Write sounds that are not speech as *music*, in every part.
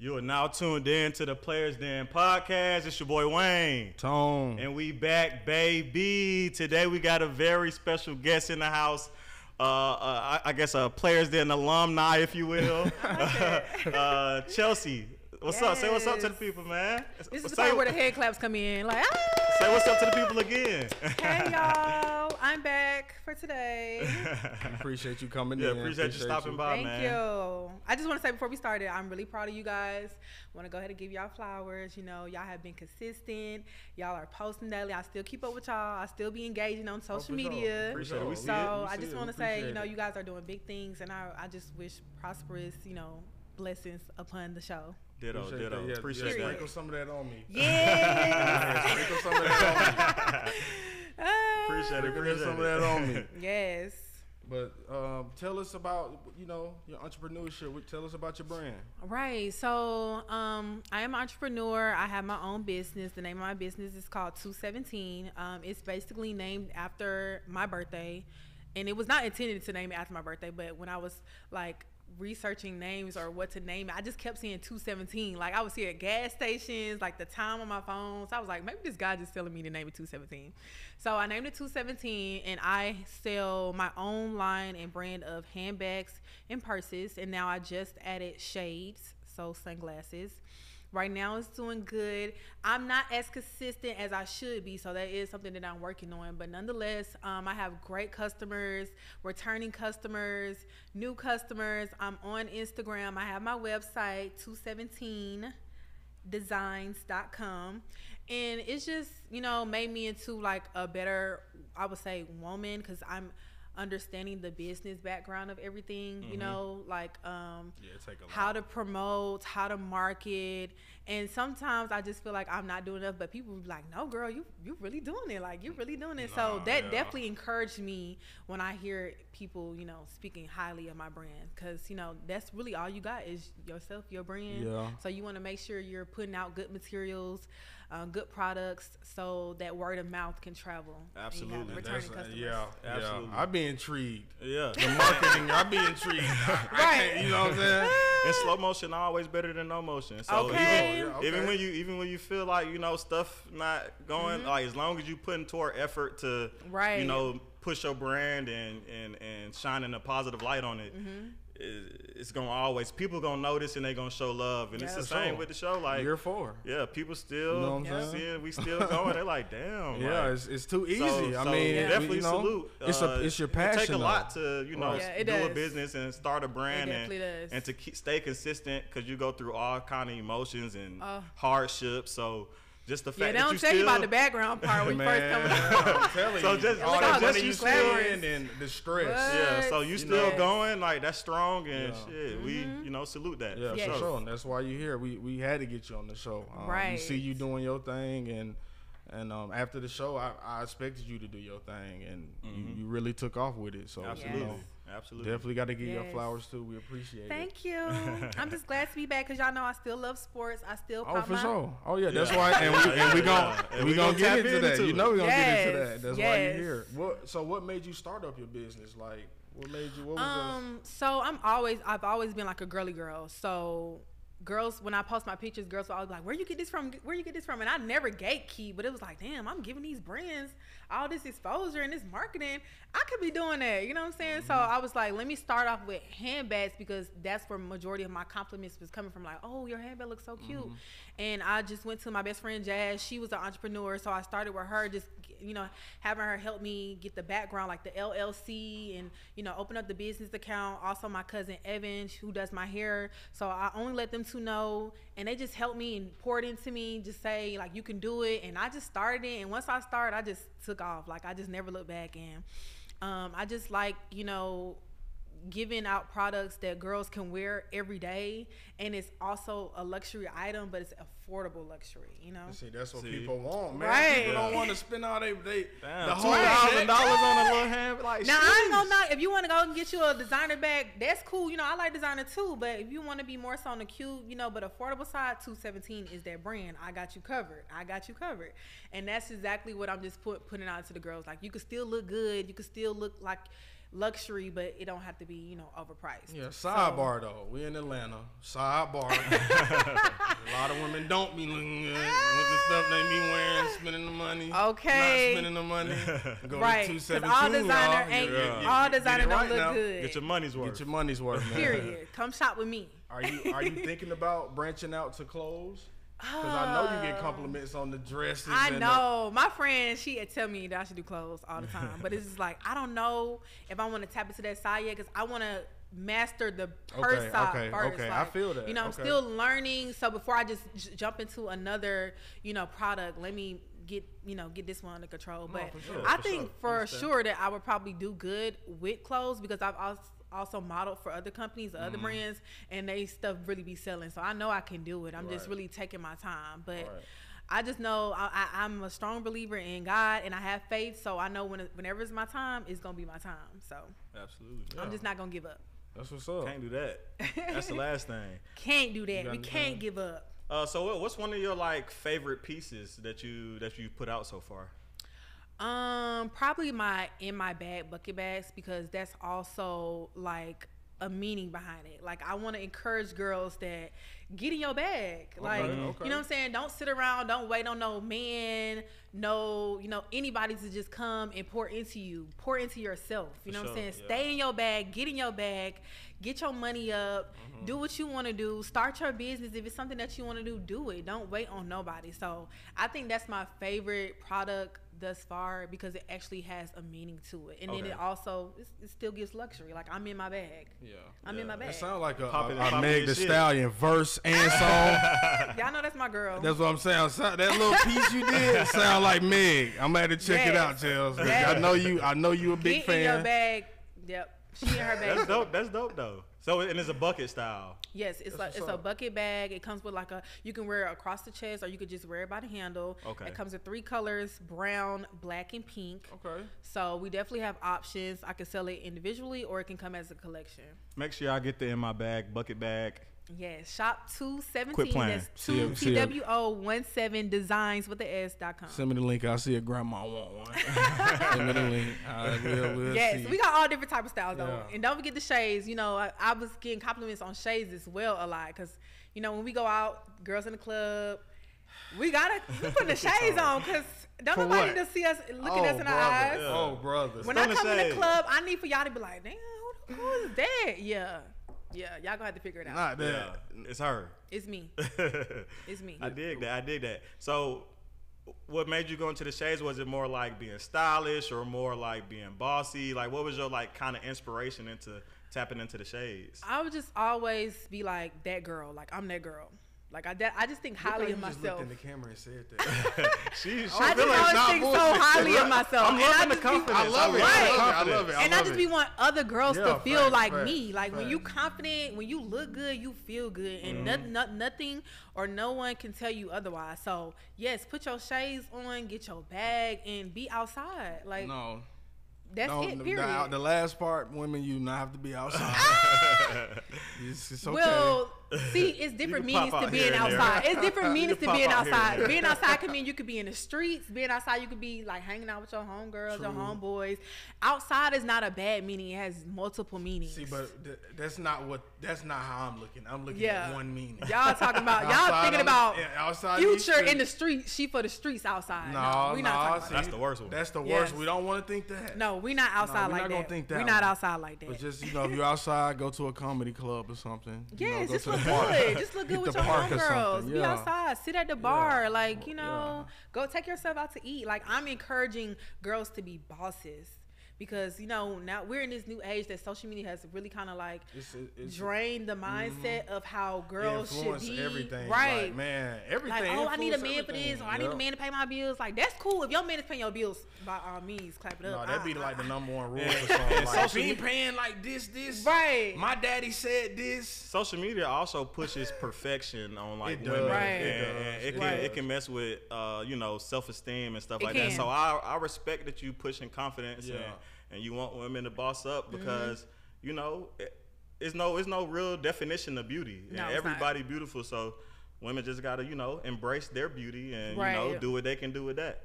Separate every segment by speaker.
Speaker 1: You are now tuned in to the Players Den podcast. It's your boy Wayne.
Speaker 2: Tone.
Speaker 1: And we back, baby. Today we got a very special guest in the house. Uh, uh, I, I guess a Players Den alumni, if you
Speaker 3: *laughs*
Speaker 1: will. *laughs* uh, Chelsea, what's up? Say what's up to the
Speaker 3: Yes.
Speaker 1: people, man.
Speaker 3: This is the
Speaker 1: say,
Speaker 3: part where the head claps come in. Like, ah!
Speaker 1: say what's up to the people again.
Speaker 2: *laughs*
Speaker 3: hey y'all, I'm back for today.
Speaker 2: *laughs* Appreciate you coming
Speaker 1: Yeah,
Speaker 2: in.
Speaker 1: appreciate you stopping by.
Speaker 3: Thank
Speaker 1: man.
Speaker 3: you. I just want to say before we started, I'm really proud of you guys. Want to go ahead and give y'all flowers. You know, y'all have been consistent. Y'all are posting daily. I still keep up with y'all. I still be engaging on social
Speaker 2: Oh, for sure.
Speaker 3: media.
Speaker 2: For sure. We see
Speaker 3: So
Speaker 2: it. We
Speaker 3: I
Speaker 2: see
Speaker 3: just
Speaker 2: it.
Speaker 3: want
Speaker 2: We
Speaker 3: to say,
Speaker 2: appreciate
Speaker 3: you know,
Speaker 2: it.
Speaker 3: you guys are doing big things, and I, I just wish prosperous, you know, blessings upon
Speaker 2: *laughs*
Speaker 3: the show.
Speaker 1: *laughs* ditto,
Speaker 2: Appreciate
Speaker 1: ditto.
Speaker 2: that. Yeah,
Speaker 1: appreciate
Speaker 2: yeah,
Speaker 1: that.
Speaker 2: Sprinkle some of that on me.
Speaker 3: Yes.
Speaker 2: *laughs* Yeah, sprinkle some of that on me.
Speaker 1: Appreciate it.
Speaker 2: Sprinkle
Speaker 1: Appreciate
Speaker 2: some of
Speaker 1: it. *laughs*
Speaker 2: that on me.
Speaker 3: *laughs* yes.
Speaker 2: But um, tell us about you know your entrepreneurship. What- Tell us about your brand.
Speaker 3: Right. So um, I am an entrepreneur. I have my own business. The name of my business is called 217. Um, it's basically named after my birthday. And it was not intended to name it after my birthday, but when I was like researching names or what to name it, I just kept seeing 217. Like I was here at gas stations, like the time on my phone. So I was like, maybe this guy just telling me to name it 217. So I named it 217 and I sell my own line and brand of handbags and purses. And now I just added shades, so sunglasses. Right now it's doing good. I'm not as consistent as I should be, so that is something that I'm working on. But nonetheless, um, I have great customers, returning customers, new customers. I'm on Instagram. I have my website, 217 designs.com and it's just you know made me into like a better i would say woman because i'm understanding the business background of everything you know like um
Speaker 2: Yeah, take a lot.
Speaker 3: how to promote, how to market, and sometimes I just feel like I'm not doing enough. But people be like, "No, girl, you you really doing it. Like you really doing it." so
Speaker 2: Nah,
Speaker 3: that
Speaker 2: yeah.
Speaker 3: definitely encouraged me when I hear people, you know, speaking highly of my brand, because you know that's really all you got is yourself, your brand.
Speaker 2: Yeah.
Speaker 3: So you want to make sure you're putting out good materials, uh, good products, so that word of mouth can travel. and you have
Speaker 1: Absolutely.
Speaker 3: returning
Speaker 2: That's- uh,
Speaker 3: customers.
Speaker 2: yeah,
Speaker 1: Absolutely.
Speaker 2: yeah. I be intrigued.
Speaker 1: Yeah.
Speaker 2: The *laughs* marketing, I be *laughs* intrigued. I, I can't-
Speaker 3: Right.
Speaker 2: you know what I'm
Speaker 3: *laughs*
Speaker 2: saying?
Speaker 1: And slow motion always better than no motion. So
Speaker 3: Okay.
Speaker 1: even-
Speaker 2: Yeah,
Speaker 1: Even
Speaker 2: okay.
Speaker 1: when you even when you feel like you know stuff not going like as long as you putting toward effort to you
Speaker 3: Right.
Speaker 1: know push your brand and and and shining a positive light on it, it- it's gonna always people gonna notice and they gonna show love and it's
Speaker 3: Yeah.
Speaker 1: the
Speaker 2: For
Speaker 1: same
Speaker 2: sure.
Speaker 1: with the show like
Speaker 2: year four.
Speaker 1: yeah people still
Speaker 2: You know what I'm
Speaker 1: yeah,
Speaker 2: saying?
Speaker 1: seeing we still going they like damn
Speaker 2: Yeah,
Speaker 1: like,
Speaker 2: it's, it's too easy.
Speaker 1: so-
Speaker 2: I
Speaker 1: so
Speaker 2: mean,
Speaker 3: Yeah.
Speaker 2: we-
Speaker 1: definitely
Speaker 2: you know,
Speaker 1: salute.
Speaker 2: It's a,
Speaker 1: Uh,
Speaker 2: it's your
Speaker 1: it take
Speaker 2: passion.
Speaker 1: a lot
Speaker 2: though.
Speaker 1: to you know
Speaker 2: Right.
Speaker 3: Yeah, it
Speaker 1: do a
Speaker 3: does.
Speaker 1: business and start a brand and,
Speaker 3: definitely does.
Speaker 1: and to keep, stay consistent because you go through all kind of emotions and
Speaker 3: Oh.
Speaker 1: hardships. So just the
Speaker 3: Yeah,
Speaker 1: fact
Speaker 3: they
Speaker 1: that
Speaker 3: don't
Speaker 1: you
Speaker 3: tell
Speaker 1: still
Speaker 3: you about the background part when you first
Speaker 2: *laughs*
Speaker 3: come
Speaker 2: Man,
Speaker 3: up.
Speaker 2: I'm telling
Speaker 1: So
Speaker 2: you,
Speaker 1: just-
Speaker 2: all
Speaker 3: Look
Speaker 2: the
Speaker 3: how
Speaker 2: money
Speaker 3: much
Speaker 2: you
Speaker 3: you
Speaker 2: spend
Speaker 3: glamorous.
Speaker 2: and the stress.
Speaker 1: yeah. So you
Speaker 3: You
Speaker 1: still
Speaker 3: know.
Speaker 1: going like that's strong and
Speaker 2: Yeah.
Speaker 1: shit.
Speaker 3: Mm-hmm.
Speaker 1: We you know salute that.
Speaker 2: Yeah,
Speaker 1: for
Speaker 3: Yes.
Speaker 2: for
Speaker 1: sure.
Speaker 2: sure. And that's why you're here. We we had to get you on the show. Um, We see
Speaker 3: Right.
Speaker 2: you doing your thing, and and um, after the show, I, I expected you to do your thing, and you, you really took off with it. So you know,
Speaker 1: Absolutely,
Speaker 3: Yes.
Speaker 1: absolutely.
Speaker 2: definitely got to give your
Speaker 3: Yes.
Speaker 2: flowers too. We appreciate it.
Speaker 3: Thank you. I'm just glad to be back because y'all know I still love sports. I still
Speaker 2: Oh,
Speaker 3: pop
Speaker 2: for
Speaker 3: my-
Speaker 2: sure. Oh yeah, that's
Speaker 1: Yeah.
Speaker 2: why. And we
Speaker 1: Yeah,
Speaker 2: and we
Speaker 1: yeah.
Speaker 2: gonna
Speaker 1: And
Speaker 2: we
Speaker 1: we
Speaker 2: gonna
Speaker 1: gonna
Speaker 2: get
Speaker 1: tap
Speaker 2: into that.
Speaker 1: into
Speaker 2: You
Speaker 1: it.
Speaker 2: know we gonna get into
Speaker 3: Yes,
Speaker 2: that. That's why you're
Speaker 3: yes.
Speaker 2: here. What? So what made you start up your business? Like what made you? What was the
Speaker 3: Um, so I'm always I've always been like a girly girl. So girls when I post my pictures, girls will always be like, Where you get this from? Where you get this from? And I never gatekeep, but it was like, damn, I'm giving these brands all this exposure and this marketing. I could be doing that. You know what I'm saying? So
Speaker 2: Mm-hmm.
Speaker 3: I was like, let me start off with handbags because that's where majority of my compliments was coming from. Like, oh, your handbag looks so cute.
Speaker 2: Mm-hmm.
Speaker 3: And I just went to my best friend Jazz. She was an entrepreneur, so I started with her just you know, having her help me get the background, like the LLC, and you know, open up the business account. Also, my cousin Evan, who does my hair. So I only let them two know, and they just helped me and poured into me. Just say like, you can do it, and I just started it. And once I started, I just took off. Like I just never looked back, and um, I just like you know giving out products that girls can wear every day and it's also a luxury item but it's affordable luxury you know
Speaker 2: See, that's what
Speaker 1: See?
Speaker 2: people want, man.
Speaker 3: Right.
Speaker 2: People don't
Speaker 1: Yeah.
Speaker 2: want to spend all they they
Speaker 1: Damn,
Speaker 2: the
Speaker 1: two
Speaker 2: whole
Speaker 1: thousand
Speaker 2: check.
Speaker 1: dollars on a little hand
Speaker 2: *laughs*
Speaker 1: like
Speaker 3: Now
Speaker 1: shit.
Speaker 3: I ain't gonna knock. If you want to go and get you a designer bag, that's cool. You know, I like designer too. But if you want to be more so on the cute, you know, but affordable side, two seventeen is that brand. I got you covered. I got you covered. And that's exactly what I'm just put, putting out to the girls. Like you could still look good. You could still look like luxury, but it don't have to be you know overpriced.
Speaker 4: Yeah,
Speaker 3: So-
Speaker 4: sidebar though. We in Atlanta.
Speaker 1: *laughs*
Speaker 4: Sidebar. a lot of women don't be looking good with the stuff they be wearing, spending the money.
Speaker 3: Okay.
Speaker 4: Not spending
Speaker 1: *laughs*
Speaker 4: the money. Go
Speaker 3: Right,
Speaker 4: to
Speaker 3: 'cause
Speaker 4: 272.
Speaker 3: all designer
Speaker 4: y'all.
Speaker 3: ain't
Speaker 4: Yeah, yeah, yeah.
Speaker 3: all
Speaker 4: Get it
Speaker 3: designer don't
Speaker 4: right
Speaker 3: look
Speaker 4: now.
Speaker 3: good.
Speaker 1: Get your money's worth.
Speaker 4: Get your money's worth, man. *laughs*
Speaker 3: Period. Come shop with me.
Speaker 4: Are you are you thinking about branching out to clothes? Because I know you get compliments on the dresses.
Speaker 3: Oh. I
Speaker 4: and the-
Speaker 3: know my friend. She had tell me that I should do clothes all the time, but it's just like I don't know if I want to tap into that side yet because I want to master the purse
Speaker 4: Okay,
Speaker 3: side
Speaker 4: okay,
Speaker 3: first.
Speaker 4: okay. I
Speaker 3: like,
Speaker 4: feel that.
Speaker 3: You know, I'm
Speaker 4: Okay.
Speaker 3: still learning. So before I just j- jump into another, you know, product, let me get you know get this one under control. But
Speaker 4: for sure,
Speaker 3: I
Speaker 4: for
Speaker 3: think
Speaker 4: sure.
Speaker 3: for
Speaker 4: Understand.
Speaker 3: sure that I would probably do good with clothes because I've also also modeled for other companies, other
Speaker 4: Mm-hmm.
Speaker 3: brands, and they stuff really be selling. So I know I can do it. I'm just
Speaker 4: Right.
Speaker 3: really taking my time, but.
Speaker 4: Right.
Speaker 3: I just know I, I, I'm a strong believer in God and I have faith. So I know when, whenever it's my time, it's going to be my time. So
Speaker 1: Absolutely.
Speaker 3: I'm just not going to give up.
Speaker 4: That's what's up.
Speaker 1: Can't do that. That's
Speaker 3: *laughs*
Speaker 1: the last thing.
Speaker 3: Can't do that.
Speaker 4: gotta-
Speaker 3: We can't give up.
Speaker 1: Uh, so what- what's one of your like favorite pieces that you that you put out so far?
Speaker 3: Um, probably my in my bag bucket bags because that's also like a meaning behind it. Like I want to encourage girls that get in your bag. Like
Speaker 4: okay.
Speaker 3: you know what I'm saying? Don't sit around. Don't wait on no man, no you know anybody to just come and pour into you. Pour into yourself. You
Speaker 1: For
Speaker 3: know what
Speaker 1: sure,
Speaker 3: I'm saying?
Speaker 1: yeah.
Speaker 3: Stay in your bag. Get in your bag. Get your money up.
Speaker 1: Mm-hmm.
Speaker 3: Do what you want to do. Start your business. If it's something that you want to do, do it. Don't wait on nobody. So I think that's my favorite product thus far because it actually has a meaning to it, and
Speaker 1: Okay.
Speaker 3: then it also it's- it still gives luxury. Like I'm in my bag.
Speaker 4: Yeah.
Speaker 3: I'm in my
Speaker 1: Yeah.
Speaker 3: bag.
Speaker 4: That sound like a,
Speaker 1: Popular-
Speaker 4: a, a
Speaker 1: popular
Speaker 4: Meg the
Speaker 1: shit.
Speaker 4: Stallion verse and song.
Speaker 3: Y'all know that's my girl.
Speaker 4: That's what I'm saying. So- That little piece you did sound like Meg. I'm gonna have to check it
Speaker 3: Yes.
Speaker 4: out, Chels.
Speaker 3: Yes.
Speaker 4: I know you. I know you a big
Speaker 3: Get in your
Speaker 4: fan.
Speaker 3: bag. Yep. She in
Speaker 1: *laughs*
Speaker 3: her
Speaker 1: That's
Speaker 3: bag.
Speaker 1: dope. That's dope though. So and it's a bucket style.
Speaker 3: yes, it's like
Speaker 4: what's
Speaker 3: it's a
Speaker 4: up.
Speaker 3: bucket bag. It comes with like a you can wear it across the chest or you could just wear it by the handle.
Speaker 1: Okay.
Speaker 3: It comes in three colors: brown, black, and pink.
Speaker 4: Okay.
Speaker 3: So we definitely have options. I can sell it individually or it can come as a collection.
Speaker 1: Make sure y'all get the in my bag bucket bag.
Speaker 3: Yes, shop two
Speaker 1: Quit
Speaker 3: seventeen.
Speaker 1: playing.
Speaker 3: That's
Speaker 4: See ya,
Speaker 3: two
Speaker 4: see
Speaker 3: T
Speaker 4: ya.
Speaker 3: W O one seven designs with the S dot com.
Speaker 4: Send me the link. I see a grandma want
Speaker 3: *laughs*
Speaker 4: one. Send me the link. I will. We'll
Speaker 3: Yes,
Speaker 4: see.
Speaker 3: we got all different type of styles though,
Speaker 4: Yeah.
Speaker 3: and don't forget the shades. You know, I, I was getting compliments on shades as well a lot because you know when we go out, girls in the club, we gotta we putting
Speaker 4: *laughs*
Speaker 3: the shades on because don't
Speaker 4: For
Speaker 3: nobody
Speaker 4: what?
Speaker 3: to see us
Speaker 4: oh,
Speaker 3: looking us in
Speaker 4: brother.
Speaker 3: the eyes.
Speaker 1: Yeah.
Speaker 4: Oh, brother.
Speaker 3: When
Speaker 1: Throw
Speaker 3: I
Speaker 1: the
Speaker 3: come in the
Speaker 1: shades.
Speaker 3: club, I need for y'all to be like, damn, who, who is that? Yeah, yeah, y'all gonna have to figure it out.
Speaker 4: Not that.
Speaker 1: Yeah, it's
Speaker 3: *laughs*
Speaker 1: her.
Speaker 3: It's me. It's me.
Speaker 1: I dig that. I dig that. So, what made you go into the shades? Was it more like being stylish or more like being bossy? Like, what was your like kind of inspiration into tapping into the shades?
Speaker 3: I would just always be like that girl. Like I'm that girl. Like I, that, I just think
Speaker 4: Look how
Speaker 3: highly
Speaker 4: you
Speaker 3: of
Speaker 4: just looked
Speaker 3: myself.
Speaker 4: in the camera and said *laughs* that.
Speaker 1: *laughs* she, she
Speaker 3: I
Speaker 1: really
Speaker 3: just
Speaker 1: is
Speaker 3: always
Speaker 1: not
Speaker 3: think
Speaker 1: bullshitting.
Speaker 3: so
Speaker 4: *laughs*
Speaker 3: highly of myself.
Speaker 1: I'm
Speaker 3: and I
Speaker 1: loving the
Speaker 3: just be-
Speaker 1: confidence.
Speaker 4: I love it. I
Speaker 3: Right.
Speaker 4: love it. I love it.
Speaker 3: and I just be want other girls
Speaker 4: Yeah,
Speaker 3: to feel
Speaker 4: facts,
Speaker 3: like
Speaker 4: facts,
Speaker 3: me. Like when you
Speaker 4: facts. Mm-hmm.
Speaker 3: confident, when you look good, you feel good, and noth- noth- nothing or no one can tell you otherwise. So yes, put your shades on, get your bag, and be outside. Like
Speaker 4: No.
Speaker 3: that's
Speaker 4: No,
Speaker 3: it.
Speaker 4: the,
Speaker 3: Period.
Speaker 4: the, the last part, women, you not have to be outside.
Speaker 3: *laughs*
Speaker 4: it's, it's okay.
Speaker 3: Well,
Speaker 4: *laughs*
Speaker 3: see, it's different
Speaker 1: can pop
Speaker 3: meanings to
Speaker 1: out here
Speaker 3: being
Speaker 1: and there.
Speaker 3: outside. It's different meanings
Speaker 1: can
Speaker 3: to being
Speaker 1: pop out here and
Speaker 3: outside.
Speaker 1: there.
Speaker 3: Being outside can mean you could be in the streets. Being outside, you could be like hanging out with your homegirls, your
Speaker 4: True.
Speaker 3: homeboys. Outside is not a bad meaning. It has multiple meanings.
Speaker 4: See, but th- that's not what. That's not how I'm looking. I'm looking
Speaker 3: Yeah.
Speaker 4: at one meaning.
Speaker 3: *laughs* y'all talking about
Speaker 4: *laughs*
Speaker 3: y'all
Speaker 4: Outside
Speaker 3: thinking
Speaker 4: on the-
Speaker 3: about
Speaker 4: yeah, outside these
Speaker 3: future in the
Speaker 4: streets.
Speaker 3: street. She for the streets outside.
Speaker 4: No,
Speaker 3: No, we
Speaker 4: no, see,
Speaker 3: not talking about that.
Speaker 1: That's the worst one.
Speaker 4: That's the
Speaker 3: Yes.
Speaker 4: worst. We don't want to think that.
Speaker 3: No, we not outside
Speaker 4: we
Speaker 3: like
Speaker 4: not
Speaker 3: that.
Speaker 4: gonna think that
Speaker 3: we not
Speaker 4: one.
Speaker 3: outside like that.
Speaker 4: But just you know, if you're outside, go to a comedy club or something. you know,
Speaker 3: Yes,
Speaker 4: go
Speaker 3: just
Speaker 4: to the
Speaker 3: look
Speaker 4: park.
Speaker 3: good. Just
Speaker 4: *laughs*
Speaker 3: look
Speaker 4: Hit
Speaker 3: good with
Speaker 4: the
Speaker 3: your
Speaker 4: park or
Speaker 3: homegirls.
Speaker 4: something,
Speaker 3: Be
Speaker 4: yeah.
Speaker 3: outside. Sit at the bar. Like, you
Speaker 4: Yeah.
Speaker 3: know, go take yourself out to eat. Like, I'm encouraging girls to be bosses because, you know, now we're in this new age that social media has really kind of like
Speaker 4: It's, it- it's,
Speaker 3: drained the mindset of how
Speaker 4: it
Speaker 3: girls should
Speaker 4: Mm-hmm. influence
Speaker 3: be.
Speaker 4: everything.
Speaker 3: Right.
Speaker 4: Like, man, everything.
Speaker 3: Like, oh, I need a
Speaker 4: influence
Speaker 3: man for this,
Speaker 4: everything.
Speaker 3: or I need
Speaker 4: Yeah.
Speaker 3: a man to pay my bills. Like, that's cool. If your man is paying your bills, by all means, clap it
Speaker 4: No,
Speaker 3: up. Ah,
Speaker 4: that'd be
Speaker 3: I-
Speaker 4: like the
Speaker 3: I-
Speaker 4: number one rule for
Speaker 3: *laughs*
Speaker 4: something.
Speaker 1: And
Speaker 4: Like, if
Speaker 1: social
Speaker 4: he
Speaker 1: media-
Speaker 4: paying like this, this.
Speaker 3: Right.
Speaker 4: My daddy said this.
Speaker 1: Social media also pushes perfection on like
Speaker 4: It does.
Speaker 1: women,
Speaker 3: Right.
Speaker 1: and,
Speaker 3: It
Speaker 4: does.
Speaker 1: and it
Speaker 4: It
Speaker 1: can it
Speaker 4: does.
Speaker 1: can mess with uh, you know self esteem and stuff
Speaker 3: It
Speaker 1: like that.
Speaker 3: can.
Speaker 1: So I I respect that you pushing confidence and,
Speaker 4: Yeah.
Speaker 1: and you want women to boss up
Speaker 3: Mm-hmm.
Speaker 1: because you know it, it's no it's no real definition of beauty.
Speaker 3: No,
Speaker 1: and
Speaker 3: it's not.
Speaker 1: everybody beautiful, so women just gotta you know embrace their beauty and
Speaker 3: Right.
Speaker 1: you know do what they can do with that.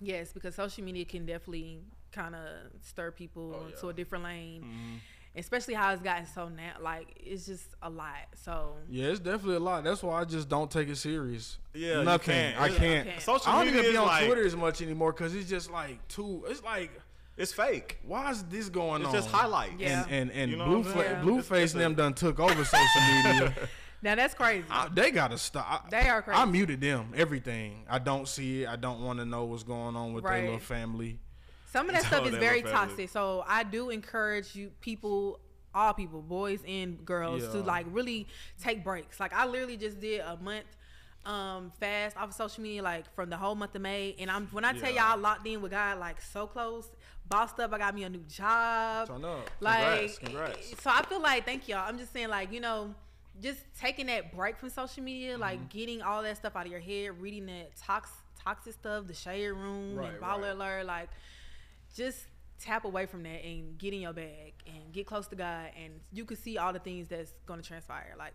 Speaker 3: Yes, because social media can definitely ki- kind of stir people
Speaker 2: Oh, yeah.
Speaker 3: to a different lane. Especially how it's gotten so now, like it's just a lot. So
Speaker 4: Yeah, it's definitely a lot. That's why I just don't take it serious.
Speaker 1: Yeah, you
Speaker 4: nothing.
Speaker 1: can't.
Speaker 4: I
Speaker 1: Yeah.
Speaker 4: can't.
Speaker 3: Okay.
Speaker 1: Social
Speaker 4: I don't
Speaker 1: media
Speaker 4: even be
Speaker 1: is
Speaker 4: on
Speaker 1: like
Speaker 4: Twitter as much anymore because it's just like too. It's like
Speaker 1: it's fake.
Speaker 4: why is this going
Speaker 1: It's
Speaker 4: on?
Speaker 1: just highlights.
Speaker 3: Yeah.
Speaker 4: And and, and
Speaker 1: You know
Speaker 4: blue
Speaker 1: what I'm
Speaker 4: Fla-
Speaker 1: saying?
Speaker 3: Yeah.
Speaker 4: blueface
Speaker 1: It's- it's a-
Speaker 4: them done took over social media.
Speaker 1: *laughs*
Speaker 3: now that's crazy.
Speaker 4: I, they gotta stop.
Speaker 3: They are
Speaker 4: I
Speaker 3: crazy.
Speaker 4: muted them. Everything. I don't see it. I don't want to know what's going on with
Speaker 3: Right.
Speaker 4: their little family.
Speaker 3: Some of that
Speaker 1: Oh,
Speaker 3: stuff
Speaker 1: they
Speaker 3: is
Speaker 1: look
Speaker 3: very
Speaker 1: bad.
Speaker 3: toxic. So I do encourage you people, all people, boys and girls, to
Speaker 4: Yeah.
Speaker 3: like really take breaks. Like I literally just did a month um fast off of social media like from the whole month of May. And I'm when I tell
Speaker 4: Yeah.
Speaker 3: y'all I locked in with God like so close, bossed up, I got me a new job.
Speaker 4: Turn up. Congrats,
Speaker 3: Like
Speaker 4: congrats.
Speaker 3: so I feel like thank y'all. I'm just saying like, you know, just taking that break from social media, like
Speaker 4: Mm-hmm.
Speaker 3: getting all that stuff out of your head, reading that tox toxic stuff, the shade room
Speaker 4: Right,
Speaker 3: and baller
Speaker 4: right.
Speaker 3: alert, like just tap away from that and get in your bag and get close to God and you can see all the things that's gonna transpire. Like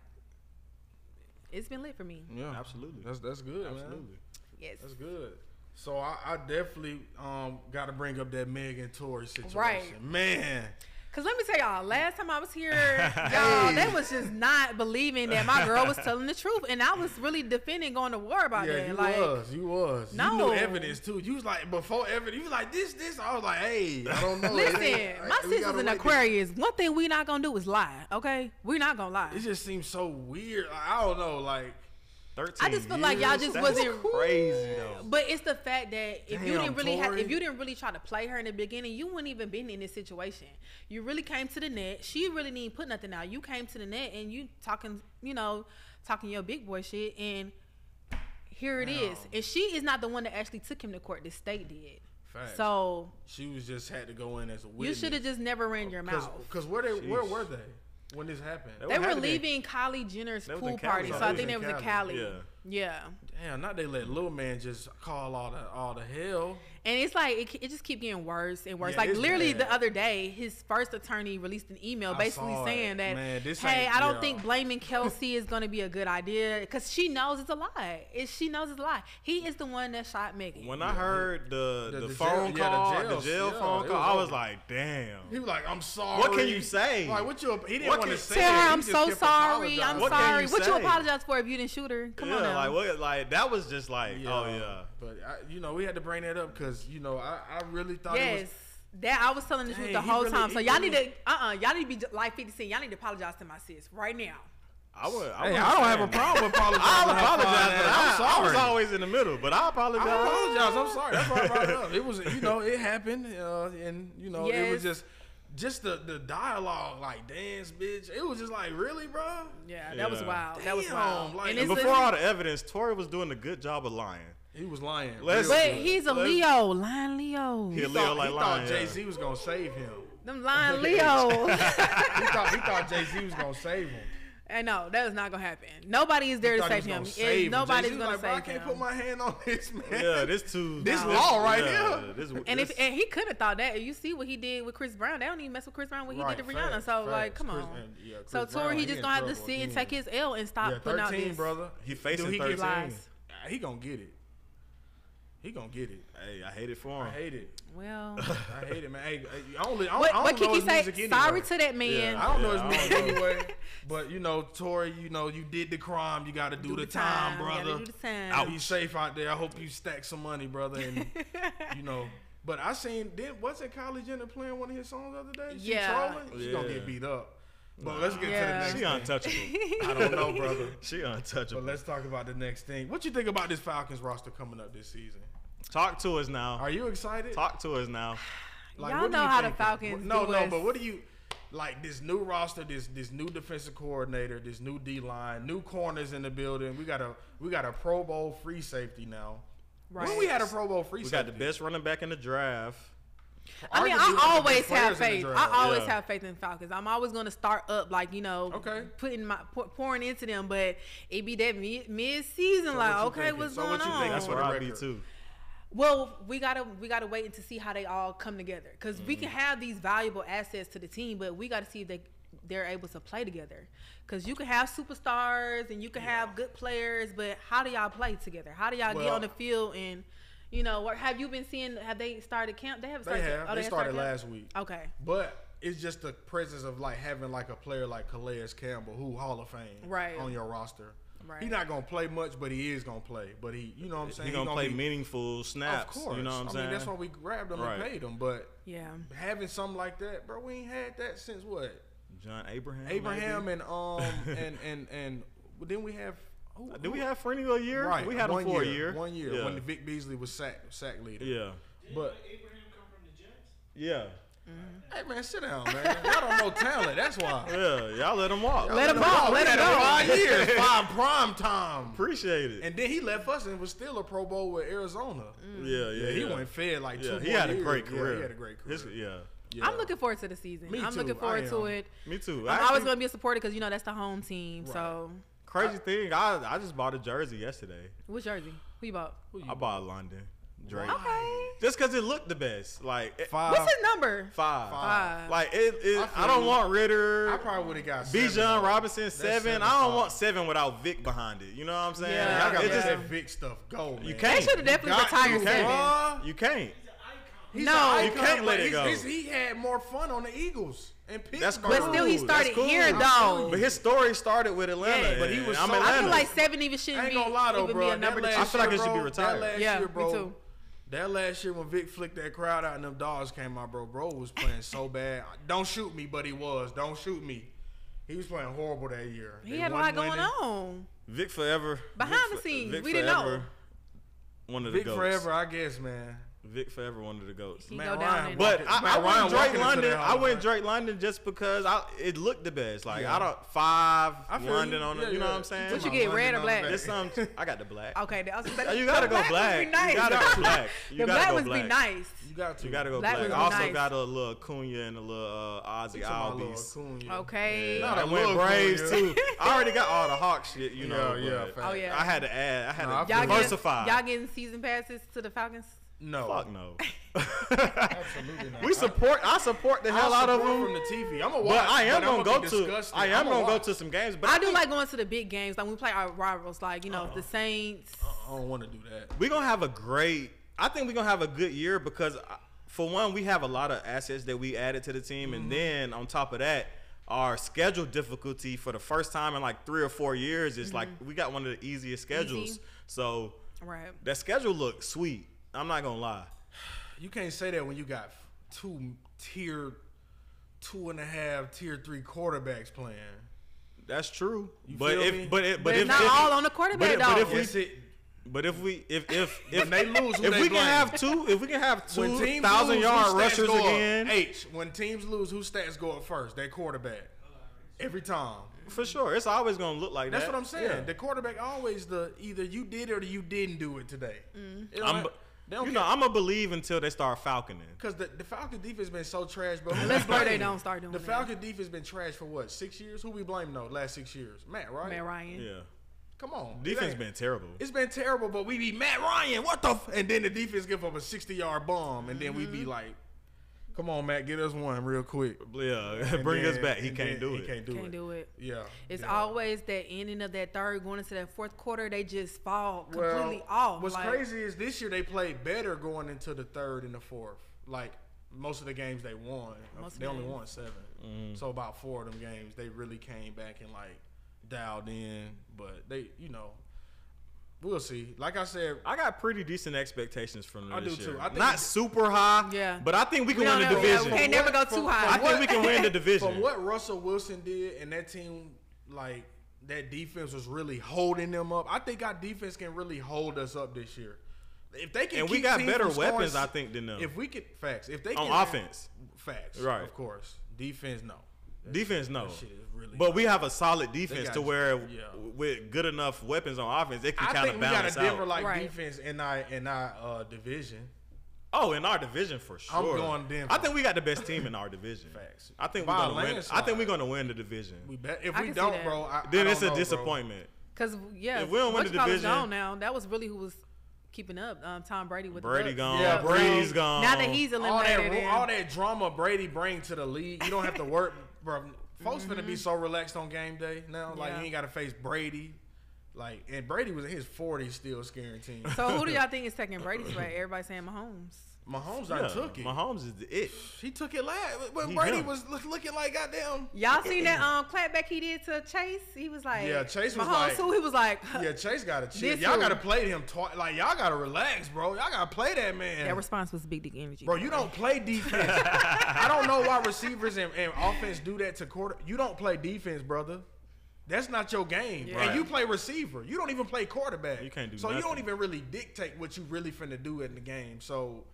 Speaker 3: it's been lit for me.
Speaker 4: Yeah,
Speaker 1: Absolutely.
Speaker 4: That's that's good. Absolutely.
Speaker 1: Absolutely.
Speaker 3: Yes.
Speaker 4: Mm-hmm. That's good. So I, I definitely um, got to bring up that Megan Tory situation.
Speaker 3: Right.
Speaker 4: Man.
Speaker 3: Cause let me tell y'all, last time I was here,
Speaker 4: *laughs*
Speaker 3: y'all, they was just not believing that my girl was telling the truth, and I was really defending going to war about
Speaker 4: yeah,
Speaker 3: that.
Speaker 4: you
Speaker 3: like,
Speaker 4: was. You was. You
Speaker 3: No.
Speaker 4: knew evidence too. You was like before evidence. You was like this, this. I was like, hey, I
Speaker 3: *laughs*
Speaker 4: don't know.
Speaker 3: listen,
Speaker 4: Hey,
Speaker 3: my
Speaker 4: we gotta
Speaker 3: sister's an
Speaker 4: wait.
Speaker 3: Aquarius. One thing we not gonna do is lie. Okay, we not gonna lie.
Speaker 4: It just seems so weird. Like, I don't know. Like
Speaker 1: Thirteen.
Speaker 3: I just feel like y'all
Speaker 1: years?
Speaker 3: just
Speaker 1: That's
Speaker 3: wasn't-
Speaker 1: crazy though.
Speaker 3: But it's the fact that if you
Speaker 4: Damn,
Speaker 3: didn't really have,
Speaker 4: Tori.
Speaker 3: if you didn't really try to play her in the beginning, you wouldn't even been in this situation. You really came to the net. She really didn't put nothing out. You came to the net and you talking, you know, talking your big boy shit, and here it is.
Speaker 4: Damn.
Speaker 3: And she is not the one that actually took him to court. The state did.
Speaker 4: facts.
Speaker 3: So
Speaker 4: she was just had to go in as a witness. Oh,
Speaker 3: you should have just never ran your mouth.
Speaker 4: Because where they where
Speaker 1: Sheesh.
Speaker 4: were they when this happened?
Speaker 1: They
Speaker 3: They
Speaker 1: What
Speaker 3: were
Speaker 1: happened then?
Speaker 3: leaving Kylie Jenner's
Speaker 1: That was
Speaker 3: pool
Speaker 1: in Cali.
Speaker 3: party, so
Speaker 1: Oh,
Speaker 3: I
Speaker 1: it
Speaker 4: was
Speaker 3: think they
Speaker 4: in
Speaker 3: was in
Speaker 4: Cali.
Speaker 3: Cali. yeah.
Speaker 4: Damn, not they let little man just call all the all the hell.
Speaker 3: And it's like it, it just keep getting worse and worse.
Speaker 4: Yeah,
Speaker 3: like
Speaker 4: it's
Speaker 3: literally
Speaker 4: bad.
Speaker 3: the other day, his first attorney released an email
Speaker 4: I
Speaker 3: basically
Speaker 4: saw
Speaker 3: saying
Speaker 4: it.
Speaker 3: that,
Speaker 4: Man, this
Speaker 3: hey,
Speaker 4: ain't-
Speaker 3: I don't
Speaker 4: yeah.
Speaker 3: think blaming Kelsey is going to be a good idea because she knows it's a lie. It, she knows it's a lie. He is the one that shot Megan.
Speaker 1: When I heard the
Speaker 4: The-
Speaker 1: the,
Speaker 4: the
Speaker 1: phone
Speaker 4: jail- yeah, the
Speaker 1: call, the jail,
Speaker 4: jails, yeah,
Speaker 1: phone call,
Speaker 4: it was
Speaker 1: I was
Speaker 4: over.
Speaker 1: like, damn.
Speaker 4: He was like, I'm sorry.
Speaker 1: What can you say?
Speaker 4: Like, what you? He didn't
Speaker 1: What
Speaker 4: want to
Speaker 1: can-
Speaker 4: say.
Speaker 3: Tell
Speaker 4: it.
Speaker 3: her
Speaker 4: He
Speaker 3: I'm
Speaker 4: just
Speaker 3: so
Speaker 4: kept
Speaker 3: sorry. I'm
Speaker 4: apologizing.
Speaker 1: What can
Speaker 3: sorry.
Speaker 1: you
Speaker 3: what you
Speaker 1: say?
Speaker 3: apologize for if you didn't shoot her? Come
Speaker 1: yeah,
Speaker 3: on now.
Speaker 1: like what? Like that was just like,
Speaker 4: Yeah,
Speaker 1: oh yeah.
Speaker 4: But I, you know, we had to bring that up because you know, I, I really thought it
Speaker 3: Yes.
Speaker 4: was.
Speaker 3: That I was telling the
Speaker 4: Dang,
Speaker 3: truth the
Speaker 4: he
Speaker 3: whole
Speaker 4: really-
Speaker 3: time. So
Speaker 4: he
Speaker 3: y'all
Speaker 4: really-
Speaker 3: need to uh uh-uh, uh, you all need to be like 50 Cent. Y'all need to apologize to my sis right now.
Speaker 1: I would. I,
Speaker 4: Hey,
Speaker 1: wouldn't
Speaker 4: I don't have
Speaker 1: say *laughs*
Speaker 4: a problem apologizing.
Speaker 1: I'll
Speaker 4: how far
Speaker 1: apologize,
Speaker 4: that-
Speaker 1: but I,
Speaker 4: I'm
Speaker 1: I was
Speaker 4: sorry.
Speaker 1: always in the middle. But I apologize.
Speaker 4: I apologize. I'm sorry. That's why I brought it up. It was, you know, it happened, uh, and you know, it was
Speaker 3: Yes.
Speaker 4: just, just the the dialogue, like dance, bitch. It was just like, really, bro.
Speaker 3: Yeah, that was
Speaker 1: Yeah.
Speaker 3: wild. that was
Speaker 4: Damn,
Speaker 3: wild.
Speaker 4: like-
Speaker 3: and
Speaker 1: And
Speaker 3: it's
Speaker 1: before
Speaker 3: a-
Speaker 1: all the evidence, Tori was doing a good job of lying.
Speaker 4: He was lying.
Speaker 1: Let's-
Speaker 4: Real
Speaker 3: but
Speaker 4: good.
Speaker 3: he's a
Speaker 1: Let's-
Speaker 3: Leo, lying Leo.
Speaker 1: Yeah.
Speaker 4: he
Speaker 1: Leo
Speaker 4: thought,
Speaker 1: like
Speaker 4: he
Speaker 1: lying,
Speaker 4: thought
Speaker 1: yeah.
Speaker 4: Jay Z was gonna save him.
Speaker 3: Them
Speaker 4: *laughs*
Speaker 3: lying Leo. *laughs*
Speaker 4: He thought he thought Jay Z was gonna save him.
Speaker 3: and no, that is not gonna happen. Nobody is there to
Speaker 4: Thought he was
Speaker 3: save
Speaker 4: gonna
Speaker 3: him. It-
Speaker 4: save him.
Speaker 3: nobody's
Speaker 4: Jay-Z was
Speaker 3: gonna
Speaker 4: like, bro,
Speaker 3: save
Speaker 4: I can't
Speaker 3: him.
Speaker 4: put my hand
Speaker 3: *laughs*
Speaker 4: on this man. *laughs*
Speaker 1: Yeah, this too.
Speaker 4: This law right
Speaker 1: yeah,
Speaker 4: here.
Speaker 1: This,
Speaker 3: and
Speaker 1: this,
Speaker 3: if and he could have thought that. You see what he did with Chris Brown. They don't even mess with Chris Brown. What he
Speaker 4: Right,
Speaker 3: did to Rihanna.
Speaker 4: facts,
Speaker 3: so like,
Speaker 4: facts.
Speaker 3: come
Speaker 4: Chris-
Speaker 3: on.
Speaker 4: and, yeah, Chris
Speaker 3: so Tori,
Speaker 4: Brown,
Speaker 3: he
Speaker 4: he
Speaker 3: just
Speaker 4: in
Speaker 3: gonna have to
Speaker 4: trouble
Speaker 3: sit and
Speaker 4: again.
Speaker 3: take his L and stop
Speaker 4: yeah,
Speaker 3: putting out
Speaker 4: thirteen,
Speaker 3: this.
Speaker 4: brother.
Speaker 1: He facing
Speaker 4: Do he get
Speaker 1: 13.
Speaker 3: Lies.
Speaker 4: Uh, He gonna get it. He gonna get it.
Speaker 1: hey, I hate it for
Speaker 4: I
Speaker 1: him.
Speaker 4: hate it.
Speaker 3: Well,
Speaker 4: *laughs* I hate it, man. Hey, I only, I don't,
Speaker 3: what
Speaker 4: I
Speaker 3: what
Speaker 4: don't know
Speaker 3: Kiki
Speaker 4: his
Speaker 3: say?
Speaker 4: music anyway.
Speaker 3: Sorry to that man.
Speaker 4: I don't
Speaker 1: Yeah,
Speaker 4: know his
Speaker 1: I
Speaker 4: music
Speaker 1: don't
Speaker 4: anyway. But you know, Tori, you know, you did the crime. You got to do, the, time,
Speaker 3: You gotta
Speaker 4: brother.
Speaker 3: Do the time. *laughs*
Speaker 4: Out, you safe out there. I hope you stack some money, brother. And you know, but I seen then wasn't Kylie Jenner playing one of his songs the other day? She
Speaker 3: Yeah.
Speaker 4: trolling. She gonna
Speaker 1: Yeah.
Speaker 4: get beat up. But let's get
Speaker 3: Yeah.
Speaker 4: to the
Speaker 1: She
Speaker 4: next.
Speaker 1: untouchable.
Speaker 4: thing. I don't know, brother.
Speaker 1: *laughs* she untouchable.
Speaker 4: But let's talk about the next thing. What you think about this Falcons roster coming up this season?
Speaker 1: Talk to us now.
Speaker 4: Are you excited?
Speaker 1: Talk to us now.
Speaker 4: what
Speaker 3: Y'all
Speaker 4: do
Speaker 3: know
Speaker 4: you
Speaker 3: how the
Speaker 4: think?
Speaker 3: Falcons
Speaker 4: No,
Speaker 3: do
Speaker 4: no,
Speaker 3: us.
Speaker 4: but what do you like? This new roster, this this new defensive coordinator, this new D line, new corners in the building. We got a we got a Pro Bowl free safety now. Right. When we had a Pro Bowl free
Speaker 1: We got
Speaker 4: safety,
Speaker 1: the best running back in the draft.
Speaker 3: I mean,
Speaker 4: Arguably one of
Speaker 3: I
Speaker 4: the best
Speaker 3: always
Speaker 4: players
Speaker 3: have
Speaker 4: in the
Speaker 3: faith. I
Speaker 4: draft.
Speaker 3: always
Speaker 1: Yeah.
Speaker 3: have faith in Falcons. I'm always going to start up, like you know,
Speaker 4: Okay.
Speaker 3: putting my pour, pouring into them. But it be that mid mid season,
Speaker 4: So
Speaker 3: like
Speaker 4: what you
Speaker 3: okay,
Speaker 4: thinking?
Speaker 3: what's
Speaker 4: So
Speaker 3: going
Speaker 4: what you
Speaker 3: on?
Speaker 4: thinking?
Speaker 1: That's
Speaker 4: Oh,
Speaker 1: what
Speaker 4: the
Speaker 1: I'd be
Speaker 4: record.
Speaker 1: too.
Speaker 3: Well, we gotta we gotta wait and to see how they all come together because we
Speaker 4: Mm.
Speaker 3: can have these valuable assets to the team, but we gotta see if they they're able to play together. Because you can have superstars and you can have good players, but how do y'all play together? How do y'all get
Speaker 4: Well-
Speaker 3: on the field and You know, what have you been seeing? Have they started camp? They have
Speaker 4: They
Speaker 3: started.
Speaker 4: have.
Speaker 3: oh,
Speaker 4: they
Speaker 3: have
Speaker 4: started
Speaker 3: camp?
Speaker 4: last week.
Speaker 3: Okay.
Speaker 4: But it's just the presence of like having like a player like Calais Campbell, who Hall of Fame,
Speaker 3: Right.
Speaker 4: on your roster.
Speaker 3: Right.
Speaker 4: He's not gonna play much, but he is gonna play. But he, you know what I'm saying?
Speaker 1: He
Speaker 4: He
Speaker 1: gonna play
Speaker 4: be-
Speaker 1: meaningful
Speaker 4: Of
Speaker 1: snaps.
Speaker 4: course.
Speaker 1: You know what I'm
Speaker 4: I
Speaker 1: saying?
Speaker 4: mean, that's why we grabbed him
Speaker 1: Right.
Speaker 4: and paid him. But
Speaker 3: Yeah.
Speaker 4: having something like that, bro, we ain't had that since what?
Speaker 1: John Abraham.
Speaker 4: Abraham
Speaker 1: maybe?
Speaker 4: and um *laughs* and and and well, then we have who?
Speaker 1: Uh, Did we
Speaker 4: who-
Speaker 1: have Freeney a year?
Speaker 4: right?
Speaker 1: We had
Speaker 4: one
Speaker 1: him for
Speaker 4: year,
Speaker 1: a year.
Speaker 4: One year
Speaker 1: Yeah.
Speaker 4: when Vic Beasley was sack sack leader.
Speaker 1: yeah.
Speaker 4: But
Speaker 2: Abraham come from the Jets?
Speaker 1: Yeah.
Speaker 4: hey, man, sit down, man. Y'all don't know talent. That's why.
Speaker 1: Yeah. Y'all let him walk.
Speaker 3: Let him walk, let
Speaker 4: We had
Speaker 3: him go.
Speaker 4: Five
Speaker 1: *laughs*
Speaker 4: years, five prime time.
Speaker 1: Appreciate it.
Speaker 4: And then he left us and was still a Pro Bowl with Arizona.
Speaker 1: yeah, yeah.
Speaker 4: Yeah, he
Speaker 1: Mm. yeah.
Speaker 4: went fed like
Speaker 1: Yeah,
Speaker 4: two.
Speaker 1: he
Speaker 4: more
Speaker 1: had a
Speaker 4: years.
Speaker 1: great
Speaker 4: Yeah,
Speaker 1: career.
Speaker 4: he had a great career.
Speaker 1: His- yeah.
Speaker 4: Yeah.
Speaker 3: I'm looking forward to the season.
Speaker 4: Me
Speaker 3: I'm
Speaker 4: too,
Speaker 3: looking
Speaker 4: I
Speaker 3: forward to
Speaker 4: am.
Speaker 3: it.
Speaker 1: Me too.
Speaker 3: I'm
Speaker 1: Actually,
Speaker 3: always gonna be a supporter because you know that's the home team. So,
Speaker 1: crazy thing. I I just bought a jersey yesterday.
Speaker 3: which jersey? Who you bought?
Speaker 1: I bought London Drake
Speaker 3: Okay.
Speaker 1: just because it looked the best. Like it,
Speaker 4: Five.
Speaker 3: What's his number?
Speaker 1: five.
Speaker 4: Uh,
Speaker 3: Five.
Speaker 1: Like it. it
Speaker 4: I
Speaker 1: I,
Speaker 4: feel
Speaker 1: don't
Speaker 4: you.
Speaker 1: want Ritter.
Speaker 4: I probably would have got
Speaker 1: Bijan
Speaker 4: seven.
Speaker 1: Robinson
Speaker 4: That's
Speaker 1: seven.
Speaker 4: seven,
Speaker 1: I don't
Speaker 4: five.
Speaker 1: want seven without Vic behind it. You know what I'm saying?
Speaker 3: Yeah,
Speaker 1: Like,
Speaker 4: I got
Speaker 1: it
Speaker 4: to let
Speaker 1: just-
Speaker 4: that Vic stuff go, man.
Speaker 1: you
Speaker 3: They
Speaker 1: can't.
Speaker 3: should have definitely retired
Speaker 1: you
Speaker 3: seven.
Speaker 1: can't. You can't.
Speaker 4: He's
Speaker 3: No.
Speaker 4: an
Speaker 3: You
Speaker 4: icon,
Speaker 1: can't let
Speaker 4: but
Speaker 1: it
Speaker 4: he's-
Speaker 1: go.
Speaker 4: he's- he had more fun on the Eagles and Pittsburgh.
Speaker 1: That's cool.
Speaker 3: But still, he
Speaker 1: That's
Speaker 3: started
Speaker 1: cool.
Speaker 3: here though.
Speaker 1: But his story started with Atlanta.
Speaker 3: Yeah.
Speaker 1: But he was. I'm
Speaker 4: so- I feel
Speaker 1: Atlanta.
Speaker 3: I feel like seven even shouldn't
Speaker 4: I ain't
Speaker 3: be,
Speaker 4: gonna lie though,
Speaker 3: even
Speaker 4: bro.
Speaker 3: be a number
Speaker 4: that
Speaker 3: two.
Speaker 1: I
Speaker 4: last
Speaker 1: feel like
Speaker 4: year,
Speaker 1: it should be
Speaker 4: bro,
Speaker 1: retired.
Speaker 4: That last
Speaker 3: Yeah, me
Speaker 4: year, bro.
Speaker 3: too.
Speaker 4: That last year when Vic flicked that crowd out and them dogs came out, bro. Bro was playing so bad. Don't shoot me, but he was. Don't shoot me. He was playing horrible that year.
Speaker 3: He
Speaker 4: They
Speaker 3: had a lot
Speaker 4: wasn't
Speaker 3: going
Speaker 4: winning.
Speaker 3: on.
Speaker 1: Vic forever.
Speaker 3: Behind
Speaker 1: Vic
Speaker 3: the
Speaker 1: fo-
Speaker 3: scenes,
Speaker 1: Vic
Speaker 3: we didn't
Speaker 1: forever, One of the
Speaker 4: Vic
Speaker 1: goats.
Speaker 4: forever, I guess, man.
Speaker 1: Vic forever. One of the goats.
Speaker 3: He
Speaker 4: Man,
Speaker 3: go down.
Speaker 4: Ryan
Speaker 3: in-
Speaker 1: But
Speaker 4: Walker-
Speaker 1: I,
Speaker 4: man,
Speaker 1: I
Speaker 4: Ryan
Speaker 1: went
Speaker 4: Walker
Speaker 1: Drake
Speaker 4: into
Speaker 1: London.
Speaker 4: that
Speaker 1: I
Speaker 4: Hall of
Speaker 1: went
Speaker 4: Fame.
Speaker 1: Drake London just because I it looked the best. Like
Speaker 4: Yeah.
Speaker 1: I don't five
Speaker 4: I feel
Speaker 1: London
Speaker 4: you. Oh,
Speaker 1: on
Speaker 4: Yeah,
Speaker 1: it. You know
Speaker 4: yeah.
Speaker 1: what I'm saying?
Speaker 3: What you
Speaker 4: my
Speaker 3: get,
Speaker 4: London
Speaker 3: red or
Speaker 4: on the
Speaker 3: black?
Speaker 4: back.
Speaker 1: It's
Speaker 4: *laughs*
Speaker 1: some. I got the black.
Speaker 3: Okay, that- I was gonna
Speaker 1: *laughs*
Speaker 3: say,
Speaker 1: You gotta
Speaker 3: the
Speaker 1: go
Speaker 3: would be
Speaker 1: black. You
Speaker 3: nice.
Speaker 1: gotta
Speaker 3: *laughs*
Speaker 1: go black. You
Speaker 3: the
Speaker 1: gotta
Speaker 3: black
Speaker 1: go
Speaker 3: ones be
Speaker 1: black.
Speaker 3: nice.
Speaker 4: You got to.
Speaker 1: You gotta go
Speaker 3: Black
Speaker 1: black.
Speaker 3: was
Speaker 1: I also
Speaker 3: nice.
Speaker 1: got a little Cunha and a little uh, Ozzy
Speaker 4: Talking about
Speaker 1: Albies.
Speaker 4: Lil' Acuna.
Speaker 3: Okay.
Speaker 1: Yeah,
Speaker 4: Not a
Speaker 1: I went
Speaker 4: little
Speaker 1: Braves
Speaker 4: Cunha.
Speaker 1: too. I already got all the Hawk shit. You know.
Speaker 4: *laughs* Yeah, yeah,
Speaker 1: but
Speaker 4: fact.
Speaker 3: Oh, yeah.
Speaker 1: I had to add. I had
Speaker 4: Nah, I
Speaker 1: to
Speaker 4: feel
Speaker 3: Y'all getting,
Speaker 1: diversify.
Speaker 3: y'all getting season passes to the Falcons?
Speaker 4: No.
Speaker 1: Fuck
Speaker 3: *laughs*
Speaker 1: no.
Speaker 4: Absolutely not.
Speaker 1: we support. I support the hell
Speaker 4: I
Speaker 1: out of
Speaker 4: support
Speaker 1: them.
Speaker 4: from the TV. I'm a watch.
Speaker 1: But I am
Speaker 4: but
Speaker 1: gonna
Speaker 4: I'ma be
Speaker 1: go to.
Speaker 4: disgusted.
Speaker 1: I am
Speaker 4: I'ma
Speaker 1: gonna go
Speaker 4: watch.
Speaker 1: to some games. But
Speaker 3: I do like going to the big games, like when we play our rivals, like you know
Speaker 4: Uh-huh.
Speaker 3: the Saints.
Speaker 4: I don't want to do that.
Speaker 1: We're gonna have a great. I think we're gonna have a good year because, uh, for one, we have a lot of assets that we added to the team,
Speaker 3: Mm-hmm.
Speaker 1: and then on top of that, our schedule difficulty for the first time in like three or four years is like we got one of the easiest schedules.
Speaker 3: Mm-hmm. Easy.
Speaker 1: So
Speaker 3: Right.
Speaker 1: that schedule looks sweet. I'm not gonna lie.
Speaker 4: You can't say that when you got two tier, two and a half tier three quarterbacks playing.
Speaker 1: That's true.
Speaker 4: You
Speaker 1: but
Speaker 4: feel
Speaker 1: if
Speaker 4: me?
Speaker 1: but it, but
Speaker 3: But it's
Speaker 1: if
Speaker 3: not
Speaker 1: if-
Speaker 3: all on the quarterback,
Speaker 1: but, if- but
Speaker 3: though.
Speaker 1: if we
Speaker 4: Yes, it,
Speaker 1: but if we if
Speaker 4: *laughs*
Speaker 1: if if
Speaker 4: When they lose, who
Speaker 1: if
Speaker 4: they
Speaker 1: we
Speaker 4: blame?
Speaker 1: can have two if we can have
Speaker 4: when
Speaker 1: two
Speaker 4: teams
Speaker 1: thousand
Speaker 4: lose,
Speaker 1: yard
Speaker 4: who stats
Speaker 1: rushers
Speaker 4: go up?
Speaker 1: again
Speaker 4: H. When teams lose, who stats go up first? That quarterback. Every time.
Speaker 1: for sure it's always gonna look like
Speaker 4: That's
Speaker 1: that.
Speaker 4: what I'm saying.
Speaker 1: Yeah.
Speaker 4: The quarterback always the either you did it or you didn't do it today.
Speaker 3: Mm.
Speaker 4: It don't
Speaker 1: I'm,
Speaker 4: have- they don't
Speaker 1: you know, I'm gonna believe until they start falconing.
Speaker 4: Because the, the Falcon defense been so
Speaker 1: *laughs*
Speaker 4: trash, bro. Who
Speaker 3: Let's
Speaker 4: we
Speaker 3: pray they
Speaker 4: blaming?
Speaker 3: don't start doing
Speaker 4: The
Speaker 3: that.
Speaker 4: Falcon defense been trash for what six years? Who we blame though? Last six years, Matt Ryan.
Speaker 3: Matt Ryan.
Speaker 1: Yeah,
Speaker 4: Come on, it
Speaker 1: defense
Speaker 4: ain't-
Speaker 1: been terrible.
Speaker 4: It's been terrible, but we be Matt Ryan. What the? F-? And then the defense give up a sixty yard bomb, and then we
Speaker 3: Mm-hmm.
Speaker 4: be like, "Come on, Matt, get us one real quick."
Speaker 1: Yeah, *laughs*
Speaker 4: And
Speaker 1: bring us
Speaker 4: then-
Speaker 1: back. He
Speaker 4: and
Speaker 1: can't
Speaker 4: then
Speaker 1: do
Speaker 4: he
Speaker 1: it.
Speaker 4: Can't do
Speaker 3: Can't
Speaker 4: it.
Speaker 3: do it.
Speaker 4: Yeah,
Speaker 3: It's
Speaker 4: yeah.
Speaker 3: always that ending of that third, going into that fourth quarter, they just fall
Speaker 4: Well,
Speaker 3: completely off.
Speaker 4: What's
Speaker 3: like,
Speaker 4: crazy is this year they played better going into the third and the fourth. Like most of the games they won, uh,
Speaker 3: Most
Speaker 4: they only
Speaker 3: games.
Speaker 4: won seven.
Speaker 1: Mm-hmm.
Speaker 4: So about four of them games they really came back and like dialed in. But they, you know, we'll see. Like I said,
Speaker 1: I got pretty decent expectations from them
Speaker 4: I
Speaker 1: this
Speaker 4: do
Speaker 1: year.
Speaker 4: too. I think
Speaker 1: Not
Speaker 4: we-
Speaker 1: super high,
Speaker 3: Yeah.
Speaker 1: but I think we can
Speaker 3: We don't
Speaker 1: win the
Speaker 3: know. Yeah, we
Speaker 1: division.
Speaker 3: can't never go
Speaker 4: From-
Speaker 3: too
Speaker 4: from
Speaker 3: high.
Speaker 1: I think we can win
Speaker 4: *laughs*
Speaker 1: the
Speaker 4: from
Speaker 1: division.
Speaker 4: what Russell Wilson did and that team, like that defense was really holding them up. I think our defense can really hold us up this year. If they can,
Speaker 1: And we
Speaker 4: keep
Speaker 1: got
Speaker 4: teams
Speaker 1: better
Speaker 4: from scoring
Speaker 1: weapons,
Speaker 4: s-
Speaker 1: I think, than them.
Speaker 4: If we could facts, if they
Speaker 1: On
Speaker 4: can,
Speaker 1: offense.
Speaker 4: facts,
Speaker 1: Right.
Speaker 4: Of course, defense, no.
Speaker 1: defense, no.
Speaker 4: shit is really
Speaker 1: But we have a solid defense
Speaker 4: got-
Speaker 1: to where,
Speaker 4: yeah.
Speaker 1: with good enough weapons on offense, it can
Speaker 4: I
Speaker 1: kind
Speaker 4: think
Speaker 1: of
Speaker 4: we got a
Speaker 1: balance out.
Speaker 4: Denver like
Speaker 3: Right.
Speaker 4: defense in our in our uh, division.
Speaker 1: oh, in our division for sure.
Speaker 4: I'm going Denver.
Speaker 1: I think we got the best team in our division.
Speaker 4: Facts.
Speaker 1: I think we're
Speaker 4: By a
Speaker 1: gonna win. I
Speaker 4: landslide.
Speaker 1: think we're gonna win the division.
Speaker 4: We bet if
Speaker 3: I
Speaker 4: we
Speaker 3: can see
Speaker 4: don't,
Speaker 3: that.
Speaker 4: bro, I, I
Speaker 1: then
Speaker 4: don't
Speaker 1: it's a
Speaker 4: know, bro.
Speaker 1: disappointment.
Speaker 3: Because yeah,
Speaker 1: If we don't win the
Speaker 3: Munchausen's
Speaker 1: division-
Speaker 3: gone now. That was really who was keeping up. Um, Tom Brady with
Speaker 1: Brady
Speaker 3: the Bucs.
Speaker 1: gone.
Speaker 4: Yeah,
Speaker 1: Brady's
Speaker 4: so
Speaker 1: gone.
Speaker 3: Now that he's
Speaker 4: All that,
Speaker 3: eliminated,
Speaker 4: ru- all that drama Brady bring to the league, you don't have to *laughs* Mm-hmm. work, bro. Folks finna be so relaxed on game day now. Like
Speaker 3: Yeah.
Speaker 4: you ain't gotta face Brady. Like, and Brady was in his 40s still scaring teams.
Speaker 3: So who do
Speaker 4: *laughs*
Speaker 3: y'all think is taking Brady's spot? Everybody saying Mahomes.
Speaker 4: Mahomes done took it.
Speaker 1: Mahomes is the it.
Speaker 4: He took it last. When
Speaker 1: He
Speaker 4: Brady
Speaker 1: done.
Speaker 4: was look- looking like goddamn.
Speaker 3: Y'all seen that um clapback he did to Chase? He was like,
Speaker 4: Yeah, Chase was
Speaker 3: Mahomes
Speaker 4: like-
Speaker 3: who he was like,
Speaker 4: Yeah, Chase got to chill.
Speaker 3: This
Speaker 4: Y'all
Speaker 3: who?
Speaker 4: got to play him. Twi- like y'all got to relax, bro. Y'all got to play that man.
Speaker 3: that response was big dick energy.
Speaker 4: Bro, you don't play defense. I don't know why receivers and, and offense do that to quarter. You don't play defense, brother. That's not your game.
Speaker 3: Yeah.
Speaker 4: And you play receiver. You don't even play quarterback.
Speaker 1: You can't do
Speaker 4: So you don't
Speaker 1: nothing.
Speaker 4: even really dictate what you really finna do in the game. So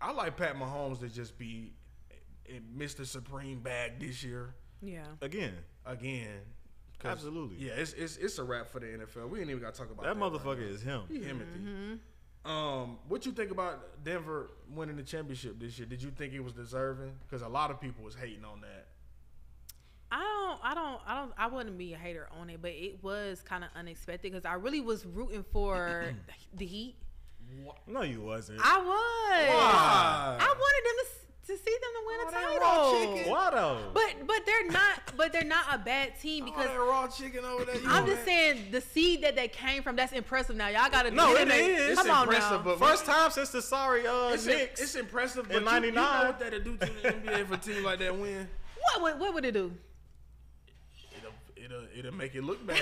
Speaker 4: I like Pat Mahomes to just be eh, Mr. Supreme bag this year
Speaker 3: yeah.
Speaker 1: Again,
Speaker 4: again. 'Cause,
Speaker 1: Absolutely.
Speaker 4: Yeah, it's, it's it's a wrap for the NFL. We ain't even got to talk about
Speaker 1: that
Speaker 4: that,
Speaker 1: motherfucker
Speaker 4: Right
Speaker 1: is him.
Speaker 4: now. He Himothy. Um, what you think about Denver winning the championship this year? Did you think it was deserving? Because a lot of people was hating on that.
Speaker 3: I don't, I don't, I don't, I wouldn't be a hater on it, but it was kind of unexpected because I really was rooting for the Heat.
Speaker 1: No, you wasn't.
Speaker 3: I was.
Speaker 4: Why? Oh,
Speaker 3: I wanted them to, to see them to win a
Speaker 4: raw
Speaker 3: title.
Speaker 4: chicken.
Speaker 1: Why though?
Speaker 3: But but they're not, but they're not a bad
Speaker 4: Oh,
Speaker 3: team because
Speaker 4: raw chicken over there.
Speaker 3: I'm just saying the seed that they came from. That's impressive. Now y'all got to
Speaker 1: No, it is.
Speaker 3: Come
Speaker 4: It's
Speaker 3: on now.
Speaker 4: impressive, but
Speaker 1: First time since the sorry uh
Speaker 4: it's, im-
Speaker 1: Knicks.
Speaker 4: it's impressive. But you- you, know
Speaker 1: 99.
Speaker 4: what that'll do to the NBA if a team like that win?
Speaker 3: what, what what would it do?
Speaker 4: It'll it'll, it'll make it look bad.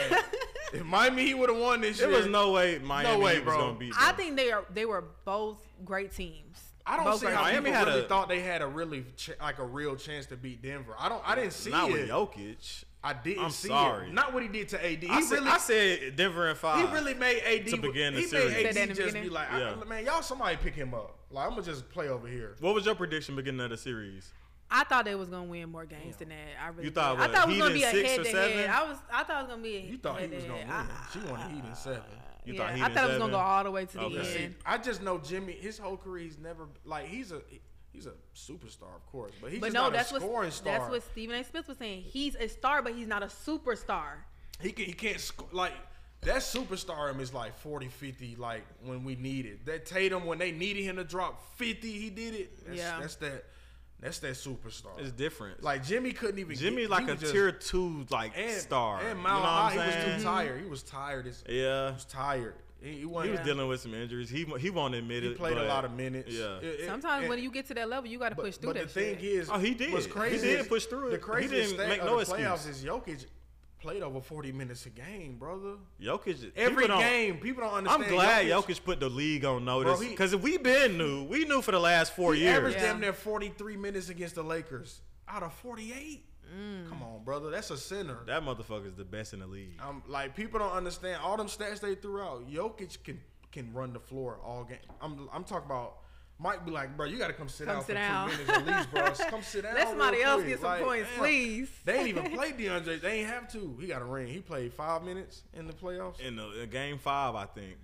Speaker 4: it might mean he would have won this
Speaker 1: There
Speaker 4: year.
Speaker 1: was no way Miami
Speaker 4: way,
Speaker 1: was
Speaker 4: bro.
Speaker 1: gonna beat.
Speaker 3: I
Speaker 1: them.
Speaker 3: think they are. They were both great teams.
Speaker 4: I don't
Speaker 3: Both
Speaker 4: see
Speaker 3: great
Speaker 4: how
Speaker 1: Miami
Speaker 4: people
Speaker 1: had
Speaker 4: really
Speaker 1: a-
Speaker 4: thought they had a really ch- like a real chance to beat Denver. I don't. I didn't see
Speaker 1: not
Speaker 4: it.
Speaker 1: with Jokic.
Speaker 4: I didn't
Speaker 1: I'm
Speaker 4: see
Speaker 1: sorry.
Speaker 4: it. Not what he did to AD. He
Speaker 1: I, said,
Speaker 4: really,
Speaker 1: I said Denver and five.
Speaker 4: He really made AD
Speaker 1: Ah, To begin the
Speaker 4: he
Speaker 1: series.
Speaker 4: made
Speaker 3: Said that
Speaker 4: AD
Speaker 3: in the
Speaker 4: just be
Speaker 3: beginning.
Speaker 4: like,
Speaker 1: Yeah.
Speaker 4: I, man, y'all somebody pick him up. Like I'm gonna just play over here.
Speaker 1: What was your prediction beginning of the series?
Speaker 3: I thought they was gonna win more games than that. I really.
Speaker 1: You thought
Speaker 3: did. I
Speaker 1: what,
Speaker 3: thought it was
Speaker 1: Heat
Speaker 3: gonna be a
Speaker 1: in six
Speaker 3: head
Speaker 1: or
Speaker 3: to head.
Speaker 1: seven?
Speaker 3: I was. I thought it was gonna be. A
Speaker 4: You thought he was gonna
Speaker 3: head-to-head.
Speaker 4: win. she wanted to eat in seven.
Speaker 1: You
Speaker 3: yeah,
Speaker 1: thought he
Speaker 3: I
Speaker 1: did
Speaker 3: thought it was
Speaker 1: seven?
Speaker 3: gonna go all the way to the
Speaker 1: Okay.
Speaker 4: See,
Speaker 3: end.
Speaker 4: I just know Jimmy. His whole career, he's never like he's a he's a superstar, of course, but he's
Speaker 3: But
Speaker 4: just
Speaker 3: no,
Speaker 4: not
Speaker 3: that's
Speaker 4: a
Speaker 3: what
Speaker 4: scoring star.
Speaker 3: that's what Stephen A. Smith was saying. He's a star, but he's not a superstar.
Speaker 4: he can, he can't score like. That superstar him is like 40, 50, like when we need it. That Tatum, when they needed him to drop 50, he did it. That's,
Speaker 3: Yeah.
Speaker 4: that's that that's that superstar.
Speaker 1: It's different.
Speaker 4: like Jimmy couldn't even
Speaker 1: Jimmy's
Speaker 4: get,
Speaker 1: like
Speaker 4: he
Speaker 1: a
Speaker 4: was just-
Speaker 1: tier two like
Speaker 4: and,
Speaker 1: star.
Speaker 4: And
Speaker 1: you
Speaker 4: mile
Speaker 1: know what
Speaker 4: high,
Speaker 1: I'm saying?
Speaker 4: he was too tired. He was tired. As, he
Speaker 1: Yeah,
Speaker 4: was tired. He, he, wasn't,
Speaker 1: he was
Speaker 4: he,
Speaker 1: dealing with some injuries. He he won't admit it.
Speaker 4: played
Speaker 1: but-
Speaker 4: a lot of minutes.
Speaker 1: Yeah.
Speaker 4: It- it-
Speaker 3: Sometimes
Speaker 4: and-
Speaker 3: when you get to that level, you got to
Speaker 4: but,
Speaker 3: push through
Speaker 4: but the
Speaker 3: that.
Speaker 4: thing
Speaker 3: shit.
Speaker 4: is,
Speaker 1: Oh, he did.
Speaker 4: What's
Speaker 1: He
Speaker 4: crazy
Speaker 1: did
Speaker 4: is
Speaker 1: push through
Speaker 4: The
Speaker 1: it. He
Speaker 4: craziest
Speaker 1: didn't
Speaker 4: thing
Speaker 1: make
Speaker 4: of
Speaker 1: no
Speaker 4: the playoffs
Speaker 1: excuse.
Speaker 4: is Jokic played over forty minutes a game, brother.
Speaker 1: Jokic.
Speaker 4: Every
Speaker 1: people don't-
Speaker 4: game, people don't understand.
Speaker 1: I'm glad Jokic, put the league on notice
Speaker 4: he-
Speaker 1: because if we been knew, we knew for the last four
Speaker 4: he
Speaker 1: years.
Speaker 4: averaged
Speaker 3: Yeah.
Speaker 4: damn near forty three minutes against the Lakers out of forty eight.
Speaker 3: Mm.
Speaker 4: Come on, brother, that's a center.
Speaker 1: That motherfucker's the best in the league.
Speaker 4: Um, like people don't understand all them stats they threw out. Jokic can can run the floor all game. I'm I'm talking about Mike be like, bro, you got to come sit
Speaker 3: Come
Speaker 4: down
Speaker 3: sit
Speaker 4: for
Speaker 3: down."
Speaker 4: two minutes at least, bro.
Speaker 3: *laughs*
Speaker 4: Just Come sit down.
Speaker 3: Let somebody
Speaker 4: real
Speaker 3: else
Speaker 4: quick."
Speaker 3: get some
Speaker 4: Like,
Speaker 3: points,
Speaker 4: damn.
Speaker 3: please.
Speaker 4: They ain't even played DeAndre. They ain't have to. He got a ring. He played five minutes in the playoffs.
Speaker 1: in the in game five, I think,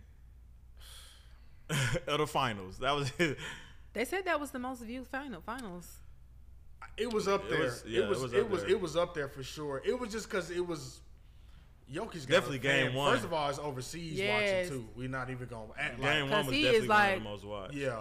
Speaker 1: *laughs* of the finals. That was *laughs* his.
Speaker 3: *laughs* They said that was the most viewed final finals.
Speaker 4: It was up
Speaker 1: It
Speaker 4: there.
Speaker 1: was- yeah,
Speaker 4: it was. It was.
Speaker 1: up
Speaker 4: It was,
Speaker 1: there.
Speaker 4: up there for sure. It was just because it was. Jokic got
Speaker 1: Definitely
Speaker 4: a fan.
Speaker 1: game one.
Speaker 4: First of all, it's overseas
Speaker 3: Yes.
Speaker 4: watching too. We're not even gonna act like.
Speaker 1: Game one was
Speaker 3: he
Speaker 1: definitely
Speaker 3: is
Speaker 1: one
Speaker 3: like-
Speaker 1: of the most watched.
Speaker 4: Yeah,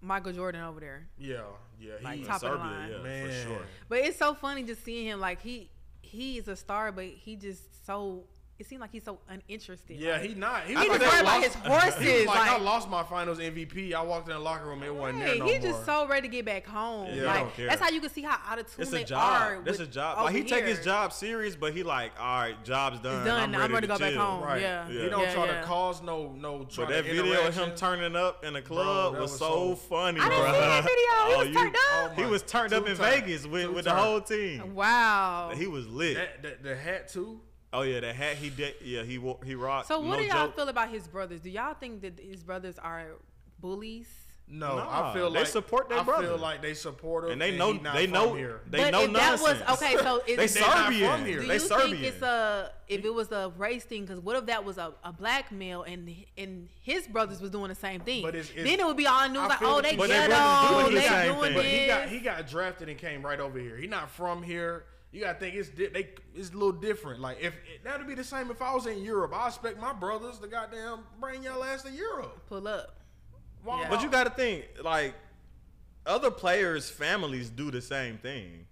Speaker 3: Michael Jordan over there.
Speaker 4: yeah, yeah.
Speaker 3: Like,
Speaker 4: He,
Speaker 1: In
Speaker 3: top of the
Speaker 1: Serbia,
Speaker 3: line.
Speaker 1: yeah, for
Speaker 4: Man.
Speaker 1: sure.
Speaker 3: But it's so funny just seeing him. Like he he is a star, but he just so it seemed like he's so uninterested.
Speaker 4: Yeah,
Speaker 3: Like,
Speaker 4: he not. He,
Speaker 3: he
Speaker 4: like,
Speaker 3: just worried about
Speaker 4: lost-
Speaker 3: his
Speaker 4: *laughs* he was
Speaker 3: horses.
Speaker 4: like, I
Speaker 3: like,
Speaker 4: lost my Finals MVP. I walked in the locker room. It wasn't there
Speaker 3: Right,
Speaker 4: no
Speaker 3: he
Speaker 4: more.
Speaker 3: just so ready to get back home.
Speaker 1: Yeah, I don't
Speaker 3: like
Speaker 1: care.
Speaker 3: that's how you can see how out of tune
Speaker 1: It's
Speaker 3: they
Speaker 1: a
Speaker 3: are.
Speaker 1: job. That's a
Speaker 3: with-
Speaker 1: job.
Speaker 3: over
Speaker 1: Like he take his
Speaker 3: here.
Speaker 1: job serious, but he like, all right, job's done.
Speaker 3: It's done.
Speaker 1: I'm ready,
Speaker 3: to, go back
Speaker 1: chill."
Speaker 3: home.
Speaker 4: right.
Speaker 3: Yeah.
Speaker 4: He don't
Speaker 3: Yeah,
Speaker 4: try
Speaker 3: yeah.
Speaker 4: to cause no no. Try
Speaker 1: But that
Speaker 4: to
Speaker 1: video of him
Speaker 4: interaction.
Speaker 1: turning up in the club
Speaker 4: that
Speaker 1: was,
Speaker 4: was
Speaker 1: so
Speaker 4: so-
Speaker 1: funny,
Speaker 3: I
Speaker 1: bro.
Speaker 3: didn't see that video.
Speaker 1: *laughs* Oh,
Speaker 3: He was
Speaker 1: you-
Speaker 3: turned up.
Speaker 4: oh
Speaker 1: He
Speaker 4: my-
Speaker 1: was turned up
Speaker 4: Two
Speaker 1: in
Speaker 4: turn-
Speaker 1: Vegas with,
Speaker 4: two
Speaker 1: with the
Speaker 4: turn.
Speaker 1: whole team.
Speaker 3: Wow.
Speaker 1: He was lit.
Speaker 4: That, that the hat too.
Speaker 1: oh yeah, the hat he did. Yeah, he wo- he rocked.
Speaker 3: so
Speaker 1: no
Speaker 3: what do y'all
Speaker 1: joke.
Speaker 3: feel about his brothers? Do y'all think that his brothers are bullies?
Speaker 4: No,
Speaker 1: Nah,
Speaker 4: I feel
Speaker 1: they
Speaker 4: like
Speaker 1: support their
Speaker 4: I
Speaker 1: brother.
Speaker 4: feel like they support him,
Speaker 1: And they know
Speaker 4: he not
Speaker 1: they
Speaker 4: from
Speaker 1: know
Speaker 4: here.
Speaker 1: they
Speaker 3: But
Speaker 1: know
Speaker 3: if that was-
Speaker 1: nonsense.
Speaker 3: okay, so
Speaker 1: *laughs*
Speaker 3: is-
Speaker 1: they
Speaker 3: They not
Speaker 4: from
Speaker 1: Serbian.
Speaker 4: here.
Speaker 3: Do
Speaker 1: They
Speaker 3: you
Speaker 1: Serbian.
Speaker 3: think it's a if it was a race thing? Because what if that was a, a black male and and his brothers was doing the same thing?
Speaker 4: But it's- it's-
Speaker 3: then it would be all news
Speaker 4: I
Speaker 3: like,
Speaker 4: feel
Speaker 3: oh,
Speaker 4: what
Speaker 3: they
Speaker 4: you- But
Speaker 1: they
Speaker 3: ghetto,
Speaker 1: brothers
Speaker 3: they
Speaker 1: doing the same thing.
Speaker 3: doing
Speaker 4: But he got
Speaker 3: this.
Speaker 4: he got drafted and came right over here. He not from here. You gotta think it's di- they it's a little different. Like if that'd be the same if I was in Europe, I expect my brothers to goddamn bring y'all ass to Europe.
Speaker 3: Pull up.
Speaker 4: Why
Speaker 3: Yeah.
Speaker 4: am I-
Speaker 1: But you got to think, like, other players' families do the same thing.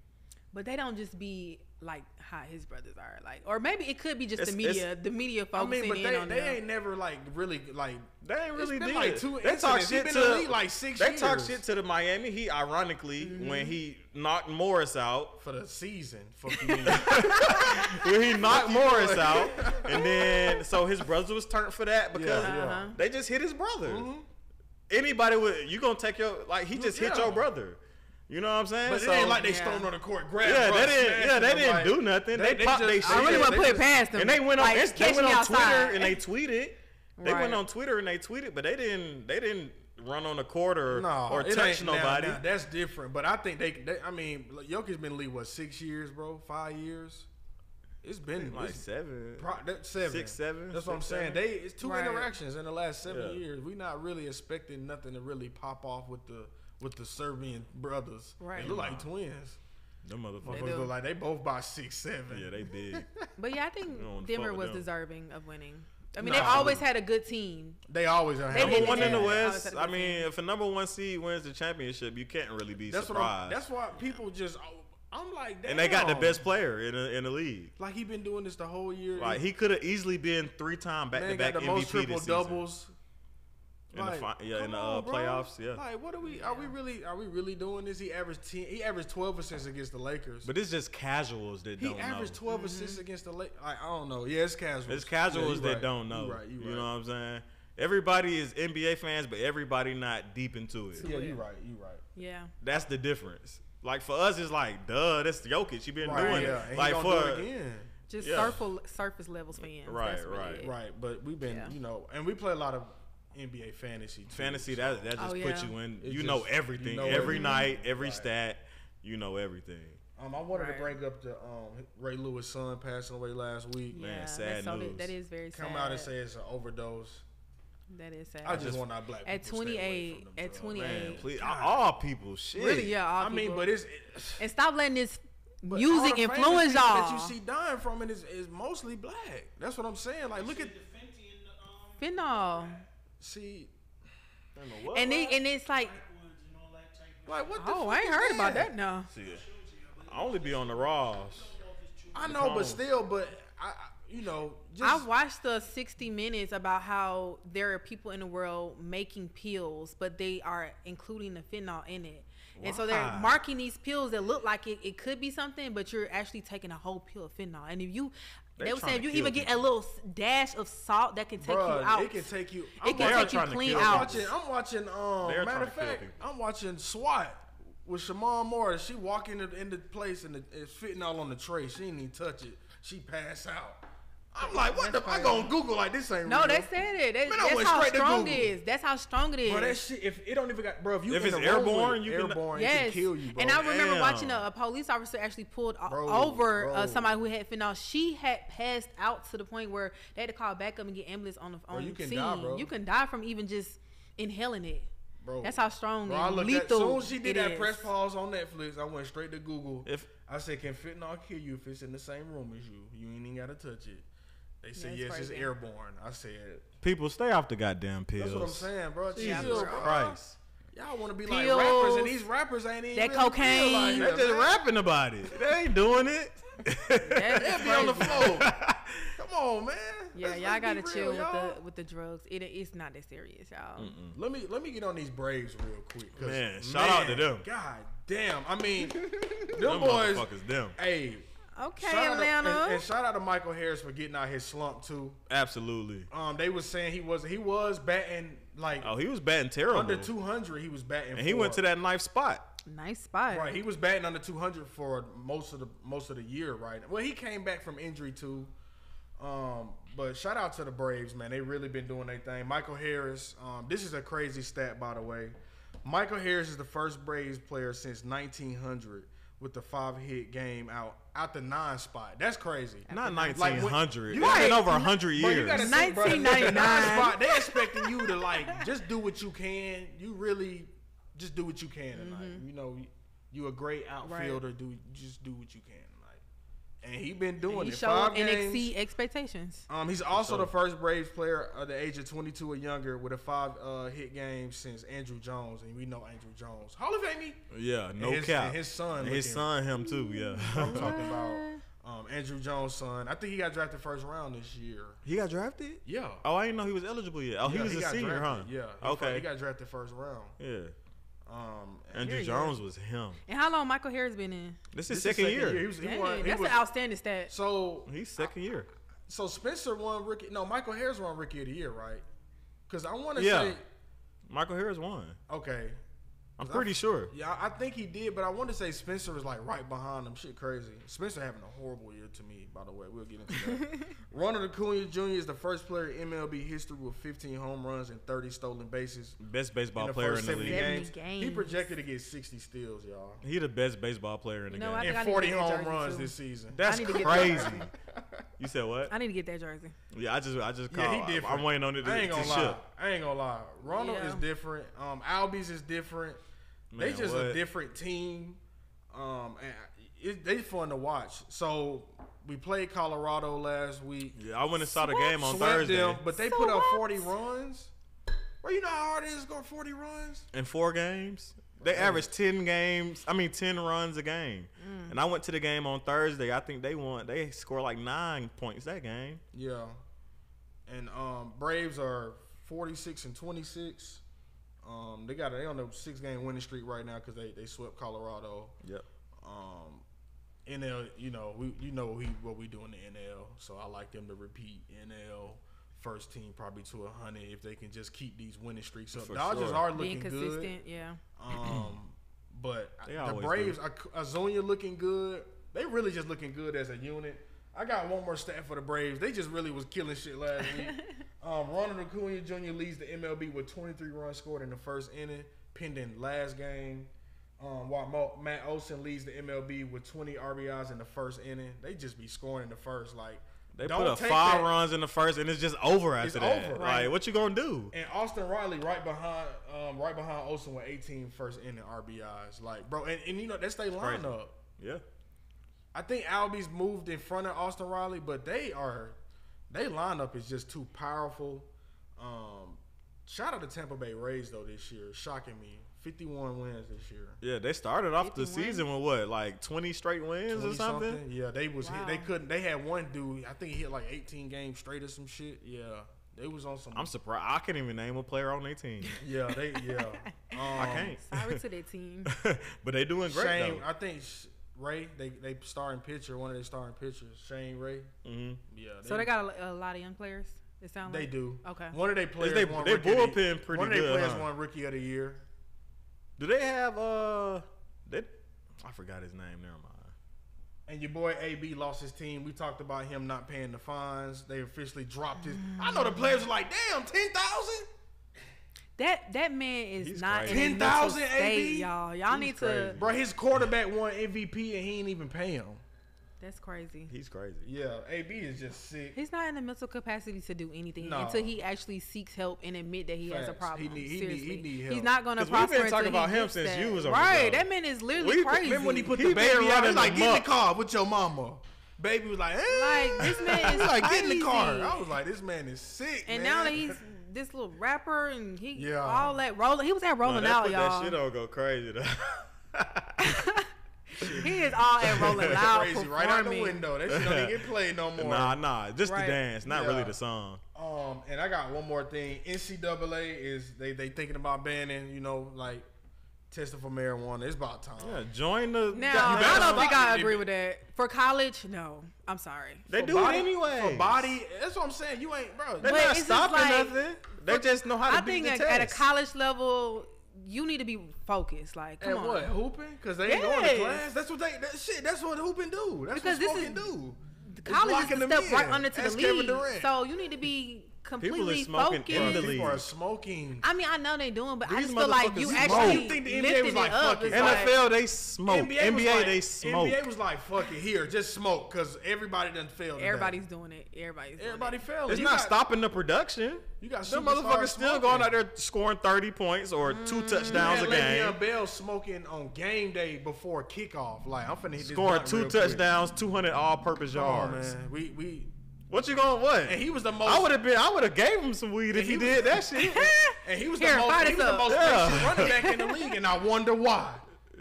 Speaker 3: But they don't just be like how his brothers are like, or maybe it could be just
Speaker 1: It's-
Speaker 3: the
Speaker 1: it's-
Speaker 3: media, the media
Speaker 4: I
Speaker 3: focusing
Speaker 4: mean, but
Speaker 3: in
Speaker 4: they,
Speaker 3: on
Speaker 4: they
Speaker 3: them.
Speaker 4: ain't never like really like
Speaker 1: They ain't really
Speaker 4: been
Speaker 1: did.
Speaker 4: like two
Speaker 1: they talk
Speaker 4: incidents. He
Speaker 1: shit
Speaker 4: been
Speaker 1: to
Speaker 4: in the league like six
Speaker 1: They talk
Speaker 4: years.
Speaker 1: shit to the Miami Heat. Ironically, when
Speaker 3: Mm-hmm.
Speaker 1: he knocked Morris out,
Speaker 4: for the season.
Speaker 1: *laughs*
Speaker 4: Fuck you.
Speaker 1: when
Speaker 4: *laughs*
Speaker 1: he knocked Morris out, and then so his brother was turned for that because
Speaker 4: Yeah, Mm-hmm. yeah.
Speaker 3: Uh-huh.
Speaker 1: they just hit his brother. Anybody would you gonna take your like he just hit
Speaker 4: Yeah.
Speaker 1: your brother. You know what I'm saying?
Speaker 4: But it ain't like they
Speaker 3: Yeah.
Speaker 4: stormed on the court, grabbed
Speaker 1: Yeah,
Speaker 4: Russ,
Speaker 1: they didn't-
Speaker 4: smashed
Speaker 1: yeah, they
Speaker 4: him,
Speaker 1: didn't
Speaker 4: like-
Speaker 1: do nothing. They popped they
Speaker 3: I really
Speaker 1: Yeah,
Speaker 3: want
Speaker 1: they
Speaker 3: to put it
Speaker 4: just-
Speaker 3: past them.
Speaker 1: and they went on
Speaker 3: Like,
Speaker 1: Inst- they
Speaker 3: catch
Speaker 1: went
Speaker 3: me
Speaker 1: on
Speaker 3: outside.
Speaker 1: Twitter and they tweeted. They
Speaker 3: Right.
Speaker 1: went on Twitter and they tweeted, but they didn't they didn't run on the court or,
Speaker 4: No,
Speaker 1: or
Speaker 4: it
Speaker 1: touch
Speaker 4: ain't- nah,
Speaker 1: nobody.
Speaker 4: nah, that's different. But I think they, they I mean, look, Jokic's been in the league what six years, bro? Five years? It's been
Speaker 1: like
Speaker 4: it's
Speaker 1: seven.
Speaker 4: pro- that's seven.
Speaker 1: Six, seven,
Speaker 4: That's what I'm
Speaker 1: six,
Speaker 4: saying.
Speaker 1: seven.
Speaker 4: They it's two
Speaker 3: Right.
Speaker 4: interactions in the last seven
Speaker 1: Yeah.
Speaker 4: years. we not really expecting nothing to really pop off with the with the Serbian brothers.
Speaker 3: Right.
Speaker 4: They look like twins.
Speaker 1: Them
Speaker 4: They
Speaker 1: motherfuckers.
Speaker 3: do.
Speaker 4: look like they both by six seven.
Speaker 1: Yeah, they
Speaker 4: *laughs*
Speaker 1: big.
Speaker 3: But yeah, I think
Speaker 1: don't wanna fuck
Speaker 3: Denver
Speaker 1: with
Speaker 3: was
Speaker 1: them.
Speaker 3: deserving of winning. I mean,
Speaker 4: No.
Speaker 3: they've always had a good team.
Speaker 4: They always are
Speaker 3: They
Speaker 1: number
Speaker 3: didn't
Speaker 1: one in the
Speaker 3: Yeah.
Speaker 1: West.
Speaker 3: Outside
Speaker 1: I
Speaker 3: of the
Speaker 1: mean, if a number one seed wins the championship, you can't really be
Speaker 4: That's what I'm,
Speaker 1: surprised.
Speaker 4: that's why people just I'm like
Speaker 1: and they got the
Speaker 4: damn.
Speaker 1: best player in the in the league.
Speaker 4: Like he been doing this the whole year.
Speaker 1: Like he could have easily been three time back to
Speaker 4: man
Speaker 1: back
Speaker 4: got the most
Speaker 1: MVP
Speaker 4: triple
Speaker 1: this season.
Speaker 4: doubles.
Speaker 1: In the fi- yeah, in
Speaker 4: come
Speaker 1: the,
Speaker 4: on,
Speaker 1: uh,
Speaker 4: bro.
Speaker 1: playoffs, yeah.
Speaker 4: Like what are we? Are we really? Are we really doing this? He averaged ten. He averaged twelve assists against the Lakers.
Speaker 1: But it's just casuals that
Speaker 4: he
Speaker 1: don't know.
Speaker 4: averaged
Speaker 3: Mm-hmm.
Speaker 4: 12 assists against the Lakers. Like, I don't know. Yeah, it's casual.
Speaker 1: It's casuals
Speaker 4: yeah,
Speaker 1: that
Speaker 4: you right.
Speaker 1: don't know.
Speaker 4: You right. You
Speaker 1: You
Speaker 4: right.
Speaker 1: know what I'm saying? Everybody is NBA fans, but everybody not deep into it.
Speaker 4: yeah,
Speaker 3: Yeah.
Speaker 4: you right. You right.
Speaker 3: Yeah.
Speaker 1: That's the difference. Like for us, it's like, duh, that's Jokic. He been
Speaker 4: Right.
Speaker 1: doing
Speaker 4: Yeah.
Speaker 1: it.
Speaker 4: And
Speaker 1: Like
Speaker 4: he
Speaker 1: for
Speaker 4: gonna do it again.
Speaker 3: Just
Speaker 1: Yeah.
Speaker 3: surface surface levels fans.
Speaker 1: Right,
Speaker 3: That's really
Speaker 1: right.
Speaker 3: it.
Speaker 4: Right. But we've been,
Speaker 3: Yeah.
Speaker 4: you know, and we play a lot of NBA fantasy. Too,
Speaker 1: fantasy,
Speaker 4: so-
Speaker 1: that that just
Speaker 3: Oh,
Speaker 1: puts
Speaker 3: yeah.
Speaker 1: you in.
Speaker 4: It
Speaker 1: you know
Speaker 4: just- you
Speaker 1: everything.
Speaker 4: know
Speaker 1: every
Speaker 4: everything.
Speaker 1: night, every
Speaker 4: Right.
Speaker 1: stat. You know everything.
Speaker 4: Um, I wanted
Speaker 3: Right.
Speaker 4: to bring up the um Ray Lewis' son passing away last week.
Speaker 3: Yeah,
Speaker 1: Man,
Speaker 3: that's
Speaker 1: sad
Speaker 3: so-
Speaker 1: news.
Speaker 3: that is very sad.
Speaker 4: Come out and say it's an overdose.
Speaker 3: that is sad.
Speaker 4: I just want our black
Speaker 3: at
Speaker 4: people to stay away
Speaker 3: 28,
Speaker 4: from them
Speaker 3: at
Speaker 4: drugs.
Speaker 3: 28,
Speaker 1: Man, please,
Speaker 4: God.
Speaker 1: all people, shit.
Speaker 3: really, yeah. All
Speaker 4: I mean,
Speaker 3: people.
Speaker 4: but it's
Speaker 3: and stop letting this
Speaker 4: but all
Speaker 3: music
Speaker 4: the famous
Speaker 3: influence
Speaker 4: people
Speaker 3: y'all.
Speaker 4: That you see dying from it is, is mostly black. That's what I'm saying. Like, look at
Speaker 5: um,
Speaker 3: Fentanyl,
Speaker 4: see,
Speaker 3: and it, and it's like,
Speaker 4: like what? The
Speaker 3: oh,
Speaker 4: fuck
Speaker 3: I ain't
Speaker 4: is
Speaker 3: heard about that. No,
Speaker 1: See, I only be on the Raws.
Speaker 4: I know,
Speaker 1: Capone.
Speaker 4: but still, but I, I- you know,
Speaker 3: I
Speaker 4: just
Speaker 3: watched the 60 Minutes about how there are people in the world making pills, but they are including the fentanyl in it. And so they're
Speaker 1: Why?
Speaker 3: marking these pills that look like it, it could be something, but you're actually taking a whole pill of fentanyl. And if you,
Speaker 1: They
Speaker 3: they, were
Speaker 1: trying
Speaker 3: saying if
Speaker 1: to
Speaker 3: you
Speaker 1: kill
Speaker 3: even get a
Speaker 1: people.
Speaker 3: little s- dash of salt, that can take you
Speaker 4: bruh,
Speaker 3: out.
Speaker 4: it can take you.
Speaker 3: It
Speaker 1: They
Speaker 3: can
Speaker 1: are
Speaker 3: take you
Speaker 1: trying to
Speaker 3: clean
Speaker 1: kill
Speaker 4: I'm
Speaker 3: out.
Speaker 4: watching. I'm watching. Um,
Speaker 1: They are
Speaker 4: matter of
Speaker 1: trying to kill
Speaker 4: fact,
Speaker 1: people.
Speaker 4: I'm watching SWAT with Shamon Morris. She walk in the, in the place and it's fitting all on the tray. She didn't even touch it. She pass out. I'm like, what the? I gonna Google like this ain't
Speaker 3: No,
Speaker 4: real.
Speaker 3: they said it. That-
Speaker 4: Man, I
Speaker 3: that's
Speaker 4: went
Speaker 3: how
Speaker 4: straight to
Speaker 3: strong it
Speaker 4: Google.
Speaker 3: is. That's how strong it is.
Speaker 4: Bro, that shit. If it don't even got, bro, if you
Speaker 1: If
Speaker 4: in
Speaker 1: it's
Speaker 4: the road with
Speaker 1: airborne,
Speaker 4: it,
Speaker 1: you can-
Speaker 4: airborne,
Speaker 3: Yes,
Speaker 4: it can kill you, bro.
Speaker 3: and I remember
Speaker 1: Damn.
Speaker 3: watching a, a police officer actually pulled o-
Speaker 4: Bro,
Speaker 3: over
Speaker 4: bro.
Speaker 3: Uh, somebody who had fentanyl. She had passed out to the point where they had to call backup and get ambulance on the on
Speaker 4: you can
Speaker 3: scene.
Speaker 4: die, bro.
Speaker 3: You can die from even just inhaling it.
Speaker 4: Bro.
Speaker 3: That's how strong
Speaker 4: Bro, I
Speaker 3: and
Speaker 4: looked
Speaker 3: lethal.
Speaker 4: at, soon as she did
Speaker 3: it
Speaker 4: that
Speaker 3: is.
Speaker 4: press pause on Netflix, I went straight to Google.
Speaker 1: If-
Speaker 4: I said, "Can fentanyl kill you if it's in the same room as you? You ain't even gotta touch it." They said,
Speaker 3: it's
Speaker 4: "Yes, it's
Speaker 3: crazy.
Speaker 4: airborne." I said,
Speaker 1: People stay off the goddamn pills.
Speaker 4: "That's what I'm saying, bro." Jesus
Speaker 3: Yeah, bro.
Speaker 1: Christ.
Speaker 4: Y'all want to be like
Speaker 3: Pills,
Speaker 4: rappers, and these rappers ain't even
Speaker 3: that
Speaker 4: really real
Speaker 3: cocaine.
Speaker 4: Like,
Speaker 1: They just rapping about it. They ain't doing it.
Speaker 3: That
Speaker 1: *laughs*
Speaker 3: is
Speaker 4: They be on the
Speaker 3: crazy.
Speaker 4: floor. Come on, man.
Speaker 3: Yeah,
Speaker 4: Let's-
Speaker 3: y'all
Speaker 4: let's
Speaker 3: gotta
Speaker 4: be real,
Speaker 3: chill with
Speaker 4: y'all.
Speaker 3: the with the drugs. It it's not that serious, y'all.
Speaker 4: Let me let me get on these Braves real quick. 'cause,
Speaker 1: Man, shout out to them.
Speaker 4: God damn. I mean, *laughs*
Speaker 3: *laughs*
Speaker 4: them,
Speaker 1: Them
Speaker 4: boys.
Speaker 1: motherfuckers, them.
Speaker 4: Hey,
Speaker 3: Okay,
Speaker 4: shout out to-
Speaker 3: Atlanta.
Speaker 4: and, and shout out to Michael Harris for getting out his slump too.
Speaker 1: Absolutely.
Speaker 4: Um, they was saying he was he was batting like
Speaker 1: Oh, he was batting terrible.
Speaker 4: under 200. He was batting,
Speaker 1: and he
Speaker 4: for-
Speaker 1: went to that knife spot.
Speaker 3: nice spot.
Speaker 4: Right, he was batting under 200 for most of the most of the year. Right. Well, he came back from injury too. Um, but shout out to the Braves, man. They really been doing their thing. Michael Harris. Um, this is a crazy stat, by the way. Michael Harris is the first Braves player since 1900 with the five hit game out out the nine spot. That's crazy.
Speaker 1: Not
Speaker 4: Like, when-
Speaker 1: 1900.
Speaker 4: You
Speaker 1: It's been
Speaker 4: right.
Speaker 1: over 100
Speaker 4: Bro, you
Speaker 1: years.
Speaker 4: gotta think, bro, *laughs*
Speaker 3: 1999.
Speaker 4: nine spot, They expecting you to like just do what you can. You really just do what you can tonight.
Speaker 3: Mm-hmm.
Speaker 4: You know, you a great outfielder. Do just do what you can tonight. And he been doing
Speaker 3: He
Speaker 4: it.
Speaker 3: showed
Speaker 4: Five
Speaker 3: and
Speaker 4: games.
Speaker 3: exceed expectations.
Speaker 4: Um, he's also the first Braves player of the age of 22 or younger with a five uh, hit game since Andrew Jones, and we know Andrew Jones, Hall of Famey.
Speaker 1: yeah, no
Speaker 4: his-
Speaker 1: cap.
Speaker 4: and his son
Speaker 1: And his
Speaker 4: looking-
Speaker 1: son, him too. Yeah.
Speaker 4: I'm talking about um, Andrew Jones' son. I think he got drafted first round this year.
Speaker 1: *laughs* He got drafted?
Speaker 4: Yeah.
Speaker 1: Oh, I didn't know he was eligible yet. Oh, he
Speaker 4: Yeah,
Speaker 1: was a
Speaker 4: got
Speaker 1: senior, huh?
Speaker 4: drafted. Yeah. he fir-
Speaker 1: Okay.
Speaker 4: He got drafted first round.
Speaker 1: yeah.
Speaker 4: Um, and
Speaker 1: Andrew
Speaker 3: Here he
Speaker 1: Jones was him.
Speaker 3: And how long Michael Harris been in?
Speaker 1: This is
Speaker 4: this is
Speaker 1: second, year.
Speaker 4: He was, he
Speaker 3: Dang,
Speaker 4: won, he
Speaker 3: that's
Speaker 4: was-
Speaker 3: an outstanding stat.
Speaker 4: so
Speaker 1: He's second year.
Speaker 4: so Spencer won rookie. No, Michael Harris won rookie of the year, right? Because I want to
Speaker 1: Yeah.
Speaker 4: say
Speaker 1: Michael Harris won.
Speaker 4: okay.
Speaker 1: I'm pretty sure.
Speaker 4: Yeah, I I think he did, but I want to say Spencer was like right behind him. Shit, crazy. Spencer having a horrible year to me, by the way. We'll get into
Speaker 3: *laughs*
Speaker 4: that. Ronald Acuna Jr. is the first player in MLB history with 15 home runs and 30 stolen bases
Speaker 1: Best baseball
Speaker 4: in the
Speaker 1: player
Speaker 4: first
Speaker 1: in the
Speaker 4: 70
Speaker 1: league.
Speaker 3: Seventy
Speaker 4: games. He
Speaker 3: games.
Speaker 4: projected to get 60 steals, y'all,
Speaker 1: He the best baseball player in the
Speaker 3: You know,
Speaker 1: game.
Speaker 3: I think
Speaker 4: and
Speaker 3: I need
Speaker 4: 40
Speaker 3: to get that
Speaker 4: home
Speaker 3: jersey,
Speaker 4: runs
Speaker 3: too.
Speaker 4: this season.
Speaker 1: That's
Speaker 3: I need to get
Speaker 1: crazy. You said what?
Speaker 3: I need to get that jersey.
Speaker 1: Yeah, I just I just
Speaker 4: Yeah,
Speaker 1: called.
Speaker 4: he
Speaker 1: I,
Speaker 4: different.
Speaker 1: am Oh, waiting on it to,
Speaker 4: I ain't gonna
Speaker 1: to
Speaker 4: lie.
Speaker 1: ship.
Speaker 4: I ain't gonna lie. Ronald
Speaker 3: Yeah.
Speaker 4: is different. Um, Albies is different. they
Speaker 1: Man,
Speaker 4: just a
Speaker 1: what?
Speaker 4: different team. Um, and I- it, they fun to watch. So we played Colorado last week.
Speaker 1: Yeah, I went and saw the game on
Speaker 4: Swept
Speaker 1: Thursday.
Speaker 4: them, but they
Speaker 3: So
Speaker 4: put up
Speaker 3: what?
Speaker 4: 40 runs. Well, you know how hard it is to score 40 runs?
Speaker 1: in four games. They averaged ten games. I mean, ten runs a game.
Speaker 3: Mm.
Speaker 1: And I went to the game on Thursday. I think they won. They scored like nine points that game.
Speaker 4: Yeah. And um, Braves are 46 and 26. Um, they got they on a six game winning streak right now because they, they swept Colorado.
Speaker 1: Yep.
Speaker 4: Um, NL, you know, we you know we, what we do in the NL, so I like them to repeat NL first team probably to a hundred if they can just keep these winning streaks up.
Speaker 1: For
Speaker 4: Dodgers
Speaker 1: sure.
Speaker 4: are
Speaker 3: Being
Speaker 4: looking
Speaker 3: consistent,
Speaker 4: good, *laughs*
Speaker 3: yeah.
Speaker 1: *clears throat*
Speaker 4: um, but
Speaker 1: They
Speaker 4: the
Speaker 1: always
Speaker 4: Braves, Ac- Azunia looking good. They really just looking good as a unit. I got one more stat for the Braves. They just really was killing shit last week. um, Ronald Acuna Jr. leads the MLB with 23 runs scored in the first inning, pending last game. Um, while Mo- Matt Olson leads the MLB with 20 RBIs in the first inning. They just be scoring in the first. Like
Speaker 1: They
Speaker 4: don't
Speaker 1: put up
Speaker 4: take
Speaker 1: five
Speaker 4: that-
Speaker 1: runs in the first, and it's just over after
Speaker 4: It's
Speaker 1: that.
Speaker 4: over.
Speaker 1: Like, what you gonna do?
Speaker 4: And Austin Riley right behind, um, right behind Olsen with 18 first inning RBIs. Like, bro, and, and you know that's they
Speaker 1: crazy.
Speaker 4: lineup.
Speaker 1: Yeah.
Speaker 4: I think Albie's moved in front of Austin Riley, but they are, they lineup is just too powerful. Um, shout out to Tampa Bay Rays though this year, shocking me. 51 wins this year.
Speaker 1: Yeah, they started off the
Speaker 3: 50 wins.
Speaker 1: season with what, like twenty straight wins or
Speaker 4: 20
Speaker 1: something?
Speaker 4: Yeah, they was hit.
Speaker 3: Wow.
Speaker 4: They couldn't. They had one dude. I think he hit like 18 games straight or some shit. Yeah, they was on some.
Speaker 1: I'm surprised. I can't even name a player on their team.
Speaker 4: yeah, they yeah.
Speaker 1: *laughs*
Speaker 4: Um,
Speaker 1: I can't.
Speaker 3: Sorry to that team.
Speaker 1: *laughs* but they doing great though.
Speaker 4: Shane, I think Sh- Ray. They they starring pitcher. One of their starring pitchers, Shane Ray.
Speaker 1: Mhm.
Speaker 4: Yeah.
Speaker 3: So they got a, a lot of young players. It sounds
Speaker 4: They
Speaker 3: like
Speaker 4: do.
Speaker 3: Okay.
Speaker 4: One of their players.
Speaker 1: they-
Speaker 4: won
Speaker 1: they
Speaker 4: rookie of the-
Speaker 1: bullpen pretty
Speaker 4: One of their
Speaker 1: good,
Speaker 4: players
Speaker 1: huh?
Speaker 4: won rookie of the year.
Speaker 1: Do they have uh? They, I forgot his name. Never mind.
Speaker 4: And your boy AB lost his team. We talked about him not paying the fines. They officially dropped his.
Speaker 3: Mm.
Speaker 4: I know the players are like, damn, ten thousand.
Speaker 3: that that man is
Speaker 1: He's
Speaker 3: not
Speaker 1: crazy.
Speaker 3: in ten thousand
Speaker 4: 10,000
Speaker 3: state,
Speaker 4: AB?
Speaker 3: y'all. Y'all need to.
Speaker 1: crazy.
Speaker 4: Bro, his quarterback won MVP and he ain't even pay him.
Speaker 3: That's crazy.
Speaker 1: *laughs* He's crazy.
Speaker 4: Yeah, AB is just sick.
Speaker 3: He's not in the mental capacity to do anything
Speaker 4: No.
Speaker 3: until he actually seeks help and admit that he has a
Speaker 4: Facts.
Speaker 3: problem.
Speaker 4: He need- he need-
Speaker 3: Seriously,
Speaker 4: he need help.
Speaker 3: he's not going to
Speaker 1: 'Cause we've been
Speaker 3: prosper.
Speaker 1: talking
Speaker 3: until
Speaker 1: about
Speaker 3: he
Speaker 1: him
Speaker 3: gets
Speaker 1: since
Speaker 3: that.
Speaker 1: you was on the
Speaker 3: right.
Speaker 1: show.
Speaker 3: That man is literally
Speaker 1: We-
Speaker 3: crazy.
Speaker 4: Remember when he put
Speaker 1: He
Speaker 4: the
Speaker 1: been
Speaker 4: baby out?
Speaker 1: running
Speaker 4: He's like,
Speaker 1: them
Speaker 4: get in the
Speaker 1: up."
Speaker 4: car with your mama. Baby was like, eh.
Speaker 3: Like, this
Speaker 4: *laughs*
Speaker 3: man is
Speaker 4: He's like, get in the car.
Speaker 3: crazy.
Speaker 4: I was like, this man is sick.
Speaker 3: and
Speaker 4: man.
Speaker 3: now
Speaker 4: *laughs*
Speaker 3: that he's this little rapper and he
Speaker 4: Yeah.
Speaker 3: all that rolling, he was at
Speaker 1: No,
Speaker 3: rolling
Speaker 1: that,
Speaker 3: out,
Speaker 1: put
Speaker 3: y'all.
Speaker 1: that shit on go crazy though.
Speaker 3: he is all at
Speaker 4: *laughs*
Speaker 3: rolling out
Speaker 4: crazy
Speaker 3: performing.
Speaker 4: right out the window. That shit don't even get
Speaker 1: *laughs*
Speaker 4: played no more.
Speaker 1: nah, nah, just
Speaker 3: Right.
Speaker 1: the dance, not really
Speaker 4: Yeah.
Speaker 1: the song.
Speaker 4: Um, and I got one more thing. NCAA is they they thinking about banning, you know, like testing for marijuana. It's about time.
Speaker 1: Yeah, join the.
Speaker 3: Now
Speaker 4: You better
Speaker 3: I don't
Speaker 4: stop
Speaker 3: think
Speaker 4: it,
Speaker 3: I
Speaker 4: nigga.
Speaker 3: agree with that. For college, no. I'm sorry.
Speaker 1: they
Speaker 4: For
Speaker 1: do
Speaker 4: body-
Speaker 1: it anyway.
Speaker 4: For body, that's what I'm saying. You ain't, bro.
Speaker 1: They're
Speaker 3: But
Speaker 1: not
Speaker 3: it's just
Speaker 1: stopping
Speaker 3: like-
Speaker 1: nothing. They just know how to
Speaker 3: I
Speaker 1: beat
Speaker 3: think
Speaker 1: the
Speaker 3: at,
Speaker 1: test.
Speaker 3: at a college level, you need to be focused. Like, come
Speaker 4: At
Speaker 3: on.
Speaker 4: what hooping? Because they ain't going
Speaker 3: Yes.
Speaker 4: to class. That's what they. That shit. That's what hooping do. That's
Speaker 3: Because
Speaker 4: what
Speaker 3: this
Speaker 4: smoking
Speaker 3: is-
Speaker 4: do.
Speaker 3: The
Speaker 4: It's
Speaker 3: college
Speaker 4: blocking
Speaker 3: is the
Speaker 4: them
Speaker 3: step right
Speaker 4: in.
Speaker 3: under to
Speaker 4: Ask
Speaker 3: the
Speaker 4: Kevin
Speaker 3: league.
Speaker 4: Durant.
Speaker 3: So you need
Speaker 1: *laughs*
Speaker 3: to be completely
Speaker 1: smoking
Speaker 3: focused.
Speaker 1: in the league.
Speaker 4: People are smoking.
Speaker 3: I mean, I know they doing, but I
Speaker 1: These
Speaker 3: just feel like you
Speaker 1: motherfuckers
Speaker 3: actually
Speaker 1: smoke. You
Speaker 4: think the NBA
Speaker 3: lifting
Speaker 4: was like,
Speaker 3: it up.
Speaker 4: fuck it.
Speaker 3: It's like-
Speaker 1: NFL they smoke. NBA,
Speaker 4: was like-
Speaker 1: they smoke.
Speaker 4: NBA was like, fuck it, here, just smoke, cause everybody done failed. today.
Speaker 3: everybody's doing it. Everybody's doing
Speaker 4: everybody
Speaker 3: it.
Speaker 4: failed.
Speaker 1: it's
Speaker 4: You
Speaker 1: not
Speaker 4: got-
Speaker 1: stopping the production.
Speaker 4: You got
Speaker 1: Some
Speaker 4: superstars
Speaker 1: motherfuckers still
Speaker 4: smoking.
Speaker 1: going out there scoring thirty points or
Speaker 3: Mm.
Speaker 1: two touchdowns a
Speaker 4: Man, Le'Veon
Speaker 1: game,
Speaker 4: Bell smoking on game day before kickoff. Like I'm finna hit this
Speaker 1: scoring
Speaker 4: blunt
Speaker 1: two
Speaker 4: real quick.
Speaker 1: touchdowns, two hundred all-purpose
Speaker 4: Come on,
Speaker 1: yards.
Speaker 4: man. We we
Speaker 1: What you gonna what?
Speaker 4: and he was the most.
Speaker 1: I would have been. I would have gave him some weed if he,
Speaker 4: he
Speaker 1: did that shit.
Speaker 4: *laughs* And he was
Speaker 3: Here,
Speaker 4: the most.
Speaker 3: fire
Speaker 4: He
Speaker 3: this
Speaker 4: was the
Speaker 3: up.
Speaker 1: *laughs*
Speaker 4: most
Speaker 1: Yeah.
Speaker 4: patient running back in the league, and I wonder why.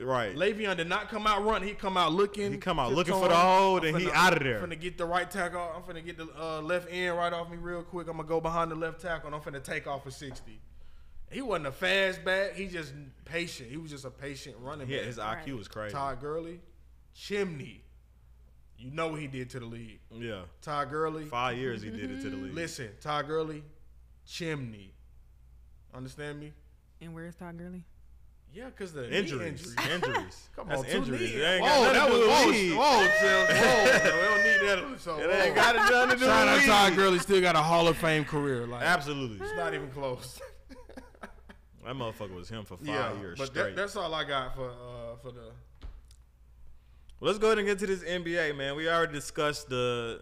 Speaker 1: Right.
Speaker 4: Le'Veon did not come out running. He come out looking.
Speaker 1: He come out
Speaker 4: just
Speaker 1: looking for
Speaker 4: going,
Speaker 1: the hold,
Speaker 4: "I'm
Speaker 1: and he
Speaker 4: finna-
Speaker 1: outta there."
Speaker 4: I'm finna get the right tackle. I'm finna get the uh, left end right off me real quick. I'm gonna go behind the left tackle, and I'm finna take off for sixty. He wasn't a fast back. He just patient. He was just a patient running
Speaker 1: Yeah,
Speaker 4: back.
Speaker 1: his
Speaker 3: Right.
Speaker 1: IQ was crazy.
Speaker 4: Todd Gurley, chimney. You know what he did to the league.
Speaker 1: Yeah.
Speaker 4: Todd Gurley.
Speaker 1: Five years he did it to the league.
Speaker 4: Listen, Todd Gurley, chimney. Understand me?
Speaker 3: *laughs* And where's Todd Gurley?
Speaker 4: Yeah, because the knee
Speaker 1: Injuries. *laughs*
Speaker 4: injury.
Speaker 1: Injuries.
Speaker 4: *laughs* Come
Speaker 1: That's
Speaker 4: on, two
Speaker 1: injuries.
Speaker 4: knees.
Speaker 1: It ain't
Speaker 4: Whoa,
Speaker 1: got
Speaker 4: that
Speaker 1: nothing
Speaker 4: was
Speaker 1: to do
Speaker 4: whoa,
Speaker 1: with league.
Speaker 4: whoa, *laughs* Chels, whoa. bro, we don't need that. So,
Speaker 1: It ain't
Speaker 4: whoa.
Speaker 1: got nothing to do
Speaker 4: Shout out
Speaker 1: with
Speaker 4: Todd
Speaker 1: league.
Speaker 4: Gurley, still got a Hall of Fame career. Like
Speaker 1: Absolutely.
Speaker 4: it's not even close. *laughs*
Speaker 1: That motherfucker was him for five
Speaker 4: yeah,
Speaker 1: years
Speaker 4: but
Speaker 1: straight.
Speaker 4: that, that's all I got for uh, for the.
Speaker 1: Well, let's go ahead and get to this NBA, man. We already discussed the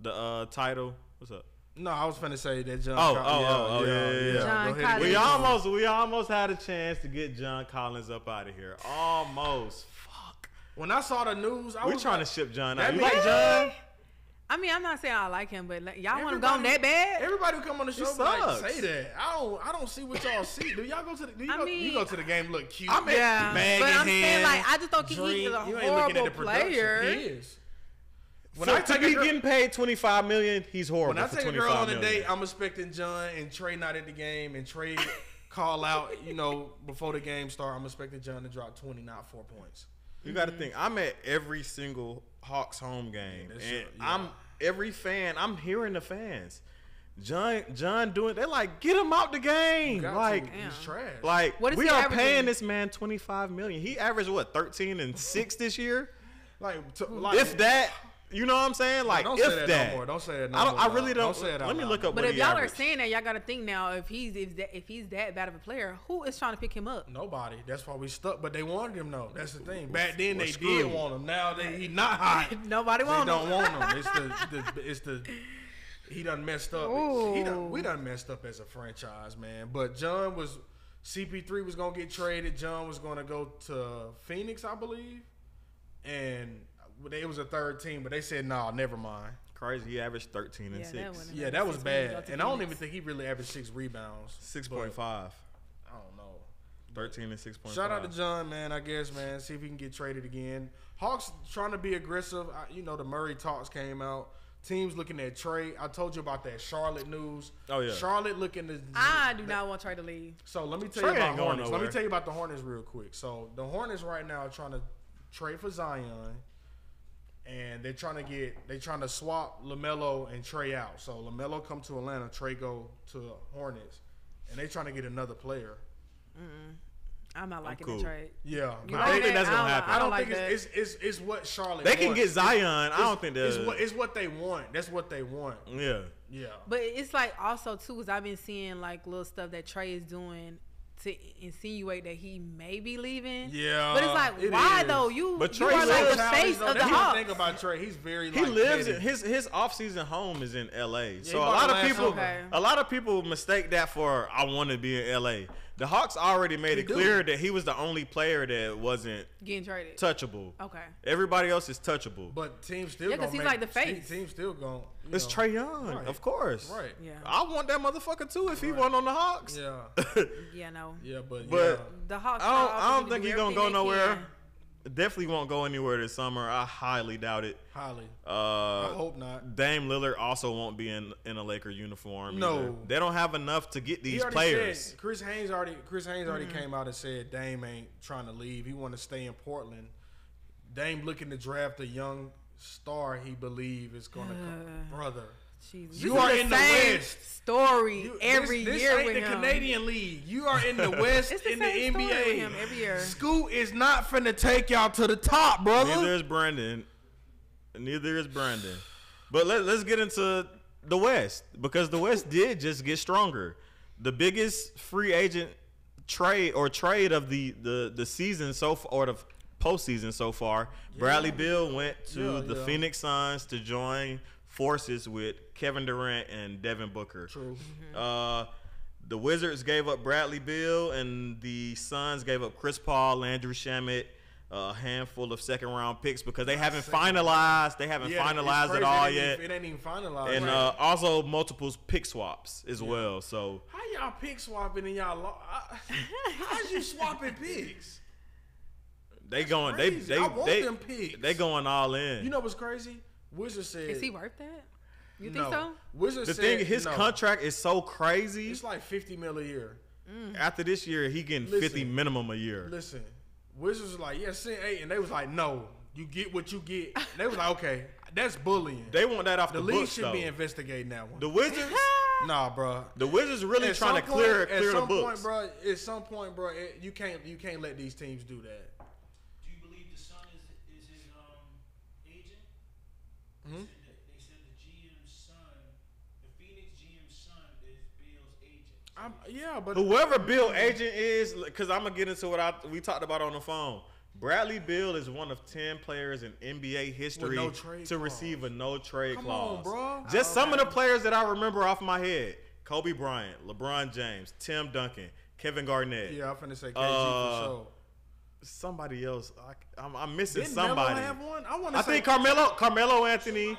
Speaker 1: the uh, title. What's up?
Speaker 4: No, I was finna say that John.
Speaker 1: Oh,
Speaker 4: Col-
Speaker 1: oh, oh, oh, yeah, yeah, yeah.
Speaker 3: John
Speaker 4: Go ahead and
Speaker 3: Collins.
Speaker 1: We
Speaker 4: get it.
Speaker 1: almost we almost had a chance to get John Collins up out of here. Almost. Fuck.
Speaker 4: When I saw the news, I
Speaker 1: We
Speaker 4: was
Speaker 1: trying
Speaker 4: like,
Speaker 1: to ship John out.
Speaker 4: That
Speaker 1: You
Speaker 4: mean-
Speaker 1: like John?
Speaker 3: I mean, I'm not saying I like him, but like, y'all want him
Speaker 4: Everybody-
Speaker 3: gone that bad?
Speaker 4: Everybody who come on the show be like,
Speaker 1: sucks.
Speaker 4: say that. I don't. I don't see what y'all see. Do y'all go to the? Do you,
Speaker 3: I
Speaker 4: go,
Speaker 3: mean-
Speaker 4: you go to the game? Look cute.
Speaker 3: I'm at- Yeah.
Speaker 4: bag
Speaker 3: But
Speaker 4: in
Speaker 3: I'm saying,
Speaker 4: hand,
Speaker 3: like, I just don't think
Speaker 4: drink.
Speaker 3: he's a
Speaker 4: You ain't looking at the
Speaker 3: horrible
Speaker 4: production.
Speaker 3: player.
Speaker 4: He is. When
Speaker 1: So
Speaker 4: I
Speaker 1: to
Speaker 4: take a
Speaker 1: be
Speaker 4: girl,
Speaker 1: getting paid twenty five million, he's horrible.
Speaker 4: when I
Speaker 1: for
Speaker 4: take a girl on a
Speaker 1: 25 million.
Speaker 4: date, I'm expecting John and Trey not at the game and
Speaker 3: *laughs*
Speaker 4: Trey call out. You know, before the game start, I'm expecting John to drop 20, not four points.
Speaker 1: You got to think. I'm at every single Hawks home game,
Speaker 4: that's
Speaker 1: and
Speaker 4: right, Mm-hmm. yeah.
Speaker 1: I'm every fan. I'm hearing the fans. John, John, doing. They're like, get him out the game.
Speaker 4: Got to.
Speaker 1: Like,
Speaker 4: he's
Speaker 3: Damn.
Speaker 4: trash.
Speaker 1: like
Speaker 3: What is
Speaker 1: we
Speaker 3: he
Speaker 1: are paying
Speaker 3: averaging?
Speaker 1: this man twenty five million. He averaged what thirteen and six this year,
Speaker 4: like, to, like
Speaker 1: if that. You know what I'm saying? Like,
Speaker 4: don't
Speaker 1: if
Speaker 4: say that,
Speaker 1: that.
Speaker 4: no more. Don't say that. No
Speaker 1: I, don't,
Speaker 4: more
Speaker 1: I
Speaker 4: loud.
Speaker 1: really don't.
Speaker 4: say it out
Speaker 1: let me
Speaker 4: loud.
Speaker 1: look up.
Speaker 3: But
Speaker 1: what
Speaker 3: if
Speaker 1: he
Speaker 3: y'all
Speaker 1: averaged.
Speaker 3: are saying that, y'all got to think now if he's if, that, if he's that bad of a player, who is trying to pick
Speaker 4: *laughs*
Speaker 3: him up?
Speaker 4: Nobody. That's why we stuck. But they wanted him though. That's the thing. Back then
Speaker 1: we're
Speaker 4: they
Speaker 1: screwed.
Speaker 4: did want him. Now they he not
Speaker 1: *laughs*
Speaker 4: hot.
Speaker 3: Nobody
Speaker 4: They
Speaker 3: want
Speaker 4: don't
Speaker 3: him.
Speaker 4: want him. It's the, the it's the he done messed up. He done,
Speaker 3: Ooh.
Speaker 4: we done messed up as a franchise, man. But John was CP3 was gonna get traded. John was gonna go to Phoenix, I believe, and it was a third team. But they said, "Nah, never mind."
Speaker 1: crazy. He averaged thirteen and
Speaker 3: Yeah, that
Speaker 1: six.
Speaker 3: wouldn't-
Speaker 4: Yeah, that was
Speaker 3: Six wins, go
Speaker 4: bad.
Speaker 3: to
Speaker 4: And I don't
Speaker 3: Phoenix.
Speaker 4: even think he really averaged six rebounds.
Speaker 1: Six
Speaker 4: But
Speaker 1: point five.
Speaker 4: I don't know.
Speaker 1: Thirteen and six point five.
Speaker 4: Shout out to John, man. I guess, man. See if he can get traded again. Hawks trying to be aggressive. I, you know, the Murray talks came out. Teams looking at Trey. I told you about that Charlotte news.
Speaker 1: Oh, yeah.
Speaker 4: Charlotte looking to.
Speaker 3: I do not want Trey to leave.
Speaker 4: So let me tell
Speaker 1: Trey
Speaker 4: you about
Speaker 1: ain't going
Speaker 4: Hornets. Let me
Speaker 1: nowhere.
Speaker 4: tell you about the Hornets real quick. So the Hornets right now are trying to trade for Zion, and they're trying to get they're trying to swap Lamelo and Trey out. So Lamelo come to Atlanta, Trey go to Hornets, and they trying to get another player.
Speaker 3: I'm not liking
Speaker 1: cool.
Speaker 3: the trade.
Speaker 4: Yeah,
Speaker 3: You
Speaker 1: I don't
Speaker 3: like
Speaker 1: think
Speaker 3: that?
Speaker 1: that's gonna
Speaker 3: I don't-
Speaker 1: happen.
Speaker 4: I don't,
Speaker 3: like
Speaker 4: think
Speaker 3: that.
Speaker 4: it's, it's it's it's what Charlotte.
Speaker 1: They can
Speaker 4: wants.
Speaker 1: get Zion. I don't think
Speaker 4: It's
Speaker 1: they're.
Speaker 4: what it's what they want. That's what they want.
Speaker 1: yeah.
Speaker 4: Yeah.
Speaker 3: But it's like also too, is I've been seeing like little stuff that Trey is doing to insinuate that he may be leaving.
Speaker 4: Yeah,
Speaker 3: But it's like,
Speaker 4: it
Speaker 3: why
Speaker 4: is.
Speaker 3: though? You,
Speaker 1: But
Speaker 3: you
Speaker 1: Trey
Speaker 3: are like
Speaker 1: lives
Speaker 3: the face of the Hawks.
Speaker 4: Think about Trey. He's very.
Speaker 1: He
Speaker 4: like,
Speaker 1: lives in
Speaker 4: petty.
Speaker 1: his his off season home is in LA. so a lot
Speaker 4: bought the
Speaker 1: of
Speaker 4: last
Speaker 1: people
Speaker 4: summer.
Speaker 3: Okay.
Speaker 1: a lot of people mistake that for I want to be in LA. The Hawks already made it
Speaker 4: do.
Speaker 1: clear that he was the only player that wasn't
Speaker 3: Getting traded.
Speaker 1: touchable.
Speaker 3: Okay.
Speaker 1: Everybody else is touchable.
Speaker 4: But team still.
Speaker 3: Yeah, 'cause
Speaker 4: because
Speaker 3: he's like the face.
Speaker 4: Team still going.
Speaker 1: it's Trey Young,
Speaker 4: Right.
Speaker 1: of course.
Speaker 4: Right.
Speaker 3: Yeah.
Speaker 1: I want that motherfucker too if he won on the Hawks. *laughs*
Speaker 4: Yeah.
Speaker 3: Yeah, no.
Speaker 4: Yeah, but
Speaker 1: But-
Speaker 4: yeah.
Speaker 3: The Hawks.
Speaker 1: I don't,
Speaker 3: trials
Speaker 1: I don't
Speaker 3: need to
Speaker 1: think
Speaker 3: do
Speaker 1: he's gonna go
Speaker 3: everything they
Speaker 1: nowhere.
Speaker 3: can.
Speaker 1: Definitely won't go anywhere this summer. I highly doubt it.
Speaker 4: Holly. I
Speaker 1: Uh,
Speaker 4: hope not.
Speaker 1: Dame Lillard also won't be in, in a Laker uniform.
Speaker 4: No.
Speaker 1: either. they don't have enough to get
Speaker 4: He
Speaker 1: these
Speaker 4: already
Speaker 1: players.
Speaker 4: said Chris Haynes already Chris Haynes already
Speaker 3: Mm-hmm.
Speaker 4: came out and said Dame ain't trying to leave. He want to stay in Portland. Dame looking to draft a young star he believe is going to come.
Speaker 3: Uh.
Speaker 4: Brother,
Speaker 3: Jesus.
Speaker 4: You
Speaker 3: This
Speaker 4: are
Speaker 3: is
Speaker 4: in the
Speaker 3: same
Speaker 4: West.
Speaker 3: Story
Speaker 4: You-
Speaker 3: every
Speaker 4: this, this
Speaker 3: year
Speaker 4: ain't
Speaker 3: with
Speaker 4: the
Speaker 3: him.
Speaker 4: Canadian League. You are *laughs* in the West
Speaker 3: It's the
Speaker 4: in
Speaker 3: same
Speaker 4: the
Speaker 3: story
Speaker 4: NBA.
Speaker 3: with him every year.
Speaker 4: Scoot is not finna take y'all to the top, brother.
Speaker 1: Neither is Brandon. Neither is Brandon. But let, let's get into the West because the West did just get stronger. The biggest free agent trade or trade of the the, the season so far or the postseason so far, Bradley Bill went to
Speaker 4: Yeah,
Speaker 1: the
Speaker 4: yeah.
Speaker 1: Phoenix Suns to join forces with Kevin Durant and Devin Booker.
Speaker 4: True.
Speaker 1: Uh, the Wizards gave up Bradley Bill, and the Suns gave up Chris Paul, Landry Shamet, a handful of second round picks because they haven't finalized. They haven't
Speaker 4: Yeah, it's
Speaker 1: finalized
Speaker 4: crazy.
Speaker 1: it all
Speaker 4: ain't
Speaker 1: yet,
Speaker 4: even- It ain't even finalized.
Speaker 1: and
Speaker 4: Like,
Speaker 1: uh, also multiple pick swaps as well. So
Speaker 4: how y'all
Speaker 3: *laughs*
Speaker 4: pick swapping and y'all? Lo- I- how's you swapping picks?
Speaker 1: They going.
Speaker 4: crazy.
Speaker 1: They they
Speaker 4: I want
Speaker 1: they
Speaker 4: them pigs.
Speaker 1: they going all in.
Speaker 4: You know what's crazy? Wizard said.
Speaker 3: Is he worth that? You
Speaker 4: no.
Speaker 3: think so?
Speaker 4: Wizard
Speaker 1: the
Speaker 4: said
Speaker 1: thing, his
Speaker 4: no.
Speaker 1: contract is so crazy.
Speaker 4: It's like fifty mil a year.
Speaker 1: After this year, he getting fifty
Speaker 4: Listen.
Speaker 1: minimum a year.
Speaker 4: Listen, Wizards was like, yeah, send eight, and they was like, no, you get what you get. And they was like, okay, that's bullying.
Speaker 1: They want that off the,
Speaker 4: the league
Speaker 1: books
Speaker 4: should
Speaker 1: though.
Speaker 4: be investigating that one.
Speaker 1: the
Speaker 4: *laughs*
Speaker 1: Wizards,
Speaker 4: nah, bro.
Speaker 1: the Wizards really
Speaker 4: At
Speaker 1: trying to
Speaker 4: some
Speaker 1: clear
Speaker 4: point-
Speaker 1: clear
Speaker 4: at
Speaker 1: the
Speaker 4: some
Speaker 1: books.
Speaker 4: point, bro. At some point, bro, it, you can't you can't let these teams do that.
Speaker 5: Do you believe the son is is his um agent?
Speaker 4: Mhm.
Speaker 5: They, said that, they said the GM's son, the Phoenix GM's son, is Bill's agent. So
Speaker 4: I'm, yeah, but
Speaker 1: Whoever Bill agent is, because I'm gonna get into what I we talked about on the phone. Bradley Bill is one of ten players in NBA history
Speaker 4: no
Speaker 1: to
Speaker 4: trade
Speaker 1: receive a no trade
Speaker 4: Come
Speaker 1: clause.
Speaker 4: on, bro.
Speaker 1: Just some of the players that I remember off my head: Kobe Bryant, LeBron James, Tim Duncan, Kevin Garnett.
Speaker 4: yeah, I'm finna
Speaker 1: Uh,
Speaker 4: say KG for sure.
Speaker 1: Somebody else, I, I'm, I'm missing
Speaker 4: Didn't
Speaker 1: somebody.
Speaker 4: Melo have one? I want to
Speaker 1: I
Speaker 4: say
Speaker 1: think Carmelo, Carmelo Anthony,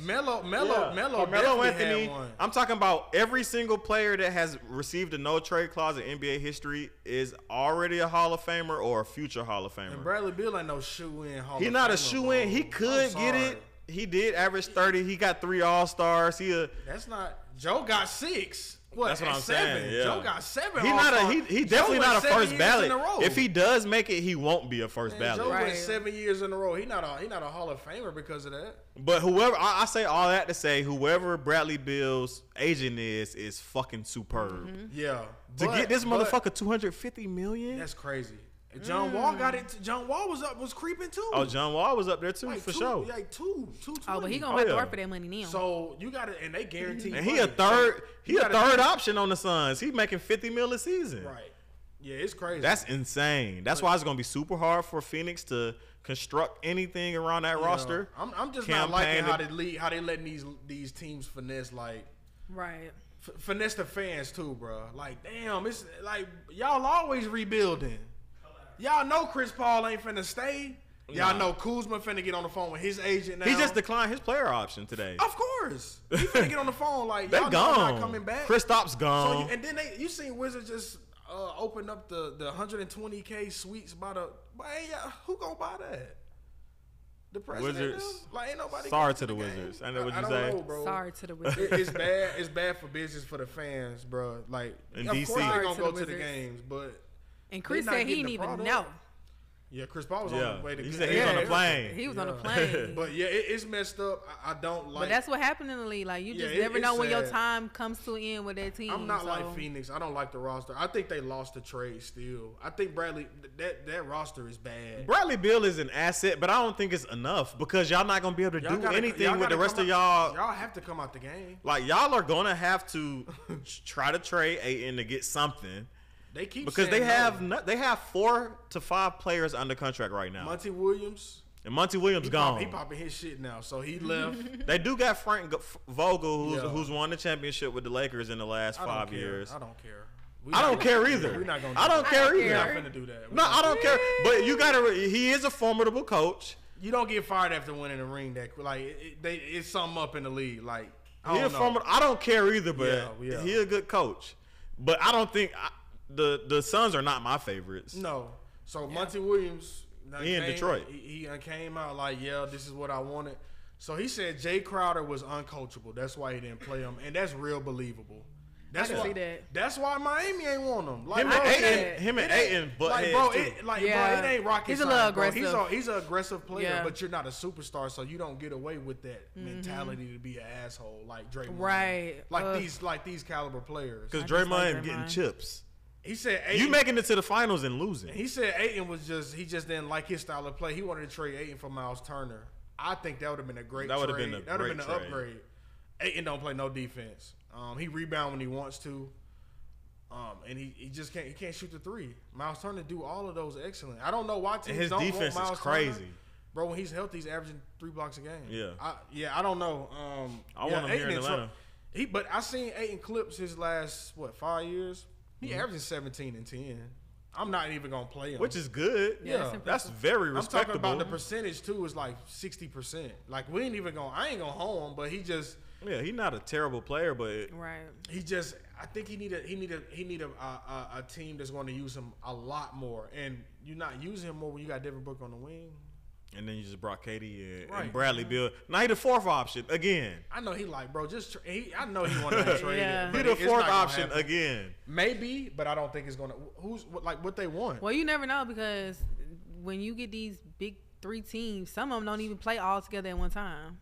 Speaker 4: Melo, Melo,
Speaker 1: Yeah.
Speaker 4: Melo,
Speaker 1: Carmelo
Speaker 4: definitely had
Speaker 1: Anthony.
Speaker 4: one.
Speaker 1: I'm talking about every single player that has received a no trade clause in NBA history is already a Hall of Famer or a future Hall of
Speaker 4: And
Speaker 1: Famer.
Speaker 4: Bradley Bill ain't no shoe in.
Speaker 1: He not a shoe in. He could get it. He did average 30. He got three All Stars. He a
Speaker 4: That's not. Joe got six. What?
Speaker 1: That's what
Speaker 4: at
Speaker 1: I'm
Speaker 4: seven.
Speaker 1: saying, yeah.
Speaker 4: Joe got seven.
Speaker 1: he not a
Speaker 4: All-Stars.
Speaker 1: he, he
Speaker 4: Joe
Speaker 1: definitely
Speaker 4: went
Speaker 1: not a
Speaker 4: seven
Speaker 1: first
Speaker 4: years
Speaker 1: ballot.
Speaker 4: in a row.
Speaker 1: If he does make it, he won't be a first
Speaker 4: Man, Joe
Speaker 1: ballot.
Speaker 3: Right.
Speaker 4: went seven years in a row. He not a he not a Hall of Famer because of that.
Speaker 1: But whoever I, I say all that to say, whoever Bradley Bill's agent is is fucking superb.
Speaker 4: Mm-hmm. Yeah.
Speaker 1: To
Speaker 4: but-
Speaker 1: get this
Speaker 4: but
Speaker 1: motherfucker 250 million.
Speaker 4: That's crazy. And John Wall got it. t- John Wall was up was creeping too.
Speaker 1: Mm. Oh, John Wall was up there too
Speaker 4: like
Speaker 1: for
Speaker 4: two,
Speaker 1: sure.
Speaker 4: Like two, two.
Speaker 3: Oh, but
Speaker 4: 20.
Speaker 3: he gonna
Speaker 1: Oh,
Speaker 3: have
Speaker 1: yeah.
Speaker 3: to work for that money now.
Speaker 4: So you got to and they guarantee.
Speaker 1: And he a
Speaker 4: money.
Speaker 1: third, he
Speaker 4: You
Speaker 1: a
Speaker 4: gotta
Speaker 1: third
Speaker 4: think-
Speaker 1: option on the Suns. He making 50 mil a season.
Speaker 4: Right. Yeah, it's crazy.
Speaker 1: That's insane. That's why it's gonna be super hard for Phoenix to construct anything around that
Speaker 4: you know,
Speaker 1: roster.
Speaker 4: I'm, I'm just not liking
Speaker 1: Campaign
Speaker 4: how
Speaker 1: to-
Speaker 4: they lead, how they letting these these teams finesse like
Speaker 3: right.
Speaker 4: f- finesse the fans too, bro. Like, damn, it's like y'all always rebuilding. Y'all know Chris Paul ain't finna stay. Y'all
Speaker 1: Nah.
Speaker 4: know Kuzma finna get on the phone with his agent now.
Speaker 1: He just declined his player option today.
Speaker 4: of course he finna get on the phone like
Speaker 1: *laughs* they
Speaker 4: Oh, y'all know I'm
Speaker 1: gone.
Speaker 4: not coming back.
Speaker 1: Kristaps
Speaker 4: so
Speaker 1: gone.
Speaker 4: you, and then they, you seen Wizards just uh, open up the the 120k suites by the. But hey, uh, who gonna buy that? The president.
Speaker 1: Wizards.
Speaker 4: them? Like ain't nobody.
Speaker 1: Sorry
Speaker 4: going
Speaker 1: to the
Speaker 4: game.
Speaker 1: Wizards. I know what you
Speaker 4: don't
Speaker 1: say.
Speaker 4: know, bro.
Speaker 3: Sorry to the
Speaker 4: It-
Speaker 3: Wizards.
Speaker 4: it's bad. It's bad for business for the fans, bro. Like,
Speaker 1: In
Speaker 4: of
Speaker 1: DC.
Speaker 4: course they're
Speaker 3: Sorry
Speaker 4: gonna
Speaker 3: to
Speaker 4: go
Speaker 3: the
Speaker 4: to the
Speaker 3: Wizards.
Speaker 4: games, but
Speaker 3: *laughs* and Chris
Speaker 4: not
Speaker 3: said he
Speaker 4: getting
Speaker 3: didn't
Speaker 4: the
Speaker 3: even know.
Speaker 4: product. yeah, Chris Paul was on
Speaker 1: yeah,
Speaker 4: the way to.
Speaker 1: he
Speaker 4: get-
Speaker 1: said he was on
Speaker 3: Yeah.
Speaker 1: the plane.
Speaker 3: He was on a
Speaker 4: Yeah. *laughs*
Speaker 3: plane.
Speaker 4: But yeah, it, it's messed up. I, I don't like.
Speaker 3: but that's what happened in the league. Like you
Speaker 4: Yeah,
Speaker 3: just
Speaker 4: it-
Speaker 3: never
Speaker 4: it's
Speaker 3: know when your
Speaker 4: sad.
Speaker 3: time comes to an end with that team.
Speaker 4: I'm not
Speaker 3: so-
Speaker 4: like Phoenix. I don't like the roster. I think they lost the trade. Still, I think Bradley. th- That that roster is bad.
Speaker 1: Bradley Bill is an asset, but I don't think it's enough because y'all not gonna be able to do
Speaker 4: Y'all gotta- y'all
Speaker 1: anything with
Speaker 4: gotta
Speaker 1: the rest
Speaker 4: come
Speaker 1: of
Speaker 4: out-
Speaker 1: y'all.
Speaker 4: Y'all have to come out the game.
Speaker 1: Like y'all are gonna have
Speaker 4: *laughs*
Speaker 1: to try to trade Aiton to get something
Speaker 4: They keep
Speaker 1: because they
Speaker 4: saying
Speaker 1: have
Speaker 4: no.
Speaker 1: no, they have four to five players under contract right now,
Speaker 4: Monty Williams.
Speaker 1: and Monty Williams
Speaker 4: He,
Speaker 1: gone.
Speaker 4: pop- he popping his shit now,
Speaker 1: *laughs*
Speaker 4: so he left.
Speaker 1: They do got Frank G- Vogel, who's
Speaker 4: Yeah.
Speaker 1: who's won the championship with the Lakers in the last
Speaker 4: I don't
Speaker 1: five
Speaker 4: care.
Speaker 1: years.
Speaker 4: I don't care. We
Speaker 1: I
Speaker 4: not
Speaker 1: don't
Speaker 4: gonna-
Speaker 1: care either.
Speaker 4: We're not gonna. do
Speaker 1: I don't
Speaker 4: that.
Speaker 1: care
Speaker 3: don't
Speaker 1: either.
Speaker 4: We're
Speaker 3: care.
Speaker 4: not finna do that. We're
Speaker 1: No,
Speaker 4: not
Speaker 1: I don't care. But you gotta. re- He is a formidable coach.
Speaker 4: You don't get fired after winning a ring. That like it, it- they it's something up in the league. Like I
Speaker 1: He a
Speaker 4: don't know.
Speaker 1: formidable. I don't care either, but
Speaker 4: Yeah, yeah.
Speaker 1: he a good coach. But I don't think I, the the Suns are not my favorites.
Speaker 4: no. So Monty Williams. done
Speaker 1: He in
Speaker 4: came-
Speaker 1: Detroit.
Speaker 4: He, he done came out like, yeah, this is what I wanted. So he said Jay Crowder was uncoachable. That's why he didn't play him, and that's real believable. That's
Speaker 3: can
Speaker 4: why.
Speaker 3: see that.
Speaker 4: That's why Miami ain't want him. Like,
Speaker 1: Him
Speaker 4: bro,
Speaker 1: and
Speaker 3: I
Speaker 1: Aiton,
Speaker 3: said-
Speaker 1: him and
Speaker 4: it
Speaker 1: Aiton,
Speaker 4: ain't-
Speaker 1: but
Speaker 4: like, bro, it, like,
Speaker 3: Yeah.
Speaker 4: bro, it ain't rocket
Speaker 3: He's a little
Speaker 4: science, bro. He's
Speaker 3: aggressive.
Speaker 4: a he's an aggressive player,
Speaker 3: Yeah. Mm-hmm.
Speaker 4: but you're not a superstar, so you don't get away with that mentality to be an asshole like Draymond.
Speaker 3: Right.
Speaker 4: Like
Speaker 3: Ugh.
Speaker 4: these like these caliber players.
Speaker 1: because
Speaker 3: I just
Speaker 1: Draymond,
Speaker 3: like
Speaker 1: getting
Speaker 3: Draymond.
Speaker 1: chips.
Speaker 4: He said Aiden,
Speaker 1: You making it to the finals and losing.
Speaker 4: he said Aiden was just he just didn't like his style of play. He wanted to trade Aiden for Miles Turner. I think that would have been a great
Speaker 1: That
Speaker 4: would
Speaker 1: would've
Speaker 4: have
Speaker 1: been a
Speaker 4: that would have been
Speaker 1: great
Speaker 4: an
Speaker 1: trade.
Speaker 4: upgrade. Aiden don't play no defense. Um, he rebound when he wants to. Um, and he, he just can't he can't shoot the three. Miles Turner do all of those excellent. I don't know why teams
Speaker 1: and his
Speaker 4: don't
Speaker 1: defense is
Speaker 4: want Miles
Speaker 1: crazy.
Speaker 4: Turner. Bro, when he's healthy, he's averaging three blocks a game.
Speaker 1: Yeah.
Speaker 4: I, yeah, I don't know. Um,
Speaker 1: I
Speaker 4: yeah,
Speaker 1: want him here
Speaker 4: Ayton
Speaker 1: in
Speaker 4: and
Speaker 1: Atlanta.
Speaker 4: Tru- he, but I seen Aiden clips his last what five years. He averaging seventeen and ten. I'm not even gonna play him.
Speaker 1: Mm-hmm. Which is good.
Speaker 4: Yeah,
Speaker 3: that's
Speaker 1: That's
Speaker 3: impressive.
Speaker 1: very
Speaker 4: I'm talking
Speaker 1: respectable.
Speaker 4: about the percentage too is like sixty percent. Like we ain't even gonna I ain't gonna home, but he just
Speaker 1: Yeah, he's not a terrible player, but
Speaker 3: Right.
Speaker 4: he just I think he need a he need a he need a a, a, a team that's going to use him a lot more, and you're not using him more when you got Devin Book on the wing.
Speaker 1: and then you just brought Katie and,
Speaker 4: Right.
Speaker 1: Bradley Bill. Now he the fourth option again.
Speaker 4: I know he like bro, just tra- he, I know he want
Speaker 1: *laughs*
Speaker 4: to trade
Speaker 3: Yeah.
Speaker 1: He
Speaker 4: it. but
Speaker 1: the
Speaker 4: it's
Speaker 1: fourth
Speaker 4: not gonna
Speaker 1: option
Speaker 4: happen.
Speaker 1: again.
Speaker 4: maybe, but I don't think it's gonna. Who's what, like what they want?
Speaker 3: Well, you never know because when you get these big three teams, some of them don't even play all together at one time.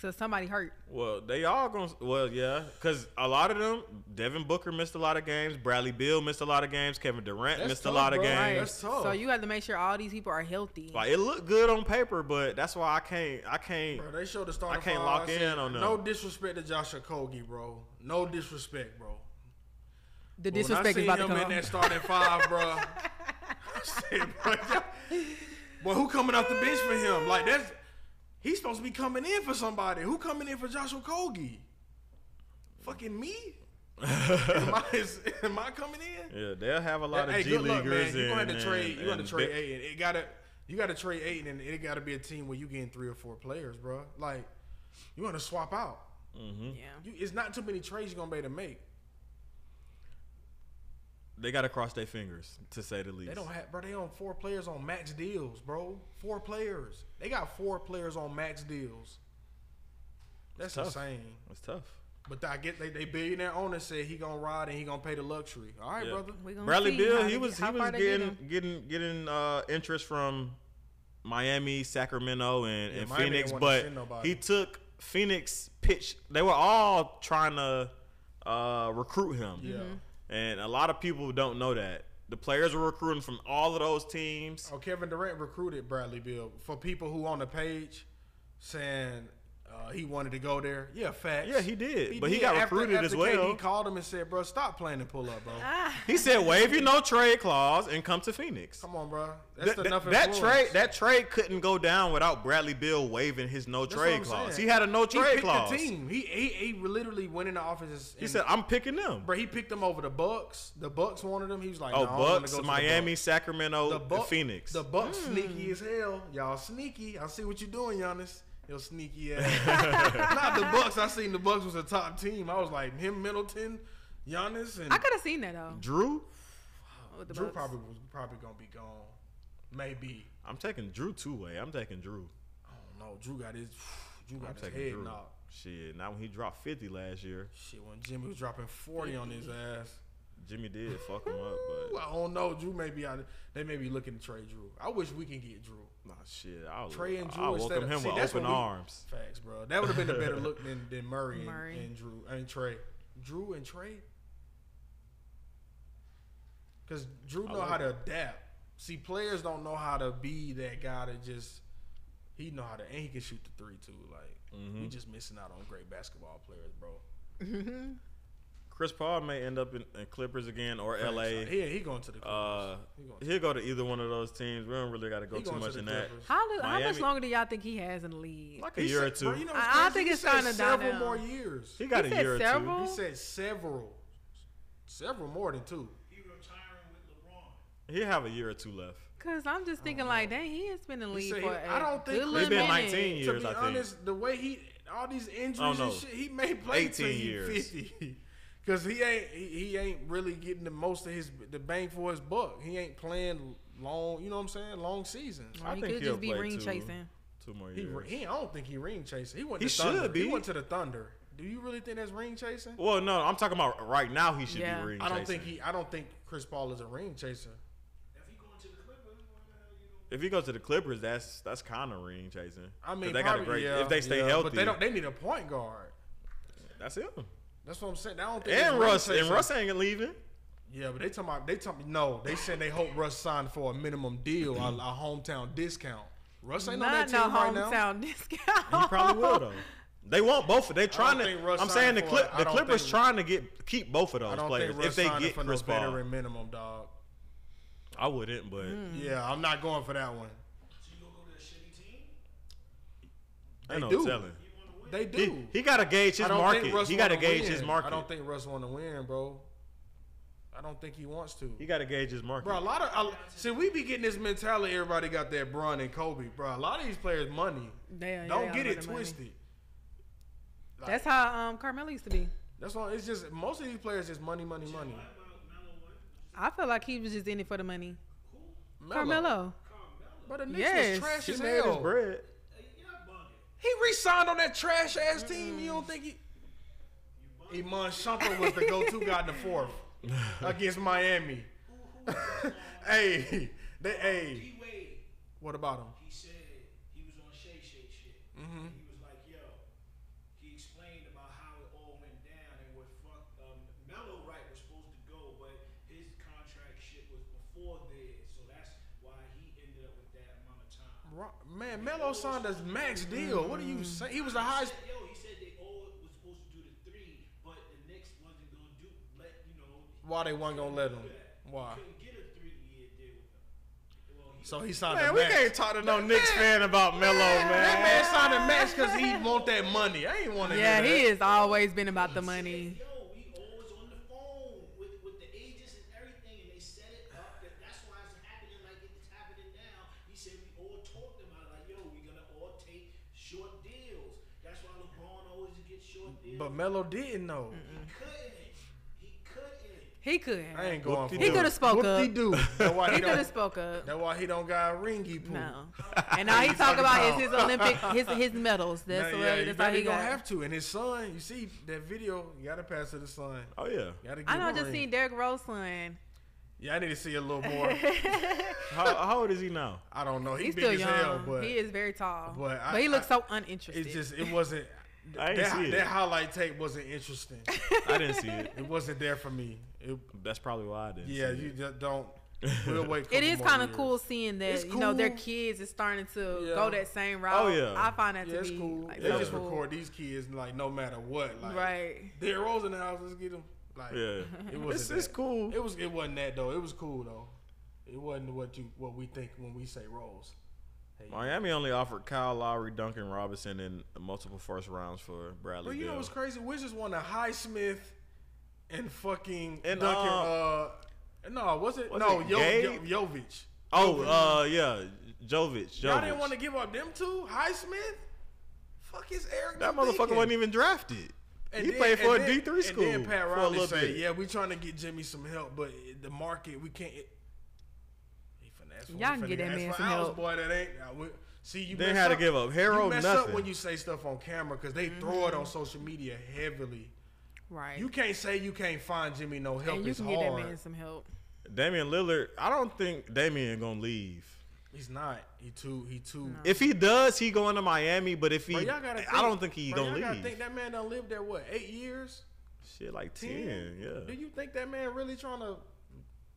Speaker 3: So somebody hurt.
Speaker 1: Well, they all going to well, yeah, because a lot of them, Devin Booker missed a lot of games, Bradley Bill missed a lot of games, Kevin Durant
Speaker 4: That's
Speaker 1: missed a
Speaker 4: tough,
Speaker 1: lot of
Speaker 4: bro.
Speaker 1: games.
Speaker 4: Right.
Speaker 3: Right.
Speaker 4: That's tough.
Speaker 3: So you have to make sure all these people are healthy.
Speaker 1: Like it looked good on paper, but that's why I can't. I can't.
Speaker 4: Bro, *laughs* they showed the starting.
Speaker 1: I can't
Speaker 4: five.
Speaker 1: lock
Speaker 4: said,
Speaker 1: in on them.
Speaker 4: No disrespect to Josh Okogie, bro. No disrespect, bro.
Speaker 3: the
Speaker 4: But when I
Speaker 3: disrespect is
Speaker 4: seen
Speaker 3: about to
Speaker 4: him
Speaker 3: come.
Speaker 4: in that starting five, *laughs* bro. I said, bro, y'all- boy, who coming off the bench for him? Like that's he's supposed to be coming in for somebody. Who coming in for Joshua Kogi?
Speaker 1: *laughs*
Speaker 4: Fucking me? Am I, is- am I coming in?
Speaker 1: yeah, they'll have a lot of
Speaker 4: hey,
Speaker 1: G
Speaker 4: good luck,
Speaker 1: leaguers.
Speaker 4: man. You gonna have
Speaker 1: and-
Speaker 4: to trade.
Speaker 1: and-
Speaker 4: You gonna
Speaker 1: and
Speaker 4: trade
Speaker 1: big-
Speaker 4: eight, and it gotta. You gotta trade eight, and it gotta be a team where you getting three or four players, bro. Like you want to swap out.
Speaker 3: Yeah.
Speaker 4: You, it's not too many trades you're gonna be able to make.
Speaker 1: They gotta cross their fingers to say the least.
Speaker 4: They don't have, bro. They on four players on max deals, bro. Four players. They got four players on max deals. That's
Speaker 1: tough.
Speaker 4: insane.
Speaker 1: It's tough.
Speaker 4: But I get they, they billionaire owner said he gonna ride and he gonna pay the luxury. All right,
Speaker 1: Yeah.
Speaker 4: brother.
Speaker 3: We gonna
Speaker 1: Bradley
Speaker 3: see
Speaker 1: Bill,
Speaker 3: how
Speaker 1: he
Speaker 3: they-
Speaker 1: was he
Speaker 3: how
Speaker 1: was
Speaker 3: far they get
Speaker 1: getting
Speaker 3: him.
Speaker 1: getting getting uh, interest from Miami, Sacramento, and,
Speaker 4: Yeah,
Speaker 1: and
Speaker 4: Miami
Speaker 1: Phoenix,
Speaker 4: didn't wanna
Speaker 1: but
Speaker 4: send nobody.
Speaker 1: he took Phoenix pitch. They were all trying to uh, recruit him,
Speaker 4: Yeah.
Speaker 3: Mm-hmm.
Speaker 1: and a lot of people don't know that the players were recruiting from all of those teams.
Speaker 4: Oh, Kevin Durant recruited Bradley Bill for people who on the page saying uh, he wanted to go there. Yeah, facts.
Speaker 1: Yeah, he did, but he got recruited as well.
Speaker 4: He called him and said, "Bro, stop playing the pull up, bro.
Speaker 1: He said, "Waive your no trade clause and come to Phoenix."
Speaker 4: Come on, bro. That's
Speaker 1: That,
Speaker 4: enough."
Speaker 1: that- that
Speaker 4: influence.
Speaker 1: trade, that trade couldn't go down without Bradley Bill waiving his no
Speaker 4: That's what
Speaker 1: trade
Speaker 4: I'm
Speaker 1: clause.
Speaker 4: saying.
Speaker 1: He had a no
Speaker 4: he
Speaker 1: trade
Speaker 4: picked
Speaker 1: clause.
Speaker 4: The team. He, he he literally went in the office. And,
Speaker 1: He said, "I'm picking them."
Speaker 4: "Bro, he picked them over the Bucks. The Bucks wanted him. He was like,
Speaker 1: Oh,
Speaker 4: no,
Speaker 1: Bucks,
Speaker 4: I'm gonna go to
Speaker 1: Miami,
Speaker 4: the
Speaker 1: Sacramento,
Speaker 4: Bucks. the
Speaker 1: and
Speaker 4: Bucks,
Speaker 1: Phoenix.
Speaker 4: The Bucks
Speaker 3: Hmm.
Speaker 4: sneaky as hell. Y'all sneaky. I see what you doing, Giannis.
Speaker 1: *laughs*
Speaker 4: Your sneaky ass. Not the Bucks. I seen the Bucks was a top team. I was like him, Middleton, Giannis, and
Speaker 3: I could have seen that though.
Speaker 1: Drew,
Speaker 3: with the
Speaker 4: Drew
Speaker 3: Bucks.
Speaker 4: probably was probably gonna be gone. Maybe
Speaker 1: I'm taking Drew two way. I'm taking Drew.
Speaker 4: I don't know. Drew got his *sighs* Drew
Speaker 1: I'm
Speaker 4: got his
Speaker 1: taking
Speaker 4: head
Speaker 1: Drew.
Speaker 4: knocked.
Speaker 1: Shit, not when he dropped 50 last year.
Speaker 4: Shit, when Jimmy was dropping forty on his ass.
Speaker 1: Jimmy did fuck him up,
Speaker 4: Ooh,
Speaker 1: but
Speaker 4: I don't know. Drew may be out. They may be looking to trade Drew. I wish we can get Drew.
Speaker 1: nah, shit. I'll,
Speaker 4: Trey and Drew
Speaker 1: I'll
Speaker 4: instead
Speaker 1: welcome
Speaker 4: of-
Speaker 1: him
Speaker 4: see,
Speaker 1: with
Speaker 4: that's
Speaker 1: open
Speaker 4: what we-
Speaker 1: arms.
Speaker 4: Facts, bro. That would have been a better look than, than Murray, and-
Speaker 3: Murray.
Speaker 4: And, Drew and Trey. Drew and Trey. Because Drew
Speaker 1: I
Speaker 4: know
Speaker 1: like
Speaker 4: how to adapt. See, players don't know how to be that guy that just he know how to and he can shoot the three too. Like
Speaker 1: Mm-hmm.
Speaker 4: we just missing out on great basketball players, bro.
Speaker 1: Chris Paul may end up in, in Clippers again or
Speaker 4: Like,
Speaker 1: LA.
Speaker 4: he he going to the
Speaker 1: Uh,
Speaker 4: Clippers. He
Speaker 1: he'll go to either one of those teams. We don't really got to go
Speaker 4: he
Speaker 1: too
Speaker 4: going
Speaker 1: much
Speaker 4: to
Speaker 1: in
Speaker 4: the
Speaker 1: that.
Speaker 4: Clippers.
Speaker 3: How, do, how much
Speaker 1: Miami-
Speaker 3: longer do y'all think he has in the league?
Speaker 1: Like a
Speaker 4: He
Speaker 1: year
Speaker 4: said-
Speaker 1: or two.
Speaker 4: bro, you know what's
Speaker 3: I- I
Speaker 4: crazy?
Speaker 3: think
Speaker 4: He
Speaker 3: it's
Speaker 4: said
Speaker 3: kinda died
Speaker 4: several
Speaker 3: down.
Speaker 4: more years.
Speaker 1: he got
Speaker 3: he
Speaker 1: a
Speaker 3: said
Speaker 1: year or
Speaker 3: several?
Speaker 1: two.
Speaker 4: He said several, several more than two.
Speaker 5: He retiring with LeBron.
Speaker 1: He'll have a year or two left.
Speaker 3: Cause I'm just thinking like, dang, he has been in the
Speaker 4: He
Speaker 3: league
Speaker 4: said
Speaker 3: for.
Speaker 4: he-
Speaker 3: a
Speaker 4: I don't think
Speaker 3: good
Speaker 4: he
Speaker 1: He's
Speaker 3: little
Speaker 1: been
Speaker 3: minute.
Speaker 1: 19
Speaker 4: to
Speaker 1: years,
Speaker 4: be
Speaker 1: I think.
Speaker 4: honest, the way he all these injuries
Speaker 1: Oh, no.
Speaker 4: and shit, he may play
Speaker 1: 18
Speaker 4: till he
Speaker 1: years.
Speaker 4: fifty. *laughs* Cause he ain't he, he ain't really getting the most of his the bang for his buck. He ain't playing long, you know what I'm saying? Long seasons.
Speaker 3: Or
Speaker 1: I
Speaker 3: he
Speaker 1: think
Speaker 3: could
Speaker 1: he'll
Speaker 3: just be
Speaker 1: play
Speaker 3: ring
Speaker 1: two.
Speaker 3: chasing.
Speaker 1: Two more
Speaker 4: He,
Speaker 1: years.
Speaker 4: he I don't think he ring chasing. He went
Speaker 1: He
Speaker 4: to
Speaker 1: should
Speaker 4: Thunder.
Speaker 1: be.
Speaker 4: He went to the Thunder. Do you really think that's ring chasing?
Speaker 1: well, no, I'm talking about right now. He should
Speaker 3: Yeah.
Speaker 1: be ring
Speaker 4: I don't
Speaker 1: chasing.
Speaker 4: think he I don't think Chris Paul is a ring chaser.
Speaker 5: If he going to the Clippers, what the hell you gonna
Speaker 1: If he goes to the Clippers, that's that's kind of ring chasing.
Speaker 4: I
Speaker 1: 'Cause
Speaker 4: mean,
Speaker 1: they got a
Speaker 4: probably,
Speaker 1: great.
Speaker 4: yeah,
Speaker 1: if they stay
Speaker 4: yeah,
Speaker 1: healthy,
Speaker 4: but they don't. They need a point guard.
Speaker 1: that's him.
Speaker 4: That's what I'm saying. I don't think it's
Speaker 1: And
Speaker 4: ring
Speaker 1: Russ and
Speaker 4: chasing.
Speaker 1: Russ ain't leaving.
Speaker 4: Yeah, but they talking about they talking no. They saying they hope Russ signed for a minimum deal, a, a hometown discount. Russ ain't on that
Speaker 3: Not
Speaker 4: team
Speaker 3: no
Speaker 4: right now.
Speaker 3: hometown *laughs* discount.
Speaker 1: He probably will though. They want both. of They trying
Speaker 4: think
Speaker 1: to.
Speaker 4: Russ
Speaker 1: I'm saying the
Speaker 4: signed
Speaker 1: Clip,
Speaker 4: for- I
Speaker 1: the
Speaker 4: don't
Speaker 1: Clippers
Speaker 4: think-
Speaker 1: trying to get keep both of
Speaker 4: I
Speaker 1: those
Speaker 4: don't
Speaker 1: players
Speaker 4: think Russ
Speaker 1: if they
Speaker 4: signed
Speaker 1: get
Speaker 4: for
Speaker 1: Chris
Speaker 4: no
Speaker 1: Paul.
Speaker 4: veteran Mm. minimum, dog.
Speaker 1: I wouldn't, but
Speaker 4: Yeah, I'm not going for that one.
Speaker 5: do? So you gonna go to a shitty team?
Speaker 1: they
Speaker 4: They
Speaker 1: no
Speaker 4: do.
Speaker 1: telling.
Speaker 5: You wanna win?
Speaker 4: They
Speaker 1: He,
Speaker 4: do.
Speaker 1: he got to gauge
Speaker 4: I
Speaker 1: his
Speaker 4: don't think
Speaker 1: market.
Speaker 4: Russ
Speaker 1: He got to
Speaker 4: wanna
Speaker 1: gauge
Speaker 4: win.
Speaker 1: his market.
Speaker 4: I don't think Russ want to win, bro. I don't think he wants to.
Speaker 1: he got to gauge his market.
Speaker 4: Bro, a lot of a, see, we be getting this mentality. Everybody got that Bron and Kobe, bro. A lot of these players, money.
Speaker 3: They- they all
Speaker 4: Don't get
Speaker 3: about
Speaker 4: it
Speaker 3: the money.
Speaker 4: twisted.
Speaker 3: That's how um Carmelo used to be.
Speaker 4: That's why it's just most of these players just money, money, money.
Speaker 3: I feel like he was just in it for the money.
Speaker 4: Melo.
Speaker 3: Carmelo.
Speaker 4: But the Knicks
Speaker 3: Yes.
Speaker 4: was trash
Speaker 1: She
Speaker 4: as
Speaker 1: made his
Speaker 4: hell.
Speaker 1: bread.
Speaker 4: He re-signed on that trash ass team. You don't think he? Iman Shumpert was the go-to guy in the
Speaker 1: *laughs*
Speaker 4: fourth against Miami. *laughs* hey, they hey.
Speaker 5: D Wade,
Speaker 4: What about him?
Speaker 5: he said he was on Shay Shay shit. And he was like, yo, he explained about how it all went down and what fuck um, Mello Wright was supposed to go, but his contract shit was before theirs, so that's why he ended up with that amount of time.
Speaker 4: Ro- Man, Melo signed a max deal. What are you
Speaker 1: Mm-hmm.
Speaker 4: saying? He was the
Speaker 5: He
Speaker 4: highest.
Speaker 5: said, yo, he said they all was supposed to do the three, but the Knicks wasn't gonna do let you know
Speaker 4: Why they wasn't gonna let him? Why?
Speaker 5: couldn't get a three year deal with them. Well, he
Speaker 4: So he signed
Speaker 1: Man,
Speaker 4: a
Speaker 1: we
Speaker 4: max.
Speaker 1: can't talk to no Knicks fan about Melo,
Speaker 4: That
Speaker 1: man.
Speaker 4: man signed a max because
Speaker 3: *laughs*
Speaker 4: he want that money. I ain't want to.
Speaker 3: Yeah,
Speaker 4: hear
Speaker 3: he
Speaker 4: that.
Speaker 3: has always been about the money.
Speaker 5: Yo, we always on the phone with, with the agents and everything, and they set it up. That, that's why it's happening like it's happening now. He said we all talked about it, like, yo, we're gonna all take short deals. That's why LeBron always gets short deals.
Speaker 4: But Melo didn't know.
Speaker 5: he couldn't. He couldn't.
Speaker 3: He could.
Speaker 4: I ain't going for
Speaker 1: Whoop-de-doo.
Speaker 3: He could have spoke up.
Speaker 4: Whoop de
Speaker 3: He
Speaker 4: doo. That's why he
Speaker 3: could have
Speaker 4: don't.
Speaker 3: spoke up.
Speaker 4: That's why he don't got a ringy poo.
Speaker 3: No. *laughs* And all he
Speaker 4: He's
Speaker 3: talk
Speaker 4: talking
Speaker 3: about is his
Speaker 4: about- *laughs*
Speaker 3: Olympic, his his medals.
Speaker 4: Now,
Speaker 3: That's what.
Speaker 4: yeah,
Speaker 3: that's
Speaker 4: you
Speaker 3: all he
Speaker 4: gonna
Speaker 3: got.
Speaker 4: have to. And his son, you see that video? You gotta pass to the son.
Speaker 1: Oh yeah.
Speaker 4: You gotta give
Speaker 3: I know. I
Speaker 4: him a
Speaker 3: just
Speaker 4: ring.
Speaker 3: seen Derrick Rose
Speaker 4: *laughs*
Speaker 3: son.
Speaker 4: Yeah, I need to see a
Speaker 3: *laughs*
Speaker 4: little more.
Speaker 1: How, how old is he now?
Speaker 4: I don't know. He's,
Speaker 3: He's
Speaker 4: big
Speaker 3: still
Speaker 4: as
Speaker 3: young.
Speaker 4: hell, but
Speaker 3: he is very tall.
Speaker 4: but
Speaker 3: But,
Speaker 4: I-
Speaker 3: he looks
Speaker 4: I-
Speaker 3: so uninterested.
Speaker 4: it's just it wasn't.
Speaker 1: *laughs* I ain't
Speaker 4: that,
Speaker 1: see it.
Speaker 4: that highlight tape wasn't interesting.
Speaker 1: I didn't see it.
Speaker 4: it wasn't there
Speaker 1: *laughs*
Speaker 4: for me. It,
Speaker 1: That's probably why I didn't.
Speaker 4: yeah,
Speaker 1: see
Speaker 4: you
Speaker 1: it. *laughs*
Speaker 4: just don't. We'll wait.
Speaker 3: it is
Speaker 4: kind of
Speaker 3: cool seeing that
Speaker 4: It's
Speaker 3: you know their
Speaker 4: cool.
Speaker 3: kids is starting to
Speaker 4: Yeah.
Speaker 3: go that same route.
Speaker 1: Oh, yeah.
Speaker 3: I find that
Speaker 4: Yeah,
Speaker 3: to
Speaker 4: it's
Speaker 3: be
Speaker 4: cool.
Speaker 3: like,
Speaker 4: they
Speaker 3: so
Speaker 4: just
Speaker 3: cool.
Speaker 4: record these kids like no matter what. Like,
Speaker 3: right.
Speaker 4: Derrick Rose in the house. Let's get him. Like,
Speaker 1: Yeah.
Speaker 4: it
Speaker 1: It's,
Speaker 4: was.
Speaker 1: it's cool.
Speaker 4: It was. It wasn't that though. It was cool though. It wasn't what you what we think when we say Rose. Hey,
Speaker 1: Miami only offered Kyle Lowry, Duncan Robinson, and multiple first rounds for Bradley.
Speaker 4: But you know
Speaker 1: Beal.
Speaker 4: what's crazy? Wizards won a Highsmith and fucking
Speaker 1: And, um,
Speaker 4: Duncan. Uh, no, was it?
Speaker 1: was
Speaker 4: no,
Speaker 1: it
Speaker 4: Yo, Yo,
Speaker 1: Gabe?
Speaker 4: Jovic.
Speaker 1: Oh, uh, yeah, Jovic. Jovic.
Speaker 4: Y'all didn't want to give up them two. Highsmith. Fuck is Eric.
Speaker 1: that
Speaker 4: Dunn
Speaker 1: motherfucker
Speaker 4: thinking?
Speaker 1: wasn't even drafted.
Speaker 4: And
Speaker 1: he
Speaker 4: then-
Speaker 1: played for a
Speaker 4: and then-
Speaker 1: three school
Speaker 4: And then Pat
Speaker 1: for a
Speaker 4: Riley
Speaker 1: little
Speaker 4: said,
Speaker 1: bit.
Speaker 4: "Yeah, we trying to get Jimmy some help, but the market we can't." It, he finessed for-
Speaker 3: Y'all
Speaker 4: he
Speaker 3: can get
Speaker 4: finna
Speaker 3: that
Speaker 4: ask
Speaker 3: man
Speaker 4: for
Speaker 3: some
Speaker 4: hours,
Speaker 3: help.
Speaker 4: Boy, that ain't. I would- see, you
Speaker 1: They
Speaker 4: mess
Speaker 1: had to
Speaker 4: up-
Speaker 1: give up hero
Speaker 4: You mess up
Speaker 1: nothing.
Speaker 4: when you say stuff on camera because they throw it on
Speaker 3: Mm-hmm.
Speaker 4: social media heavily.
Speaker 3: Right.
Speaker 4: You can't say you can't find Jimmy no help.
Speaker 3: and you
Speaker 4: it's
Speaker 3: can
Speaker 4: hard.
Speaker 3: get that man some help.
Speaker 1: Damian Lillard. I don't think Damian gonna leave.
Speaker 4: He's not. He too. He too.
Speaker 1: If he does, he going to Miami. But if he,
Speaker 4: Bro, y'all gotta think,
Speaker 1: I don't think he
Speaker 4: bro,
Speaker 1: gonna
Speaker 4: y'all Gotta
Speaker 1: leave.
Speaker 4: think that man done lived there what eight years?
Speaker 1: Shit, like ten.
Speaker 4: Do
Speaker 1: Yeah.
Speaker 4: you think that man really trying to?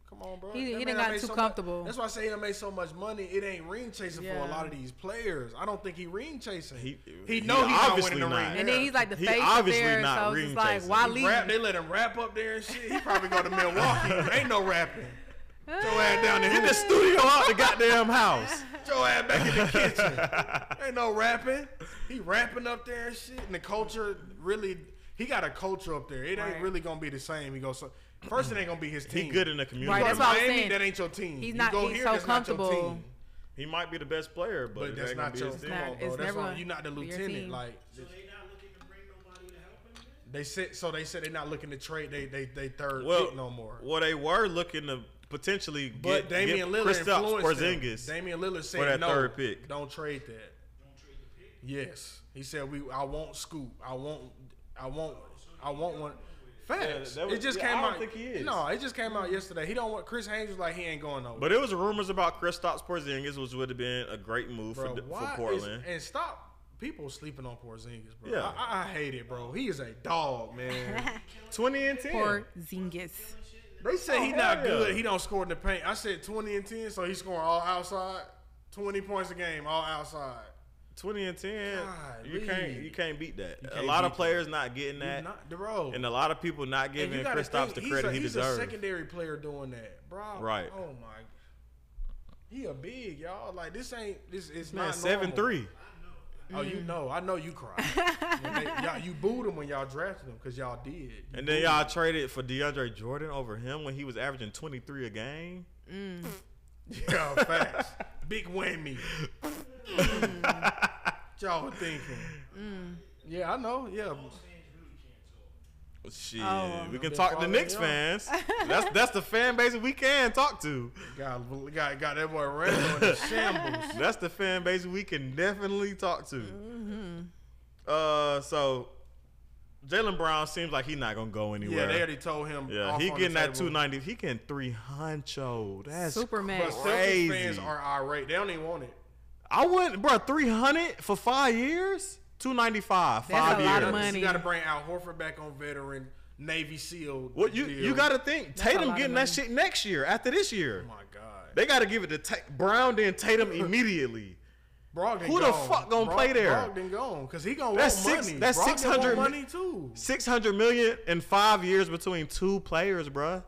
Speaker 4: Come on, bro.
Speaker 3: He-
Speaker 4: That
Speaker 3: he
Speaker 4: man
Speaker 3: done
Speaker 4: done
Speaker 3: got
Speaker 4: made so
Speaker 3: too
Speaker 4: mu-
Speaker 3: comfortable.
Speaker 4: that's why I say he done made so much money. It ain't ring chasing for
Speaker 3: Yeah.
Speaker 4: a lot of these players. I don't think he ring chasing.
Speaker 1: He-
Speaker 4: he
Speaker 1: he
Speaker 4: know he not
Speaker 1: obviously
Speaker 4: winning the
Speaker 1: not.
Speaker 4: ring.
Speaker 3: And
Speaker 4: there.
Speaker 3: then he's like the
Speaker 1: He
Speaker 3: face of
Speaker 1: obviously
Speaker 3: there,
Speaker 1: not
Speaker 3: so it's
Speaker 1: ring
Speaker 3: just like
Speaker 1: chasing.
Speaker 3: why
Speaker 1: He
Speaker 3: leave?
Speaker 4: Rap, they let him rap up there and shit. He probably go to Milwaukee.
Speaker 1: *laughs*
Speaker 4: There ain't no rapping. Throw your
Speaker 3: *laughs*
Speaker 4: ass down the
Speaker 1: Get the
Speaker 4: hoop.
Speaker 1: studio out the goddamn house.
Speaker 4: Throw your ass back in the
Speaker 1: *laughs*
Speaker 4: kitchen. ain't no rapping. He rapping up there and shit. And the culture really, he got a culture up there. It ain't
Speaker 3: Right.
Speaker 4: really gonna be the same. He goes so, first. It ain't gonna be his
Speaker 1: He
Speaker 4: team.
Speaker 1: good in the community.
Speaker 3: Right,
Speaker 4: Go to
Speaker 3: that's what I was
Speaker 4: Miami,
Speaker 3: saying.
Speaker 4: That ain't your team.
Speaker 3: He's
Speaker 4: You
Speaker 3: not-
Speaker 4: go
Speaker 3: he's
Speaker 4: here,
Speaker 3: so
Speaker 4: that's not your
Speaker 3: comfortable.
Speaker 4: team.
Speaker 1: He might be the best player, but,
Speaker 4: But
Speaker 1: it
Speaker 4: that's
Speaker 1: ain't gonna
Speaker 4: not
Speaker 1: be
Speaker 4: your
Speaker 1: his
Speaker 4: come
Speaker 1: thing.
Speaker 3: not-
Speaker 4: on, bro.
Speaker 3: it's
Speaker 4: That's
Speaker 3: never
Speaker 4: why
Speaker 3: gonna
Speaker 4: you're not the
Speaker 3: be your
Speaker 4: lieutenant.
Speaker 3: team.
Speaker 4: Like
Speaker 5: So they not looking to bring nobody to help him. Then?
Speaker 4: they said, so they said they're not looking to trade. They they they third
Speaker 1: Well,
Speaker 4: pick no more.
Speaker 1: Well, they were looking to potentially get,
Speaker 4: But Damian
Speaker 1: get
Speaker 4: Lillard
Speaker 1: Kristaps
Speaker 4: influenced them.
Speaker 1: Porzingis.
Speaker 4: Damian Lillard said
Speaker 1: that
Speaker 4: no,
Speaker 1: third pick.
Speaker 4: Don't trade that.
Speaker 5: Don't trade the pick.
Speaker 4: Yes, he said we. I won't scoop. I won't. I won't. I won't want. Facts.
Speaker 1: Yeah, that was-
Speaker 4: it just
Speaker 1: yeah,
Speaker 4: came
Speaker 1: I don't
Speaker 4: out.
Speaker 1: think he is.
Speaker 4: No, it just came out yesterday. He don't want Chris Haynes was like he ain't going nowhere.
Speaker 1: But it was rumors about Kristaps Porzingis, which would have been a great move
Speaker 4: bro,
Speaker 1: for,
Speaker 4: why
Speaker 1: for
Speaker 4: is-
Speaker 1: Portland.
Speaker 4: and stop people sleeping on Porzingis, bro.
Speaker 1: Yeah.
Speaker 4: I, I- I hate it, bro. He is a dog, man.
Speaker 1: Twenty and ten.
Speaker 3: Or Zingis.
Speaker 4: They say he
Speaker 1: Oh, hell
Speaker 4: not
Speaker 1: yeah.
Speaker 4: good. He don't score in the paint. I said twenty and ten, so he's scoring all outside. Twenty points a game, all outside.
Speaker 1: Twenty and ten. you
Speaker 4: Golly.
Speaker 1: can't you can't beat that.
Speaker 4: can't
Speaker 1: a lot
Speaker 4: beat
Speaker 1: of players not getting
Speaker 4: He's
Speaker 1: that,
Speaker 4: not the bro.
Speaker 1: and a lot of people not
Speaker 4: And
Speaker 1: giving
Speaker 4: gotta
Speaker 1: Kristaps the
Speaker 4: think,
Speaker 1: credit he
Speaker 4: he's a, he's a
Speaker 1: deserves.
Speaker 4: secondary player doing that, bro.
Speaker 1: Right.
Speaker 4: Oh my. He a big y'all. Like this ain't this. It's
Speaker 1: Man,
Speaker 4: not
Speaker 1: seven
Speaker 4: normal.
Speaker 1: three.
Speaker 4: Oh, you know. I know you cried. When they- y'all, you booed him when y'all drafted him because y'all did. You
Speaker 1: And then
Speaker 4: booed
Speaker 1: y'all traded for DeAndre Jordan over him when he was averaging twenty three a game.
Speaker 4: Yeah, facts. Big whammy. What y'all were thinking. Yeah, I know. Yeah.
Speaker 5: Those fans really can't talk.
Speaker 1: Shit,
Speaker 3: Oh.
Speaker 1: we can
Speaker 4: Been
Speaker 1: talk to
Speaker 4: following
Speaker 1: Knicks
Speaker 4: y'all.
Speaker 3: *laughs*
Speaker 1: fans. That's that's the fan base we can talk to.
Speaker 4: God, God, God, that boy Randall in the shambles.
Speaker 1: That's the fan base we can definitely talk to.
Speaker 3: Mm-hmm.
Speaker 1: Uh, so Jalen Brown seems like he's not gonna go anywhere.
Speaker 4: Yeah, they already told him.
Speaker 1: Yeah,
Speaker 4: off
Speaker 1: he
Speaker 4: on
Speaker 1: getting
Speaker 4: the
Speaker 1: that
Speaker 4: table.
Speaker 1: two ninety. He can three hundred. That's
Speaker 3: Superman.
Speaker 4: But
Speaker 1: Crazy.
Speaker 4: Celtics fans are irate. They don't even want it.
Speaker 1: I wouldn't, bro. Three hundred for five years. Two ninety five.
Speaker 3: That's
Speaker 1: Five
Speaker 3: a
Speaker 1: years.
Speaker 3: lot of
Speaker 4: Because
Speaker 3: money.
Speaker 4: You got to bring Al Horford back on veteran Navy SEAL.
Speaker 1: What you
Speaker 4: deal.
Speaker 1: you got to think?
Speaker 3: That's a lot
Speaker 1: Tatum
Speaker 3: of
Speaker 1: getting
Speaker 3: money.
Speaker 1: that shit next year after this year.
Speaker 4: Oh my God.
Speaker 1: They got to give it to Ta- Brown then
Speaker 4: *laughs*
Speaker 1: Tatum immediately.
Speaker 4: Brogdon
Speaker 1: Who the
Speaker 4: gone.
Speaker 1: fuck gonna
Speaker 4: Brog-
Speaker 1: play there?
Speaker 4: Brogdon gone because he gonna
Speaker 1: That's
Speaker 4: want
Speaker 1: six-
Speaker 4: money.
Speaker 1: that's
Speaker 4: Brogdon want
Speaker 1: 600
Speaker 4: money too.
Speaker 1: Six hundred million in five years between two players, bruh.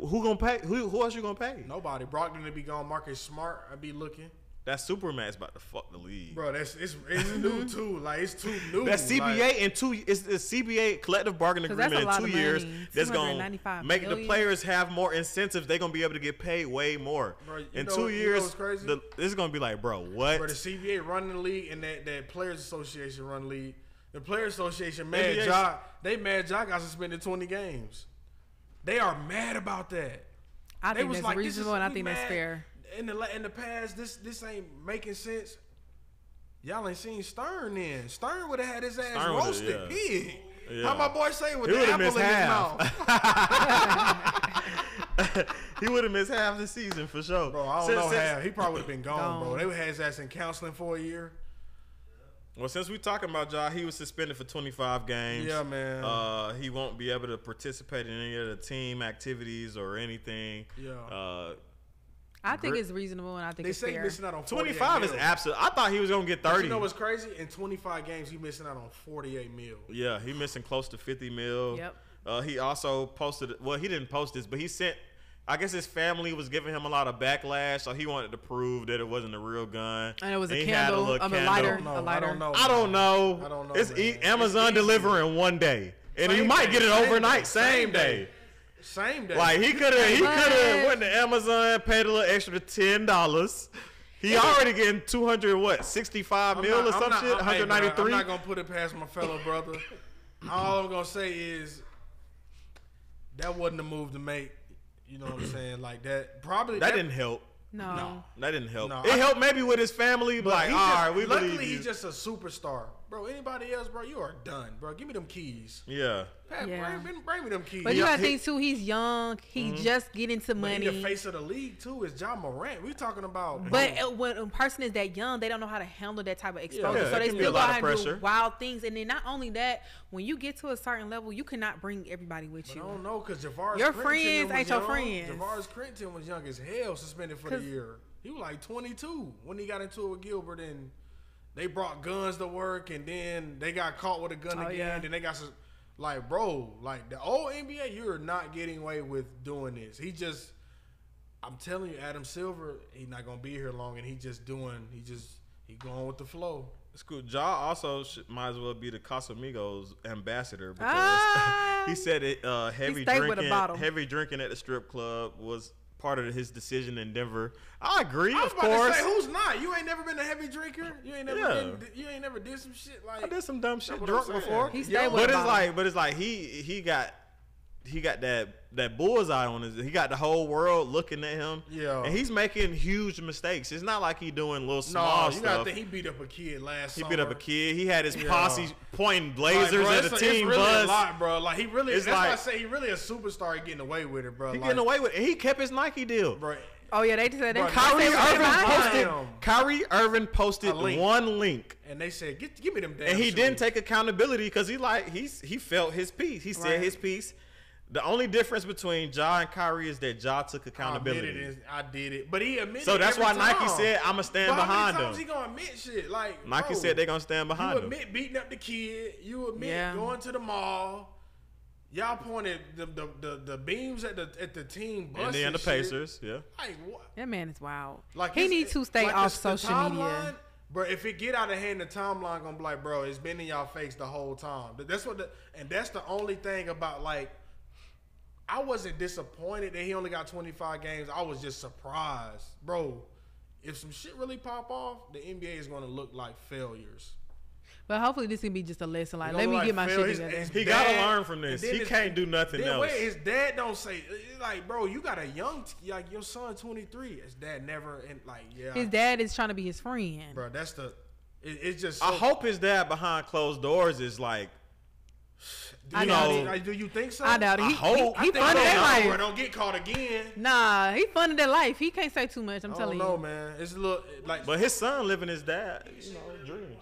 Speaker 1: Who gonna pay? Who who else you gonna pay?
Speaker 4: Nobody. Brogdon to be gone. Marcus Smart. I be looking,
Speaker 1: That Superman's about to fuck the league.
Speaker 4: bro. That's it's it's new too. Like it's too new.
Speaker 1: That CBA
Speaker 4: Like,
Speaker 1: in two it's the CBA collective bargaining
Speaker 3: 'Cause that's
Speaker 1: agreement in
Speaker 3: a lot
Speaker 1: two
Speaker 3: of
Speaker 1: years
Speaker 3: money.
Speaker 1: that's gonna
Speaker 3: $295
Speaker 1: make the
Speaker 3: million.
Speaker 1: players have more incentives. They're gonna be able to get paid way more.
Speaker 4: Bro, you
Speaker 1: in
Speaker 4: know-
Speaker 1: two
Speaker 4: you know
Speaker 1: years,
Speaker 4: what's crazy?
Speaker 1: the, this is gonna be like, bro, what?
Speaker 4: bro, the CBA running the league and that that Players Association run the league. The Players Association mad
Speaker 1: NBA 's-
Speaker 4: Ja. They mad Ja got suspended twenty games. They are mad about that.
Speaker 3: I
Speaker 4: They
Speaker 3: think
Speaker 4: was
Speaker 3: that's
Speaker 4: like, this
Speaker 3: reasonable
Speaker 4: is-
Speaker 3: and I
Speaker 4: we
Speaker 3: think that's
Speaker 4: mad.
Speaker 3: fair.
Speaker 4: In the la- in the past, this this ain't making sense. Y'all ain't seen Stern then. Stern would have had his ass
Speaker 1: Stern would've,
Speaker 4: roasted.
Speaker 1: yeah.
Speaker 4: Pig.
Speaker 1: Yeah.
Speaker 4: How my boy say with
Speaker 1: He
Speaker 4: the
Speaker 1: would've
Speaker 4: apple in
Speaker 1: missed
Speaker 4: his
Speaker 1: half. *laughs*
Speaker 4: mouth.
Speaker 3: *laughs*
Speaker 1: he would have missed half the season for sure.
Speaker 4: Bro, I don't
Speaker 1: Since-
Speaker 4: know
Speaker 1: since-
Speaker 4: how. He probably would have been gone,
Speaker 3: Gone.
Speaker 4: bro. They would have had his ass in counseling for a year.
Speaker 1: Well, since we talking about Ja, he was suspended for 25 games.
Speaker 4: Yeah, man.
Speaker 1: Uh, he won't be able to participate in any of the team activities or anything.
Speaker 4: Yeah.
Speaker 1: Uh,
Speaker 3: I think
Speaker 1: Gri-
Speaker 3: it's reasonable and I think
Speaker 4: They
Speaker 3: it's
Speaker 4: say he
Speaker 3: fair.
Speaker 4: missing out on
Speaker 1: 25 is
Speaker 4: mil.
Speaker 1: absolute. I thought he was gonna get
Speaker 4: But
Speaker 1: 30.
Speaker 4: You know what's crazy? In 25 games, he missing out on 48 mil.
Speaker 1: Yeah, he missing close to fifty mil.
Speaker 3: Yep.
Speaker 1: Uh, he also posted. Well, he didn't post this, but he sent. I guess his family was giving him a lot of backlash, so he wanted to prove that it wasn't a real gun.
Speaker 3: And it was a
Speaker 1: he had
Speaker 3: candle,
Speaker 1: little
Speaker 3: um, a lighter.
Speaker 4: No,
Speaker 3: A
Speaker 4: I
Speaker 3: lighter.
Speaker 4: don't know.
Speaker 1: I don't know.
Speaker 4: Oh, I don't know,
Speaker 1: It's
Speaker 4: man.
Speaker 1: e-
Speaker 4: It's
Speaker 1: Amazon
Speaker 4: easy.
Speaker 1: deliver in one day, and you
Speaker 4: Same
Speaker 1: might
Speaker 4: day,
Speaker 1: get it
Speaker 4: same
Speaker 1: overnight,
Speaker 4: day,
Speaker 1: same,
Speaker 4: same
Speaker 1: day.
Speaker 4: day. Same day.
Speaker 1: Like he could have, he could have
Speaker 3: What?
Speaker 1: went to Amazon, paid a little extra ten dollars. He already getting two hundred what sixty five
Speaker 4: I'm
Speaker 1: mil
Speaker 4: not-
Speaker 1: or
Speaker 4: I'm
Speaker 1: some
Speaker 4: not-
Speaker 1: shit, one
Speaker 4: I'm- hey,
Speaker 1: hundred
Speaker 4: bro,
Speaker 1: ninety three.
Speaker 4: I'm not gonna put it past my fellow brother. All I'm gonna say is that wasn't a move to make. You know what I'm saying? Like that probably
Speaker 1: That didn't help.
Speaker 3: no.
Speaker 1: That didn't help.
Speaker 4: No,
Speaker 1: it
Speaker 4: I-
Speaker 1: helped maybe with his family. But like,
Speaker 4: he
Speaker 1: all
Speaker 4: just-
Speaker 1: right, we
Speaker 4: luckily
Speaker 1: believe you.
Speaker 4: he's just a superstar, bro. Anybody else, bro? You are done, bro. Give me them keys.
Speaker 1: yeah,
Speaker 4: Pat,
Speaker 3: Yeah.
Speaker 4: bring, bring, bring me them keys.
Speaker 3: But you
Speaker 1: Yeah,
Speaker 3: gotta
Speaker 1: he-
Speaker 3: think too, he's young. He just getting to
Speaker 4: Mm-hmm. But he the
Speaker 3: money.
Speaker 4: face of the league too. Is John Morant? We talking about?
Speaker 3: But uh, when a person is that young, they don't know how to handle that type of exposure.
Speaker 1: Yeah,
Speaker 3: so
Speaker 1: it
Speaker 3: they
Speaker 1: can be a
Speaker 3: still go
Speaker 1: lot of
Speaker 3: out and do
Speaker 1: pressure.
Speaker 3: wild things. And then not only that, when you get to a certain level, you cannot bring everybody with
Speaker 4: I
Speaker 3: you.
Speaker 4: don't know because Javaris.
Speaker 3: Your
Speaker 4: Crittenton
Speaker 3: friends
Speaker 4: was
Speaker 3: ain't your
Speaker 4: young.
Speaker 3: friends.
Speaker 4: Javaris Crittenton was young as hell, suspended for the
Speaker 3: 'Cause-
Speaker 4: year. He was like 22 when he got into it with Gilbert, and they brought guns to work, and then they got caught with a gun
Speaker 3: Oh,
Speaker 4: again.
Speaker 3: yeah.
Speaker 4: Then they got sus- like, bro, like the old NBA, you're not getting away with doing this. He just, I'm telling you, Adam Silver, he's not gonna be here long, and he just doing, he just, he going with the flow.
Speaker 1: it's cool. Ja also should, might as well be the Casamigos ambassador because
Speaker 3: Ah.
Speaker 1: *laughs* he said it. Uh, heavy
Speaker 3: stayed with a
Speaker 1: drinking,
Speaker 3: bottle.
Speaker 1: heavy drinking at the strip club was part of his decision in Denver. I agree,
Speaker 4: I was
Speaker 1: of
Speaker 4: about
Speaker 1: course.
Speaker 4: to say, who's not? You ain't never been a heavy drinker. You ain't never,
Speaker 1: Yeah.
Speaker 4: been, you ain't never did some shit like.
Speaker 1: I did some dumb shit
Speaker 4: what
Speaker 1: drunk
Speaker 4: I'm saying.
Speaker 1: before.
Speaker 3: He stayed with
Speaker 1: but
Speaker 3: a
Speaker 1: it's
Speaker 3: bottle.
Speaker 1: like, but it's like he he got he got that that bullseye on his. He got the whole world looking at him.
Speaker 4: Yeah.
Speaker 1: and he's making huge mistakes. It's not like he doing little
Speaker 4: No,
Speaker 1: small
Speaker 4: you gotta
Speaker 1: stuff.
Speaker 4: think he beat up a kid last.
Speaker 1: He
Speaker 4: summer.
Speaker 1: beat up a kid. He had his
Speaker 4: Yeah.
Speaker 1: posse pointing
Speaker 4: Like,
Speaker 1: blazers
Speaker 4: bro,
Speaker 1: at
Speaker 4: it's
Speaker 1: a,
Speaker 4: a- it's
Speaker 1: team
Speaker 4: really
Speaker 1: bus.
Speaker 4: A lot, bro. Like he really.
Speaker 1: It's
Speaker 4: that's why I
Speaker 1: like-
Speaker 4: say he really a superstar at getting away with it, bro.
Speaker 1: He
Speaker 4: like,
Speaker 1: getting away with it. He kept his Nike deal.
Speaker 4: bro.
Speaker 3: Oh yeah, they just said they
Speaker 4: Bro,
Speaker 1: Kyrie
Speaker 4: They
Speaker 3: they
Speaker 4: were
Speaker 1: Irving
Speaker 4: behind
Speaker 1: posted.
Speaker 4: him.
Speaker 1: Kyrie Irving posted
Speaker 4: A link.
Speaker 1: one link,
Speaker 4: And they said, "Get, give me them damn."
Speaker 1: and he
Speaker 4: shoes."
Speaker 1: didn't take accountability because he like he's he felt his piece. He said
Speaker 3: Right.
Speaker 1: his piece. The only difference between Ja and Kyrie is that Ja took
Speaker 4: I admitted
Speaker 1: accountability.
Speaker 4: it. I did it, but he admitted.
Speaker 1: so that's
Speaker 4: every
Speaker 1: why
Speaker 4: time.
Speaker 1: Nike said, "I'ma stand
Speaker 4: But
Speaker 1: behind
Speaker 4: how many times
Speaker 1: him."
Speaker 4: He gonna admit shit like
Speaker 1: Nike
Speaker 4: bro,
Speaker 1: said they're gonna stand
Speaker 4: You
Speaker 1: behind him.
Speaker 4: admit beating up the kid. You admit
Speaker 3: Yeah.
Speaker 4: going to the mall. Y'all pointed the the, the, the beams at the at the team bus.
Speaker 1: And then the
Speaker 4: shit.
Speaker 1: Pacers, yeah.
Speaker 4: Like what?
Speaker 3: That man is wild.
Speaker 4: Like
Speaker 3: he
Speaker 4: it's-
Speaker 3: needs to stay
Speaker 4: like
Speaker 3: off
Speaker 4: it's the
Speaker 3: social media.
Speaker 4: timeline, Bro, if it get out of hand, the timeline gonna be like, bro, it's been in y'all face the whole time. Th- That's what, the, and that's the only thing about like, I wasn't disappointed that he only got 25 games. I was just surprised, bro. If some shit really pop off, the NBA is gonna look like failures.
Speaker 3: But hopefully this can be just a lesson. Like,
Speaker 4: You
Speaker 3: let
Speaker 4: know,
Speaker 3: me
Speaker 4: like,
Speaker 3: get my
Speaker 4: Phil,
Speaker 3: shit
Speaker 4: his-
Speaker 3: together.
Speaker 4: his
Speaker 1: He gotta
Speaker 4: dad-
Speaker 1: learn from this.
Speaker 4: and then
Speaker 1: He
Speaker 4: his-
Speaker 1: can't do nothing
Speaker 4: then wait,
Speaker 1: else.
Speaker 4: his dad don't say like, bro, you got a young t- like your son, twenty three. His dad never and like yeah,
Speaker 3: His dad is trying to be his friend.
Speaker 4: bro. That's the. It, it's just. So,
Speaker 1: I hope his dad behind closed doors is like,
Speaker 4: Do
Speaker 3: I
Speaker 4: you
Speaker 1: doubt
Speaker 4: think-
Speaker 1: it.
Speaker 4: like, do you think so?
Speaker 3: I doubt it.
Speaker 1: I
Speaker 3: He,
Speaker 1: hope.
Speaker 3: he, he
Speaker 4: I think
Speaker 3: funded
Speaker 4: so.
Speaker 3: that
Speaker 4: Bro,
Speaker 3: life.
Speaker 4: Don't get caught again.
Speaker 3: Nah, he funded that life. He can't say too much. I'm
Speaker 4: I
Speaker 3: telling
Speaker 4: don't
Speaker 3: you.
Speaker 4: know, man. It's a little like,
Speaker 1: but his son living his dad, you know, dreams.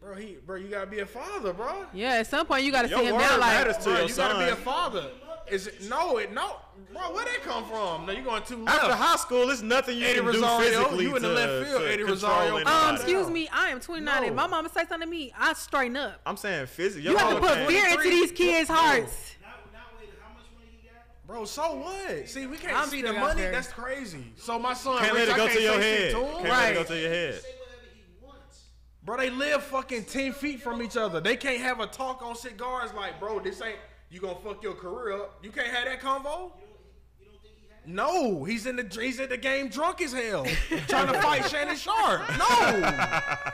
Speaker 4: bro. He, bro, you gotta be a father, bro.
Speaker 3: Yeah, at some point you got to
Speaker 1: Your
Speaker 3: sit him
Speaker 1: word
Speaker 3: down. Like,
Speaker 1: matters to
Speaker 4: Bro,
Speaker 1: your
Speaker 4: you gotta be a
Speaker 1: son.
Speaker 4: father. Is it no? It no, bro. Where that come from? No, you going too left.
Speaker 1: After high school, it's nothing you
Speaker 4: Eddie
Speaker 1: can
Speaker 4: Rosario,
Speaker 1: do physically
Speaker 4: you in the
Speaker 1: to,
Speaker 4: left field,
Speaker 1: to
Speaker 4: Eddie
Speaker 1: control
Speaker 4: Rosario.
Speaker 1: anybody.
Speaker 3: um,
Speaker 4: Nah.
Speaker 3: excuse me, I am 29. If
Speaker 4: No.
Speaker 3: my mama say something to me, I straighten up.
Speaker 1: I'm saying physically.
Speaker 3: You have to put fear into
Speaker 4: 23.
Speaker 3: these kids'
Speaker 4: No.
Speaker 3: hearts.
Speaker 5: Now, now wait, how much money he got?
Speaker 4: Bro, so what? See, we can't
Speaker 3: I'm
Speaker 4: see
Speaker 3: still
Speaker 4: the
Speaker 3: out
Speaker 4: money.
Speaker 3: there.
Speaker 4: That's crazy. So my son,
Speaker 1: Can't let
Speaker 4: Rich,
Speaker 1: it
Speaker 4: I
Speaker 1: go
Speaker 4: can't
Speaker 1: to your
Speaker 4: say shit
Speaker 1: head.
Speaker 4: to him?
Speaker 1: Can't
Speaker 3: Right.
Speaker 1: let it go to your head.
Speaker 5: Say whatever he wants.
Speaker 4: Bro, they live fucking ten feet from each other. They can't have a talk on cigars. Like, bro, this ain't you gonna fuck your career up. You can't have that convo.
Speaker 5: You don't think he had?
Speaker 4: No, he's in the he's at the game drunk as hell, *laughs* trying to fight Shannon Sharp.
Speaker 1: *laughs*
Speaker 4: No,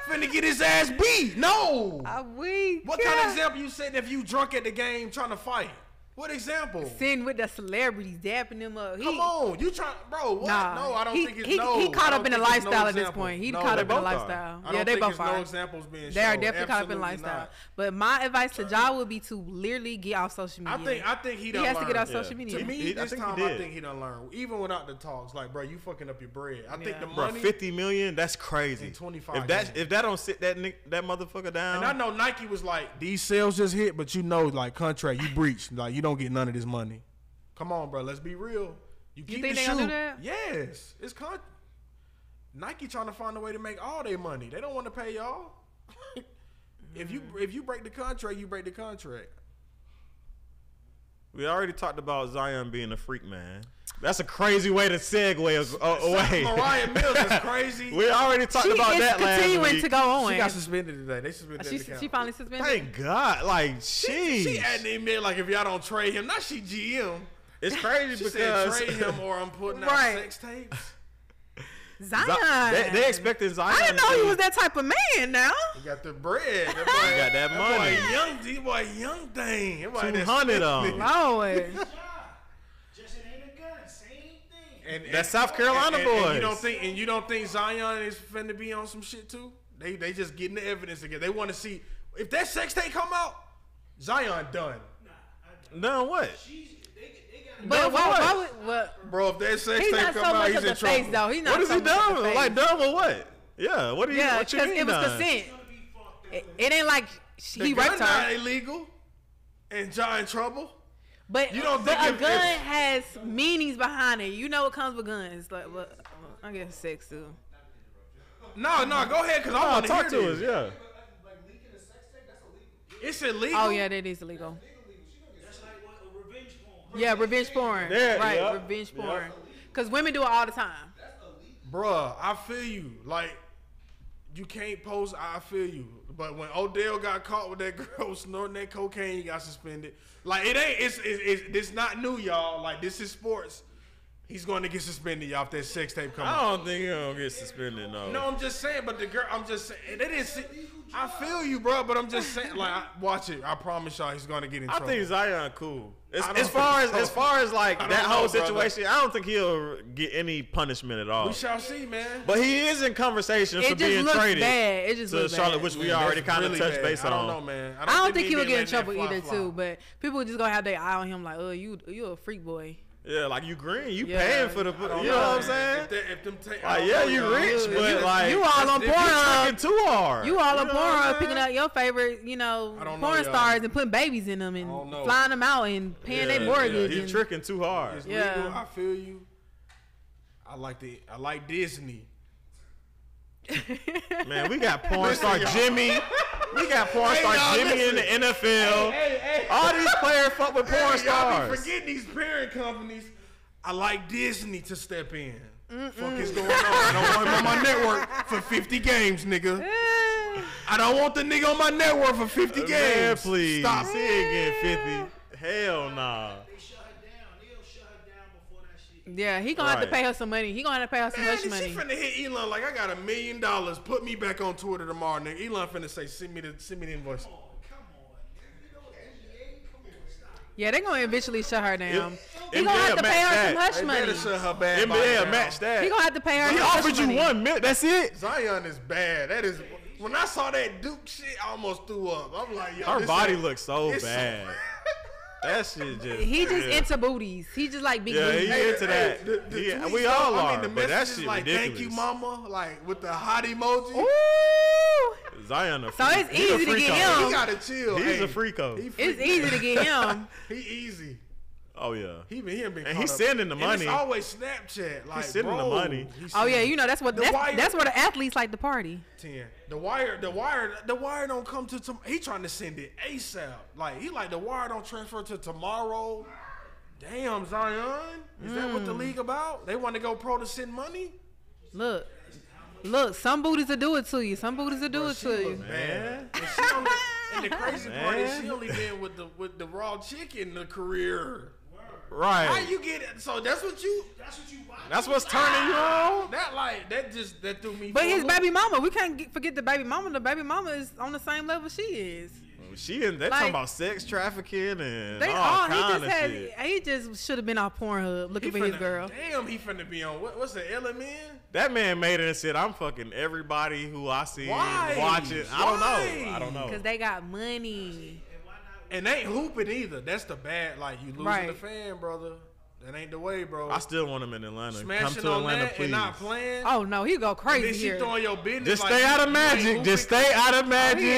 Speaker 4: finna get his ass beat. No.
Speaker 3: I we
Speaker 4: What kind of example you setting if you drunk at the game trying to fight? What example?
Speaker 3: Sitting with the celebrities, dapping them up. He,
Speaker 4: Come on, you trying, bro? What?
Speaker 3: Nah,
Speaker 4: no, I don't
Speaker 3: he-
Speaker 4: think it's
Speaker 3: he-
Speaker 4: no.
Speaker 3: he caught
Speaker 4: I
Speaker 3: up
Speaker 4: don't
Speaker 3: in the
Speaker 4: think it's
Speaker 3: lifestyle at this
Speaker 4: example.
Speaker 3: point. He
Speaker 4: No,
Speaker 3: caught
Speaker 4: they
Speaker 3: up in the
Speaker 4: both are.
Speaker 3: lifestyle.
Speaker 4: I don't
Speaker 3: Yeah, they
Speaker 4: think
Speaker 3: both
Speaker 4: it's
Speaker 3: are.
Speaker 4: No examples being
Speaker 3: They are
Speaker 4: shown.
Speaker 3: definitely caught up in
Speaker 4: Absolutely
Speaker 3: lifestyle.
Speaker 4: not.
Speaker 3: But my advice to Ja would be to literally get off social
Speaker 4: I
Speaker 3: media.
Speaker 4: think I think he
Speaker 3: he
Speaker 4: done
Speaker 3: has to get
Speaker 4: learned.
Speaker 3: off
Speaker 1: Yeah.
Speaker 3: social media.
Speaker 4: To me,
Speaker 1: He- I
Speaker 4: this
Speaker 1: think he
Speaker 4: time I
Speaker 1: did.
Speaker 4: think he done learned. Even without the talks, like bro, you fucking up your bread. I think
Speaker 3: Yeah.
Speaker 4: the
Speaker 1: Bro,
Speaker 4: money.
Speaker 1: fifty million, that's crazy.
Speaker 4: In 25
Speaker 1: If that
Speaker 4: games.
Speaker 1: if that don't sit that ni- that motherfucker down,
Speaker 4: And I know Nike was like, these sales just hit, but you know, like contract, you *laughs* breached. Like you don't get none of this money. Come on, bro. Let's be real. You, keep the
Speaker 3: think they
Speaker 4: shoe.
Speaker 3: gonna do that?
Speaker 4: Yes, it's con. Nike trying to find a way to make all their money. They don't want to pay y'all. *laughs* if you if you break the contract, you break the *laughs* contract.
Speaker 1: we already talked about Zion being a freak, man. That's a crazy way to segue a-
Speaker 4: Oh,
Speaker 1: a- away.
Speaker 4: Mariah Mills
Speaker 1: *laughs*
Speaker 4: is *laughs* crazy.
Speaker 1: we already talked
Speaker 3: she
Speaker 1: about
Speaker 3: is
Speaker 1: that last
Speaker 3: continuing
Speaker 1: week.
Speaker 3: to go on.
Speaker 4: she got suspended today. They suspended.
Speaker 3: she,
Speaker 4: the account.
Speaker 3: she finally suspended.
Speaker 1: Thank God, like
Speaker 4: She,
Speaker 1: she.
Speaker 4: she adding in there like if y'all don't trade him, not she GM.
Speaker 1: It's crazy
Speaker 4: She said
Speaker 1: because
Speaker 4: trade him or I'm putting out
Speaker 3: Right.
Speaker 4: sex tapes.
Speaker 3: Zion.
Speaker 1: They, they expecting Zion.
Speaker 3: I didn't
Speaker 1: to
Speaker 3: know he
Speaker 1: be-
Speaker 3: was that type of man.
Speaker 4: *laughs*
Speaker 3: Now
Speaker 4: He got the bread. That boy,
Speaker 1: He got that money.
Speaker 4: boy young, that boy young thing. That boy that
Speaker 1: 200 of 'em.
Speaker 3: Lord,
Speaker 5: Ja, just it ain't a gun. Same thing.
Speaker 4: And,
Speaker 1: That South Carolina
Speaker 4: and- and- and
Speaker 1: boys.
Speaker 4: you don't think and you don't think Zion is finna be on some shit too? They they just getting the evidence again. They want to see if that sex tape come out. Zion done,
Speaker 1: Done what?
Speaker 3: but
Speaker 4: Done
Speaker 3: why,
Speaker 4: for what?
Speaker 3: why would well,
Speaker 4: bro. If that sex
Speaker 3: he's
Speaker 4: tape
Speaker 3: not so
Speaker 4: come out,
Speaker 3: much
Speaker 4: he's
Speaker 3: of the
Speaker 4: in trouble.
Speaker 3: face though. He's not
Speaker 1: What is
Speaker 3: so
Speaker 1: he
Speaker 3: much of the
Speaker 1: done?
Speaker 3: face.
Speaker 1: Like done with what? Yeah. What do you?
Speaker 3: yeah,
Speaker 1: what you
Speaker 3: because
Speaker 1: mean
Speaker 3: it was
Speaker 1: done?
Speaker 3: consent. It, it ain't like she
Speaker 4: The gun
Speaker 3: raped
Speaker 4: not
Speaker 3: her,
Speaker 4: illegal, and John in trouble.
Speaker 3: but
Speaker 4: you don't
Speaker 3: but
Speaker 4: think
Speaker 3: a
Speaker 4: if-
Speaker 3: gun
Speaker 4: if-
Speaker 3: has meanings behind it. You know what comes with guns? Like, well, I guess sex too.
Speaker 4: No, no, go ahead, cause I
Speaker 1: Oh,
Speaker 4: want to
Speaker 1: talk
Speaker 4: hear
Speaker 1: to us.
Speaker 4: this.
Speaker 1: Yeah.
Speaker 4: It's illegal.
Speaker 3: Oh yeah, that is illegal.
Speaker 5: That's like what a revenge porn.
Speaker 3: Yeah, revenge porn.
Speaker 1: Yeah,
Speaker 3: right,
Speaker 1: yeah,
Speaker 3: revenge
Speaker 1: yeah.
Speaker 3: porn. Because women do it all the time.
Speaker 4: Bruh, I feel you. Like, you can't post, I feel you. But when Odell got caught with that *laughs* girl snorting that cocaine, he got suspended. Like, it ain't, it's, it's, it's, it's not new, y'all. Like, this is sports. He's going to get suspended, y'all, if that sex tape come out.
Speaker 1: I don't think he gonna get suspended. No.
Speaker 4: No, I'm just saying, but the girl, I'm just saying, they didn't see, I feel you, bro, but I'm just saying, like, I, watch it. I promise y'all, he's going to get in
Speaker 1: I
Speaker 4: trouble.
Speaker 1: think Zion cool. As,
Speaker 4: I don't
Speaker 1: as far as
Speaker 4: think so.
Speaker 1: as far as like
Speaker 4: I don't
Speaker 1: that whole
Speaker 4: know, brother.
Speaker 1: situation, I don't think he'll get any punishment at all.
Speaker 4: we shall see, man.
Speaker 1: But he is in conversation for
Speaker 3: It just
Speaker 1: being
Speaker 3: looks
Speaker 1: traded
Speaker 3: bad. It just
Speaker 1: to
Speaker 3: looks
Speaker 1: Charlotte,
Speaker 3: bad.
Speaker 1: which we
Speaker 4: Man,
Speaker 1: already
Speaker 4: that's
Speaker 1: kind of
Speaker 4: really
Speaker 1: touched
Speaker 4: bad.
Speaker 1: base
Speaker 4: I don't
Speaker 1: on.
Speaker 4: know, man.
Speaker 3: I don't think
Speaker 4: they
Speaker 3: he would
Speaker 4: been
Speaker 3: get
Speaker 4: letting
Speaker 3: in
Speaker 4: that
Speaker 3: trouble
Speaker 4: fly
Speaker 3: either
Speaker 4: fly.
Speaker 3: too. But people just gonna have their eye on him like, oh, you you a freak boy.
Speaker 1: Yeah, like you green, you
Speaker 3: Yeah.
Speaker 1: paying for the, you know
Speaker 4: don't
Speaker 1: what I'm
Speaker 4: man.
Speaker 1: saying?
Speaker 4: If they- if them take- I
Speaker 1: Like Oh,
Speaker 4: don't
Speaker 1: yeah,
Speaker 4: know,
Speaker 1: you
Speaker 4: y'all.
Speaker 1: rich,
Speaker 4: If
Speaker 1: but
Speaker 4: you-
Speaker 1: like
Speaker 3: you all on
Speaker 1: if you
Speaker 3: Pornhub.
Speaker 1: tricking too hard.
Speaker 3: You all
Speaker 1: know
Speaker 3: a
Speaker 1: what I'm
Speaker 3: porn
Speaker 1: saying?
Speaker 3: picking out your favorite, you know,
Speaker 4: I don't know,
Speaker 3: porn
Speaker 4: y'all.
Speaker 3: stars and putting babies in them and
Speaker 4: I don't know.
Speaker 3: flying them out and paying
Speaker 1: Yeah,
Speaker 3: their
Speaker 1: yeah,
Speaker 3: mortgage.
Speaker 1: He's
Speaker 3: and-
Speaker 1: tricking too hard.
Speaker 4: *laughs* It's
Speaker 3: Yeah.
Speaker 4: legal. I feel you. I like the I like Disney.
Speaker 1: Man, we got porn
Speaker 4: Listen,
Speaker 1: star
Speaker 4: y'all.
Speaker 1: Jimmy. We got porn
Speaker 4: Hey,
Speaker 1: star
Speaker 4: y'all,
Speaker 1: Jimmy in the
Speaker 4: listen.
Speaker 1: NFL.
Speaker 4: hey.
Speaker 1: All these players fuck with porn
Speaker 4: *laughs* Hey, Y'all be
Speaker 1: stars.
Speaker 4: forgetting these parent companies. I like Disney to step in. Fuck is going on? I don't want him on my network for 50 games, nigga.
Speaker 3: Eh,
Speaker 4: I don't want the nigga on my network for 50 games.
Speaker 1: Uh, Man, please.
Speaker 4: Stop
Speaker 1: He
Speaker 4: it.
Speaker 1: ain't getting 50. Hell nah.
Speaker 5: They shut her down. They'll shut her down before that
Speaker 3: *laughs*
Speaker 5: shit
Speaker 3: Yeah, he gonna have to
Speaker 1: Right.
Speaker 3: pay her some money. He gonna have to pay her some
Speaker 4: Man,
Speaker 3: hush
Speaker 4: she
Speaker 3: money.
Speaker 4: finna hit Elon like I got a million dollars. Put me back on Twitter tomorrow, nigga. Elon finna say, send me the send me the invoice.
Speaker 5: Oh, come on. nigga. You know NBA? Come on, stop.
Speaker 3: yeah, they gonna eventually shut her down. He
Speaker 1: it
Speaker 3: gonna have to
Speaker 1: better match
Speaker 3: pay her
Speaker 1: that.
Speaker 3: some hush
Speaker 4: They better
Speaker 3: money.
Speaker 4: shut her bad. body
Speaker 1: NBA
Speaker 4: down.
Speaker 1: match that.
Speaker 3: He gonna have to pay her.
Speaker 1: He
Speaker 3: some
Speaker 1: offered
Speaker 3: hush
Speaker 1: you
Speaker 3: money.
Speaker 1: one minute. That's it.
Speaker 4: Zion is bad. That is when I saw that Duke shit, I almost threw up. I'm like, yo,
Speaker 1: Her
Speaker 4: this
Speaker 1: body
Speaker 4: ain't-
Speaker 1: looks so
Speaker 4: it's so- *laughs*
Speaker 1: bad. that shit just.
Speaker 3: He just
Speaker 1: yeah.
Speaker 3: into booties. He just like big
Speaker 1: Yeah,
Speaker 3: booties.
Speaker 1: he- into that. Yeah,
Speaker 4: tweets
Speaker 1: we
Speaker 4: though,
Speaker 1: all
Speaker 4: I
Speaker 1: are,
Speaker 4: mean, the
Speaker 1: but that
Speaker 4: message is
Speaker 1: shit
Speaker 4: like, thank you,
Speaker 1: ridiculous.
Speaker 4: mama, like with the hot emoji.
Speaker 3: Ooh,
Speaker 1: Zion. A
Speaker 3: So
Speaker 1: freak.
Speaker 3: it's
Speaker 1: He's a
Speaker 3: easy to
Speaker 1: freak
Speaker 3: get
Speaker 1: code.
Speaker 3: him.
Speaker 4: He gotta chill.
Speaker 1: He's
Speaker 4: hey.
Speaker 1: a free code.
Speaker 4: He freak.
Speaker 3: it's easy to
Speaker 4: *laughs*
Speaker 3: get him.
Speaker 4: He easy.
Speaker 1: Oh yeah.
Speaker 4: He been he been
Speaker 1: And
Speaker 4: caught
Speaker 1: he's
Speaker 4: up.
Speaker 1: sending the
Speaker 4: And it's
Speaker 1: money.
Speaker 4: always Snapchat. Like
Speaker 1: sending the
Speaker 4: bro,
Speaker 1: money.
Speaker 4: he's
Speaker 3: Oh yeah,
Speaker 4: sending
Speaker 3: you know that's what
Speaker 4: The
Speaker 3: that's,
Speaker 4: Wire-
Speaker 3: that's where the athletes like the party.
Speaker 4: ten. The wire, the wire, the wire don't come to. Tom- he trying to send it ASAP. Like he like the wire don't transfer to tomorrow. Damn Zion, is that what the
Speaker 3: Hmm.
Speaker 4: league about? They want to go pro to send money.
Speaker 3: Look, look, some booties will do it to you. Some booties will do
Speaker 4: Bro,
Speaker 3: it
Speaker 4: she
Speaker 3: to
Speaker 4: look
Speaker 3: you.
Speaker 4: bad. And, she only, and the crazy part is she
Speaker 1: Man.
Speaker 4: only been with the with the raw chicken the career. How
Speaker 1: Right.
Speaker 4: you get it? So that's what you.
Speaker 5: That's what you watch.
Speaker 1: That's what's turning you on.
Speaker 4: That like that just that threw me.
Speaker 3: But
Speaker 4: for a
Speaker 3: his
Speaker 4: loop.
Speaker 3: baby mama, we can't get, forget the baby mama. The baby mama is on the same level she is.
Speaker 1: She and they
Speaker 3: Like-
Speaker 1: talking about sex trafficking and
Speaker 3: They
Speaker 1: all,
Speaker 3: all,
Speaker 1: kinds
Speaker 3: he just
Speaker 1: of
Speaker 3: had
Speaker 1: shit.
Speaker 3: he just should have been off Pornhub looking for his
Speaker 4: finna-
Speaker 3: girl.
Speaker 4: Damn, he finna be on what, what's the LMN?
Speaker 1: That man made it and said, "I'm fucking everybody who I see
Speaker 4: Why?
Speaker 1: watching." I don't know.
Speaker 4: Why?
Speaker 1: I don't know.
Speaker 3: Cause they got money.
Speaker 4: And they ain't hooping either. That's the bad. Like you losing
Speaker 3: Right.
Speaker 4: the fan, brother. That ain't the way, bro.
Speaker 1: I still want him in Atlanta. Come
Speaker 4: Smashing
Speaker 1: to
Speaker 4: on
Speaker 1: Atlanta,
Speaker 4: that
Speaker 1: please.
Speaker 4: and not playing.
Speaker 3: Oh no, he go
Speaker 4: and
Speaker 3: crazy
Speaker 4: then she
Speaker 3: here.
Speaker 4: throwing your business.
Speaker 1: Just
Speaker 4: like,
Speaker 1: stay out of
Speaker 4: you
Speaker 1: magic.
Speaker 4: ain't
Speaker 1: Just
Speaker 4: hooping.
Speaker 1: stay out of
Speaker 3: Oh, he is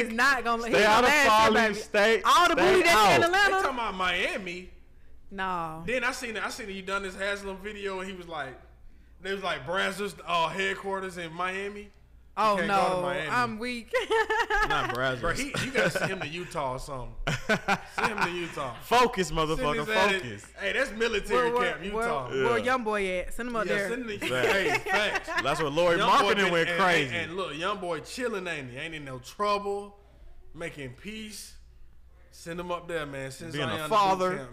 Speaker 1: magic.
Speaker 3: not gonna he
Speaker 1: Stay out of
Speaker 3: gonna
Speaker 1: Folly.
Speaker 3: last here,
Speaker 1: Stay
Speaker 3: baby. All the
Speaker 1: stay
Speaker 3: booty that's in
Speaker 1: out.
Speaker 4: They talking
Speaker 3: Atlanta.
Speaker 4: about Miami.
Speaker 3: No.
Speaker 4: Then I seen I seen you done this Haslam video and he was like, they was like Brazzers uh, headquarters in Miami.
Speaker 3: Oh
Speaker 4: can't go to
Speaker 3: no,
Speaker 4: Miami.
Speaker 3: I'm weak. *laughs*
Speaker 1: Not
Speaker 4: Bro, he,
Speaker 1: Brazos.
Speaker 4: you gotta send him to Utah
Speaker 1: *laughs*
Speaker 4: or something. Send him to Utah.
Speaker 1: Focus,
Speaker 4: Send
Speaker 1: motherfucker.
Speaker 4: his ass-
Speaker 1: Focus.
Speaker 4: Hey, that's military
Speaker 3: where, where,
Speaker 4: camp,
Speaker 3: where,
Speaker 4: Utah.
Speaker 1: Yeah.
Speaker 3: where young boy at? Send him up
Speaker 4: yeah,
Speaker 3: there.
Speaker 4: send him to
Speaker 1: Facts.
Speaker 4: Hey, facts.
Speaker 1: That's what Lori
Speaker 4: Young boy
Speaker 1: marketing
Speaker 4: been-
Speaker 1: went
Speaker 4: and-
Speaker 1: crazy.
Speaker 4: And, and look, young boy chilling, ain't he? Ain't in no trouble, making peace. Send him up there, man. Send
Speaker 1: Being a
Speaker 4: Zion to boot
Speaker 1: father.
Speaker 4: camp,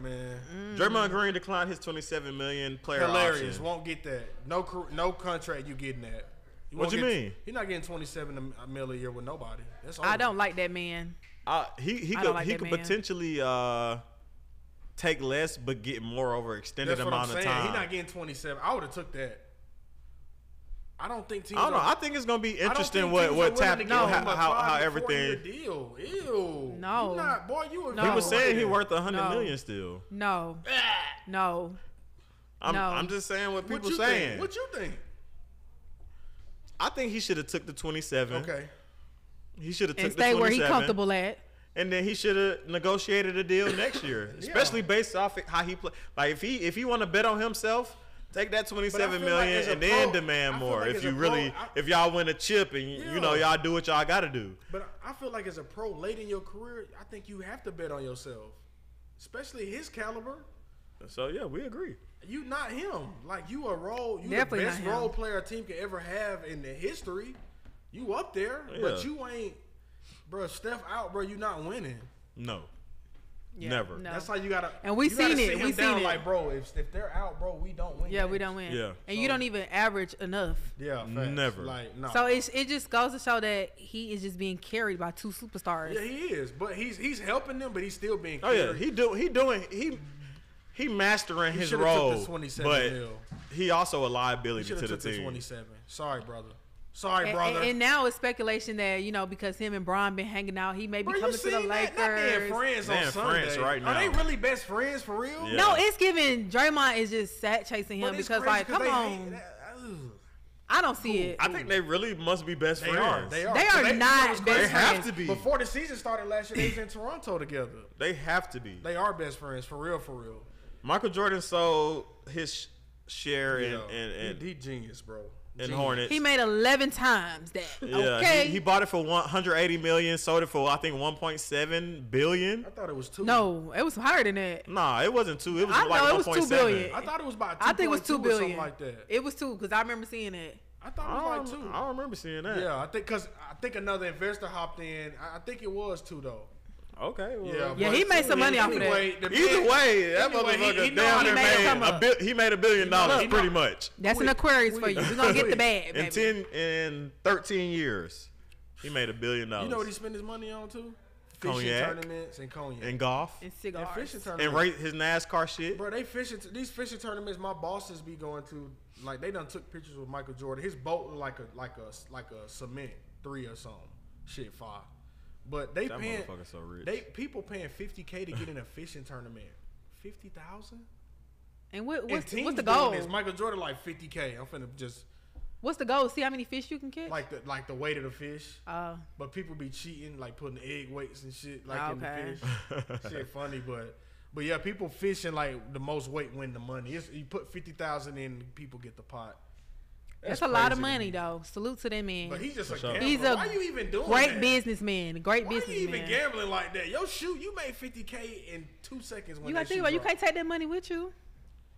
Speaker 4: man.
Speaker 3: Mm-hmm.
Speaker 1: Draymond Green declined his 27 million player
Speaker 4: Hilarious.
Speaker 1: option.
Speaker 4: Won't get that. No, cr- no contract you getting that. You
Speaker 1: What
Speaker 4: won't
Speaker 1: you
Speaker 4: get-
Speaker 1: mean?
Speaker 4: He not getting twenty seven mil a year with nobody. That's
Speaker 3: I
Speaker 4: over.
Speaker 3: don't like that man.
Speaker 1: Uh, he he
Speaker 3: I
Speaker 1: could
Speaker 3: don't like
Speaker 1: he
Speaker 3: that
Speaker 1: could
Speaker 3: man.
Speaker 1: potentially uh, take less but get more over extended
Speaker 4: That's what I'm
Speaker 1: amount of
Speaker 4: saying.
Speaker 1: time.
Speaker 4: He not getting twenty seven. I would have took that. I don't think teams.
Speaker 1: I don't know.
Speaker 4: are-
Speaker 1: I think it's gonna be
Speaker 4: I don't
Speaker 1: interesting
Speaker 4: think
Speaker 1: what
Speaker 4: teams are
Speaker 1: what tap
Speaker 4: willing to give
Speaker 1: how,
Speaker 4: him a
Speaker 1: how, how
Speaker 4: five to four-year
Speaker 1: everything.
Speaker 4: Deal. Ew.
Speaker 3: No.
Speaker 4: You not, boy. You. a-
Speaker 3: No.
Speaker 1: He was saying he worth a hundred
Speaker 3: No.
Speaker 1: million still.
Speaker 3: No, no.
Speaker 1: I'm
Speaker 3: No.
Speaker 1: I'm just saying what
Speaker 4: What
Speaker 1: people
Speaker 4: you
Speaker 1: saying.
Speaker 4: think? What you think?
Speaker 1: I think he should have took the 27.
Speaker 4: Okay.
Speaker 1: He should have took
Speaker 3: And
Speaker 1: the 27.
Speaker 3: stay where he comfortable at.
Speaker 1: And then he should have negotiated a deal next year,
Speaker 4: *coughs*
Speaker 1: especially based off how he play. Like if he if you want to bet on himself, take that twenty seven
Speaker 4: feel like
Speaker 1: million
Speaker 4: as a
Speaker 1: and then
Speaker 4: pro-
Speaker 1: demand
Speaker 4: I feel
Speaker 1: more.
Speaker 4: like
Speaker 1: if
Speaker 4: as
Speaker 1: you
Speaker 4: a
Speaker 1: really
Speaker 4: pro, I-
Speaker 1: if y'all win a chip and you know
Speaker 4: Yeah.
Speaker 1: y'all do what y'all got to do.
Speaker 4: But I feel like as a pro late in your career, I think you have to bet on yourself, especially his caliber.
Speaker 1: So yeah, we agree.
Speaker 4: You not him. Like you a role, you
Speaker 3: Definitely
Speaker 4: the
Speaker 3: not
Speaker 4: best
Speaker 3: him.
Speaker 4: role player a team could ever have in the history. You up there,
Speaker 1: Yeah.
Speaker 4: but you ain't, bro. Steph out, bro. You not winning.
Speaker 1: No,
Speaker 3: Yeah,
Speaker 1: Never.
Speaker 3: No.
Speaker 4: That's how you gotta.
Speaker 3: And we
Speaker 4: you gotta
Speaker 3: seen it.
Speaker 4: sit him
Speaker 3: We
Speaker 4: down
Speaker 3: seen it.
Speaker 4: Like, bro, if, if they're out, bro, we don't win.
Speaker 3: yeah, we
Speaker 4: games.
Speaker 3: don't win.
Speaker 1: Yeah.
Speaker 3: And you
Speaker 4: So-
Speaker 3: don't even average enough.
Speaker 4: Yeah, facts.
Speaker 1: Never.
Speaker 4: Like no.
Speaker 3: So it's, it just goes to show that he is just being carried by two superstars.
Speaker 4: yeah, he is, but he's he's helping them, but he's still being.
Speaker 1: Oh yeah,
Speaker 4: carried.
Speaker 1: he do he doing he he mastering his
Speaker 4: shoulda took
Speaker 1: role,
Speaker 4: the 27
Speaker 1: but
Speaker 4: mil.
Speaker 1: he also a
Speaker 4: You
Speaker 1: liability
Speaker 4: should
Speaker 1: to
Speaker 4: have
Speaker 1: the
Speaker 4: took the
Speaker 1: team.
Speaker 4: 27. Sorry, brother. Sorry,
Speaker 3: And,
Speaker 4: brother.
Speaker 3: and- and now it's speculation that you know because him and Bron been hanging out, he may be
Speaker 4: Bro, you
Speaker 3: coming to
Speaker 4: seen that?
Speaker 3: the
Speaker 4: Not being
Speaker 3: Lakers.
Speaker 4: friends
Speaker 1: They
Speaker 4: on
Speaker 1: in
Speaker 4: Sunday.
Speaker 1: France right now.
Speaker 4: Are they really best friends for real?
Speaker 1: Yeah.
Speaker 3: No, it's giving Draymond is just sat chasing him
Speaker 4: But it's
Speaker 3: because
Speaker 4: crazy
Speaker 3: like,
Speaker 4: 'cause
Speaker 3: come
Speaker 4: they
Speaker 3: on,
Speaker 4: hate that- ugh.
Speaker 3: I don't see it.
Speaker 1: I think they really must be best
Speaker 4: They are.
Speaker 1: friends.
Speaker 4: They are.
Speaker 3: They
Speaker 4: So
Speaker 3: are
Speaker 4: you
Speaker 3: not
Speaker 4: know what's crazy?
Speaker 1: They
Speaker 3: Best
Speaker 1: have
Speaker 3: friends.
Speaker 1: to be.
Speaker 4: Before the season started last year,
Speaker 1: *coughs*
Speaker 4: they was in Toronto together.
Speaker 1: They have to be.
Speaker 4: They are best friends for real, for real.
Speaker 1: Michael Jordan sold his sh- share in,
Speaker 4: Yo,
Speaker 1: in, in,
Speaker 4: he, he genius, bro.
Speaker 1: in
Speaker 4: Genius.
Speaker 1: Hornets.
Speaker 3: he made eleven times that.
Speaker 1: yeah,
Speaker 3: okay,
Speaker 1: he, he bought it for 180 million, sold it for I think 1.7 billion.
Speaker 4: I thought it was two.
Speaker 3: no, it was higher than that.
Speaker 1: Nah, it wasn't two. It was
Speaker 3: I
Speaker 1: like
Speaker 3: know, it
Speaker 1: 1.7.
Speaker 3: was two billion.
Speaker 4: I thought it was about. 2.
Speaker 3: I think it was two
Speaker 4: or
Speaker 3: billion.
Speaker 4: something like that.
Speaker 3: It was two because I remember seeing it.
Speaker 4: I thought
Speaker 1: I
Speaker 4: it was
Speaker 1: don't,
Speaker 4: like two.
Speaker 1: I don't remember seeing that.
Speaker 4: Yeah, I think because I think another investor hopped in. I, I think it was two though.
Speaker 6: Okay. Well,
Speaker 4: Yeah,
Speaker 3: Yeah,
Speaker 4: but
Speaker 3: he made some money off of that.
Speaker 4: anyway, the
Speaker 1: Either
Speaker 4: big-
Speaker 1: way, that
Speaker 4: Anyway, he-
Speaker 1: motherfucker
Speaker 4: he know how
Speaker 1: down
Speaker 4: to
Speaker 1: there
Speaker 3: make it
Speaker 1: made
Speaker 3: come
Speaker 1: a
Speaker 3: up.
Speaker 1: bi- he made a billion dollars pretty much
Speaker 3: That's an
Speaker 4: Quick,
Speaker 3: Aquarius for you.
Speaker 4: quick,
Speaker 3: We're gonna get
Speaker 4: quick.
Speaker 3: the bag,
Speaker 1: in
Speaker 3: baby.
Speaker 1: ten in thirteen years. He made a billion dollars
Speaker 4: You know what he spent his money on too? Fishing
Speaker 1: Cognac.
Speaker 4: tournaments and cognac.
Speaker 1: in golf
Speaker 3: and
Speaker 4: and
Speaker 3: cigars.
Speaker 4: fishing tournaments.
Speaker 1: and right his NASCAR shit.
Speaker 4: Bro, they fishing these fishing tournaments. My bosses be going to like they done took pictures with Michael Jordan. His boat look like a like a like a cement three or something. Shit, five. But they
Speaker 6: That
Speaker 4: paying
Speaker 6: motherfucker so rich.
Speaker 4: they people paying fifty k to get in a fishing tournament. Fifty thousand.
Speaker 3: And what,
Speaker 4: And
Speaker 3: what's,
Speaker 4: teams
Speaker 3: what's the
Speaker 4: doing
Speaker 3: goal?
Speaker 4: This. Michael Jordan like fifty k. I'm finna just
Speaker 3: What's the goal? See how many fish you can catch.
Speaker 4: like the like the weight of the fish.
Speaker 3: Uh,
Speaker 4: But people be cheating, like putting egg weights and shit like
Speaker 3: Ah, Okay.
Speaker 4: in the fish. shit funny, but but yeah, people fishing like the most weight win the money. It's, you put fifty thousand in, people get the pot.
Speaker 3: that's, a lot
Speaker 4: crazy
Speaker 3: of
Speaker 4: to
Speaker 3: money,
Speaker 4: me.
Speaker 3: though. Salute to that man.
Speaker 4: But he's just a
Speaker 6: sure.
Speaker 4: gambler.
Speaker 3: He's a
Speaker 4: Why you even doing
Speaker 3: great
Speaker 4: that?
Speaker 3: businessman. Great
Speaker 4: Why
Speaker 3: businessman.
Speaker 4: you even gambling like that? Yo, shoot, you made fifty k in two seconds. When
Speaker 3: You
Speaker 4: that
Speaker 3: gotta think
Speaker 4: shoe
Speaker 3: about it, you
Speaker 4: dropped.
Speaker 3: can't take that money with you.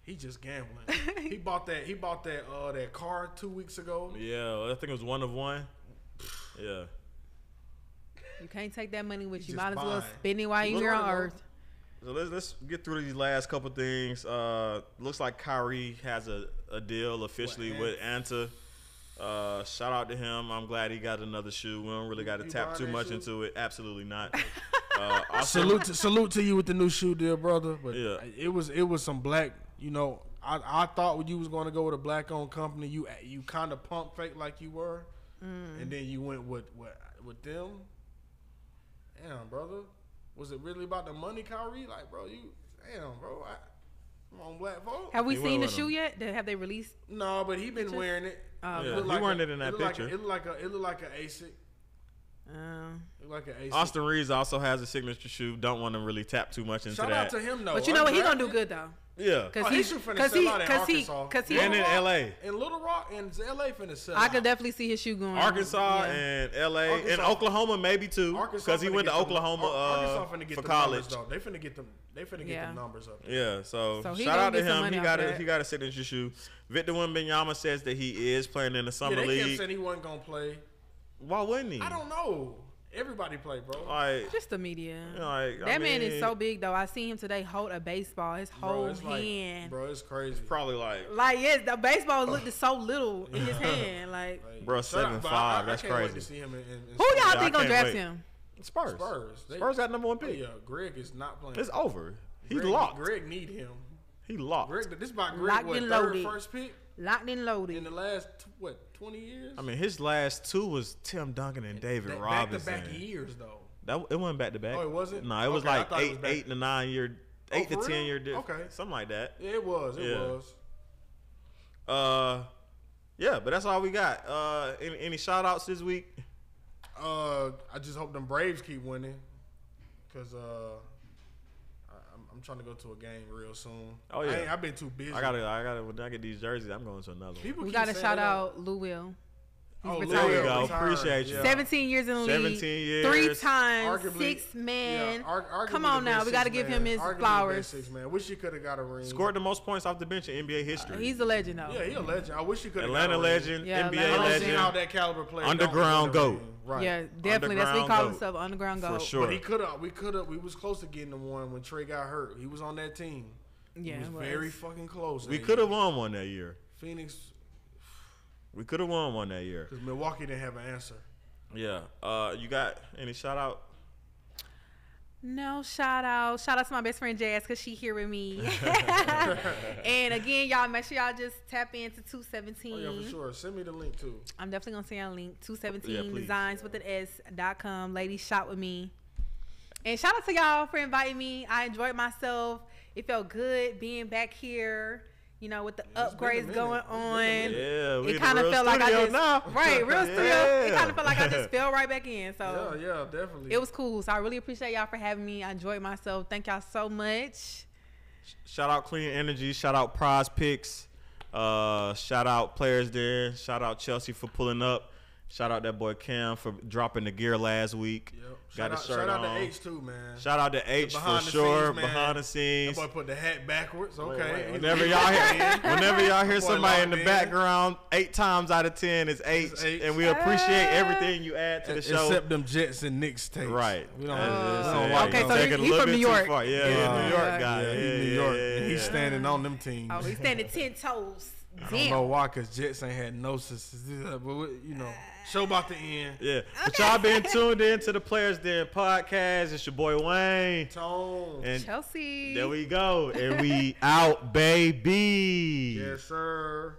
Speaker 4: He just gambling. he bought that. He bought that. Uh, that car two weeks ago.
Speaker 6: Yeah, I think it was one of one. Yeah.
Speaker 3: You can't take that money with
Speaker 4: You
Speaker 3: you.
Speaker 4: just
Speaker 3: Might as well
Speaker 4: buying.
Speaker 3: spend it while you're
Speaker 1: Look
Speaker 3: here
Speaker 1: at
Speaker 3: on
Speaker 1: it,
Speaker 3: earth.
Speaker 1: So let's let's get through these last couple things. Uh, looks like Kyrie has a, a deal officially with Anta. Uh, shout out to him. I'm glad he got another shoe. We don't really got to
Speaker 4: you
Speaker 1: tap
Speaker 4: buying
Speaker 1: too
Speaker 4: that
Speaker 1: much
Speaker 4: shoe?
Speaker 1: into it. Absolutely
Speaker 4: *laughs*
Speaker 1: not. Uh, also,
Speaker 4: salute to, salute to you with the new shoe deal, brother. But
Speaker 1: Yeah.
Speaker 4: it was it was some black. You know, I I thought you was going to go with a black owned company. You you kind of pump fake like you were,
Speaker 3: Mm.
Speaker 4: and then you went with with with them. Damn, brother, was it really about the money, Kyrie? Like, bro, you damn, bro. I, I'm on black vote.
Speaker 3: Have we
Speaker 1: He went
Speaker 3: seen the
Speaker 1: with
Speaker 3: shoe
Speaker 1: him.
Speaker 3: yet? They- Have they released?
Speaker 4: No, but he been
Speaker 3: Just-
Speaker 4: wearing it.
Speaker 3: Oh,
Speaker 1: Yeah,
Speaker 4: look
Speaker 1: he wearing it in that
Speaker 4: look
Speaker 1: picture.
Speaker 4: Like a, it look like a it look like an ASIC.
Speaker 3: Um,
Speaker 4: It look like an ASIC.
Speaker 1: Austin Reeves also has a signature shoe. Don't want to really tap too much into
Speaker 4: Shout
Speaker 1: that.
Speaker 4: out to him though.
Speaker 3: but you know what? He gonna do
Speaker 4: Undrafted.
Speaker 3: good though,
Speaker 1: yeah,
Speaker 3: cause
Speaker 4: Oh,
Speaker 3: he,
Speaker 4: he should finna
Speaker 3: cause
Speaker 4: sell
Speaker 3: he,
Speaker 4: out in
Speaker 3: cause he,
Speaker 4: Arkansas.
Speaker 3: cause he.
Speaker 1: and in L.A.
Speaker 4: in Little Rock and LA finna sell.
Speaker 3: I could
Speaker 4: out.
Speaker 3: definitely see his shoe going.
Speaker 1: Arkansas
Speaker 3: Yeah.
Speaker 1: and L.A. and
Speaker 4: Arkansas-
Speaker 1: Oklahoma maybe too,
Speaker 4: Arkansas
Speaker 1: because he
Speaker 4: finna
Speaker 1: went
Speaker 4: get
Speaker 1: to
Speaker 4: them-
Speaker 1: Oklahoma
Speaker 4: Ar-
Speaker 1: uh,
Speaker 4: Arkansas finna get
Speaker 1: for
Speaker 4: them
Speaker 1: college.
Speaker 4: Numbers, though. They finna get them. They finna get
Speaker 3: Yeah.
Speaker 4: them numbers up.
Speaker 1: Yeah, so,
Speaker 3: So he
Speaker 1: shout out
Speaker 3: gonna
Speaker 1: to
Speaker 3: get some
Speaker 1: him.
Speaker 3: money
Speaker 1: He
Speaker 3: off
Speaker 1: got a,
Speaker 3: that.
Speaker 1: he got a signature shoe. Victor Wembanyama says that he is playing in the
Speaker 4: Yeah,
Speaker 1: summer
Speaker 4: they kept
Speaker 1: league.
Speaker 4: saying he wasn't gonna play.
Speaker 1: Why wouldn't he?
Speaker 4: I don't know. Everybody play, bro.
Speaker 1: Like,
Speaker 3: Just the media.
Speaker 1: like, I
Speaker 3: that man is so
Speaker 1: mean,
Speaker 3: big though. I seen him today hold a baseball. His
Speaker 4: bro,
Speaker 3: whole
Speaker 4: it's like,
Speaker 3: hand.
Speaker 4: bro, it's crazy.
Speaker 1: Probably like,
Speaker 3: like yes, the baseball
Speaker 1: *laughs*
Speaker 3: looked so little in his hand. Like
Speaker 4: Like,
Speaker 1: Bro,
Speaker 4: shout
Speaker 1: seven
Speaker 4: out- but
Speaker 1: five,
Speaker 4: I, I,
Speaker 1: that's
Speaker 4: I can't Wait to
Speaker 1: crazy.
Speaker 4: see him in, in, in
Speaker 3: who y'all
Speaker 1: I
Speaker 3: think gonna
Speaker 1: can't
Speaker 3: draft
Speaker 1: wait.
Speaker 3: him?
Speaker 1: Spurs. Spurs.
Speaker 4: Spurs. They,
Speaker 1: got number one
Speaker 4: oh,
Speaker 1: pick.
Speaker 4: yeah, Greg is not playing.
Speaker 1: It's over. He
Speaker 4: Greg,
Speaker 1: locked.
Speaker 4: Greg need him.
Speaker 1: He locked.
Speaker 4: Greg, this is about Greg.
Speaker 3: Locked
Speaker 4: what,
Speaker 3: and
Speaker 4: third
Speaker 3: loaded.
Speaker 4: first pick
Speaker 3: Locked and
Speaker 4: in
Speaker 3: loaded.
Speaker 4: the last t- what twenty years?
Speaker 1: I mean, his last two was Tim Duncan and David
Speaker 4: back to
Speaker 1: Robinson.
Speaker 4: back years though.
Speaker 1: That it wasn't back to back.
Speaker 4: Oh, it wasn't?
Speaker 1: No, it was
Speaker 4: Okay, I
Speaker 1: like
Speaker 4: thought it
Speaker 1: eight,
Speaker 4: was back-
Speaker 1: eight to nine year,
Speaker 4: Oh,
Speaker 1: eight to
Speaker 4: for
Speaker 1: ten
Speaker 4: real?
Speaker 1: year difference.
Speaker 4: Okay.
Speaker 1: something like that.
Speaker 4: Yeah, it was. It
Speaker 1: Yeah.
Speaker 4: was.
Speaker 1: Uh, yeah, but that's all we got. Uh, any, any shout outs this week?
Speaker 4: Uh, I just hope them Braves keep winning, cause uh, I, I'm, I'm trying to go to a game real soon.
Speaker 1: Oh,
Speaker 4: I
Speaker 1: yeah.
Speaker 4: ain't- I've been too busy.
Speaker 1: I gotta, I gotta. When I get these jerseys, I'm going to another one.
Speaker 4: People
Speaker 3: We
Speaker 4: keep
Speaker 3: gotta
Speaker 4: saying
Speaker 3: shout
Speaker 4: that.
Speaker 3: out Lou Will. He's
Speaker 4: Oh,
Speaker 3: retired.
Speaker 1: There we go.
Speaker 4: Retired.
Speaker 1: Appreciate you.
Speaker 4: Yeah.
Speaker 3: 17 years in the league.
Speaker 1: 17 years.
Speaker 3: Three times.
Speaker 4: Arguably-
Speaker 3: six man.
Speaker 4: Yeah, ar-
Speaker 3: Come
Speaker 4: arguably
Speaker 3: on
Speaker 4: the
Speaker 3: now.
Speaker 4: best
Speaker 3: We got to
Speaker 4: six
Speaker 3: give
Speaker 4: man.
Speaker 3: him his
Speaker 4: Arguably the best
Speaker 3: flowers.
Speaker 4: Six man. Wish he could have got a ring.
Speaker 1: Scored the most points off the bench in NBA history.
Speaker 3: Uh, He's a legend, though.
Speaker 4: Yeah, he a legend. I wish he could.
Speaker 1: Atlanta legend,
Speaker 3: Yeah,
Speaker 1: NBA
Speaker 4: I
Speaker 3: Atlanta
Speaker 4: don't see how
Speaker 1: legend.
Speaker 4: that caliber player. don't
Speaker 1: Underground
Speaker 4: win a ring.
Speaker 1: goat.
Speaker 4: Right.
Speaker 3: Yeah, definitely. That's what he
Speaker 1: Underground
Speaker 3: calls
Speaker 1: GOAT.
Speaker 3: himself underground
Speaker 1: For
Speaker 3: goat.
Speaker 1: sure.
Speaker 4: But he could have. We could have. We was close to getting the one when Trey got hurt. He was on that team.
Speaker 3: Yeah,
Speaker 4: he was,
Speaker 3: it was.
Speaker 4: very fucking close.
Speaker 1: We
Speaker 4: Hey,
Speaker 1: could have won one that year.
Speaker 4: Phoenix
Speaker 1: We could have won one that year.
Speaker 4: because Milwaukee didn't have an answer.
Speaker 1: Yeah. Uh, you got any shout out?
Speaker 3: No, shout out. Shout out to my best friend Jazz because she here with
Speaker 4: *laughs*
Speaker 3: me. *laughs* and again, y'all, make sure y'all just tap into 217.
Speaker 4: Oh yeah,
Speaker 1: Mm-hmm.
Speaker 4: for sure. Send me the link too.
Speaker 3: I'm definitely going to send y'all a link. 217
Speaker 1: Yeah, please.
Speaker 3: designs with an S dot com. Ladies, shop with me. And shout out to y'all for inviting me. I enjoyed myself. It felt good being back here, you know, with the
Speaker 4: Yeah, it's been a
Speaker 3: upgrades
Speaker 4: minute.
Speaker 3: going
Speaker 4: It's been a
Speaker 3: on.
Speaker 4: minute.
Speaker 1: Yeah, we
Speaker 3: it
Speaker 1: in the
Speaker 3: kind of
Speaker 1: real
Speaker 3: felt like I
Speaker 1: studio
Speaker 3: just
Speaker 1: now.
Speaker 4: *laughs*
Speaker 3: right real studio.
Speaker 1: *laughs*
Speaker 3: It
Speaker 1: Yeah.
Speaker 3: kind of felt like I just fell right back in. So
Speaker 1: Oh.
Speaker 4: Yeah, yeah, definitely.
Speaker 3: it was cool. So I really appreciate y'all for having me. I enjoyed myself. Thank y'all so much.
Speaker 1: Shout out Clean Energy. Shout out Prize Picks. Uh, shout out Players There. Shout out Chelsea for pulling up. Shout out that boy Cam for dropping the gear last week.
Speaker 4: Yep.
Speaker 1: Got
Speaker 4: Shout,
Speaker 1: his
Speaker 4: out,
Speaker 1: shirt
Speaker 4: shout out
Speaker 1: on.
Speaker 4: to H too, man.
Speaker 1: Shout out to H for
Speaker 4: behind the
Speaker 1: sure.
Speaker 4: scenes, man.
Speaker 1: behind the
Speaker 4: that
Speaker 1: scenes.
Speaker 4: boy put the hat backwards. Okay. *laughs*
Speaker 1: Whenever y'all hear, *laughs* whenever y'all hear
Speaker 4: That boy
Speaker 1: somebody in
Speaker 4: locked
Speaker 1: the
Speaker 4: in.
Speaker 1: background, eight times out of ten is H,
Speaker 4: It's H.
Speaker 1: and we appreciate
Speaker 3: Ah.
Speaker 1: everything you add to the show.
Speaker 4: Except them Jets and Knicks takes.
Speaker 1: right. Uh,
Speaker 4: We don't.
Speaker 1: That's-
Speaker 4: we
Speaker 1: that's
Speaker 4: don't
Speaker 1: it.
Speaker 4: like
Speaker 3: Okay,
Speaker 4: those.
Speaker 3: so
Speaker 1: Take
Speaker 3: he-
Speaker 1: it a
Speaker 3: he
Speaker 1: little
Speaker 3: from
Speaker 1: bit
Speaker 3: New
Speaker 1: too
Speaker 3: York.
Speaker 1: far. Yeah,
Speaker 4: Yeah,
Speaker 1: yeah, New York guy.
Speaker 4: Yeah,
Speaker 1: Yeah,
Speaker 4: he New
Speaker 1: yeah,
Speaker 4: York.
Speaker 1: yeah,
Speaker 4: and He's
Speaker 1: yeah.
Speaker 4: standing on them teams.
Speaker 3: Oh, he's standing ten toes.
Speaker 4: I don't know
Speaker 3: Damn.
Speaker 4: why, cause Jets ain't had no sis- *laughs* But we- you know, show about the end.
Speaker 1: Yeah. But y'all
Speaker 3: *laughs*
Speaker 1: been tuned in to the Players Den podcast. It's your boy Wayne.
Speaker 4: Tone.
Speaker 1: And
Speaker 3: Chelsea.
Speaker 1: there we go. And we out, baby.
Speaker 4: Yes, sir.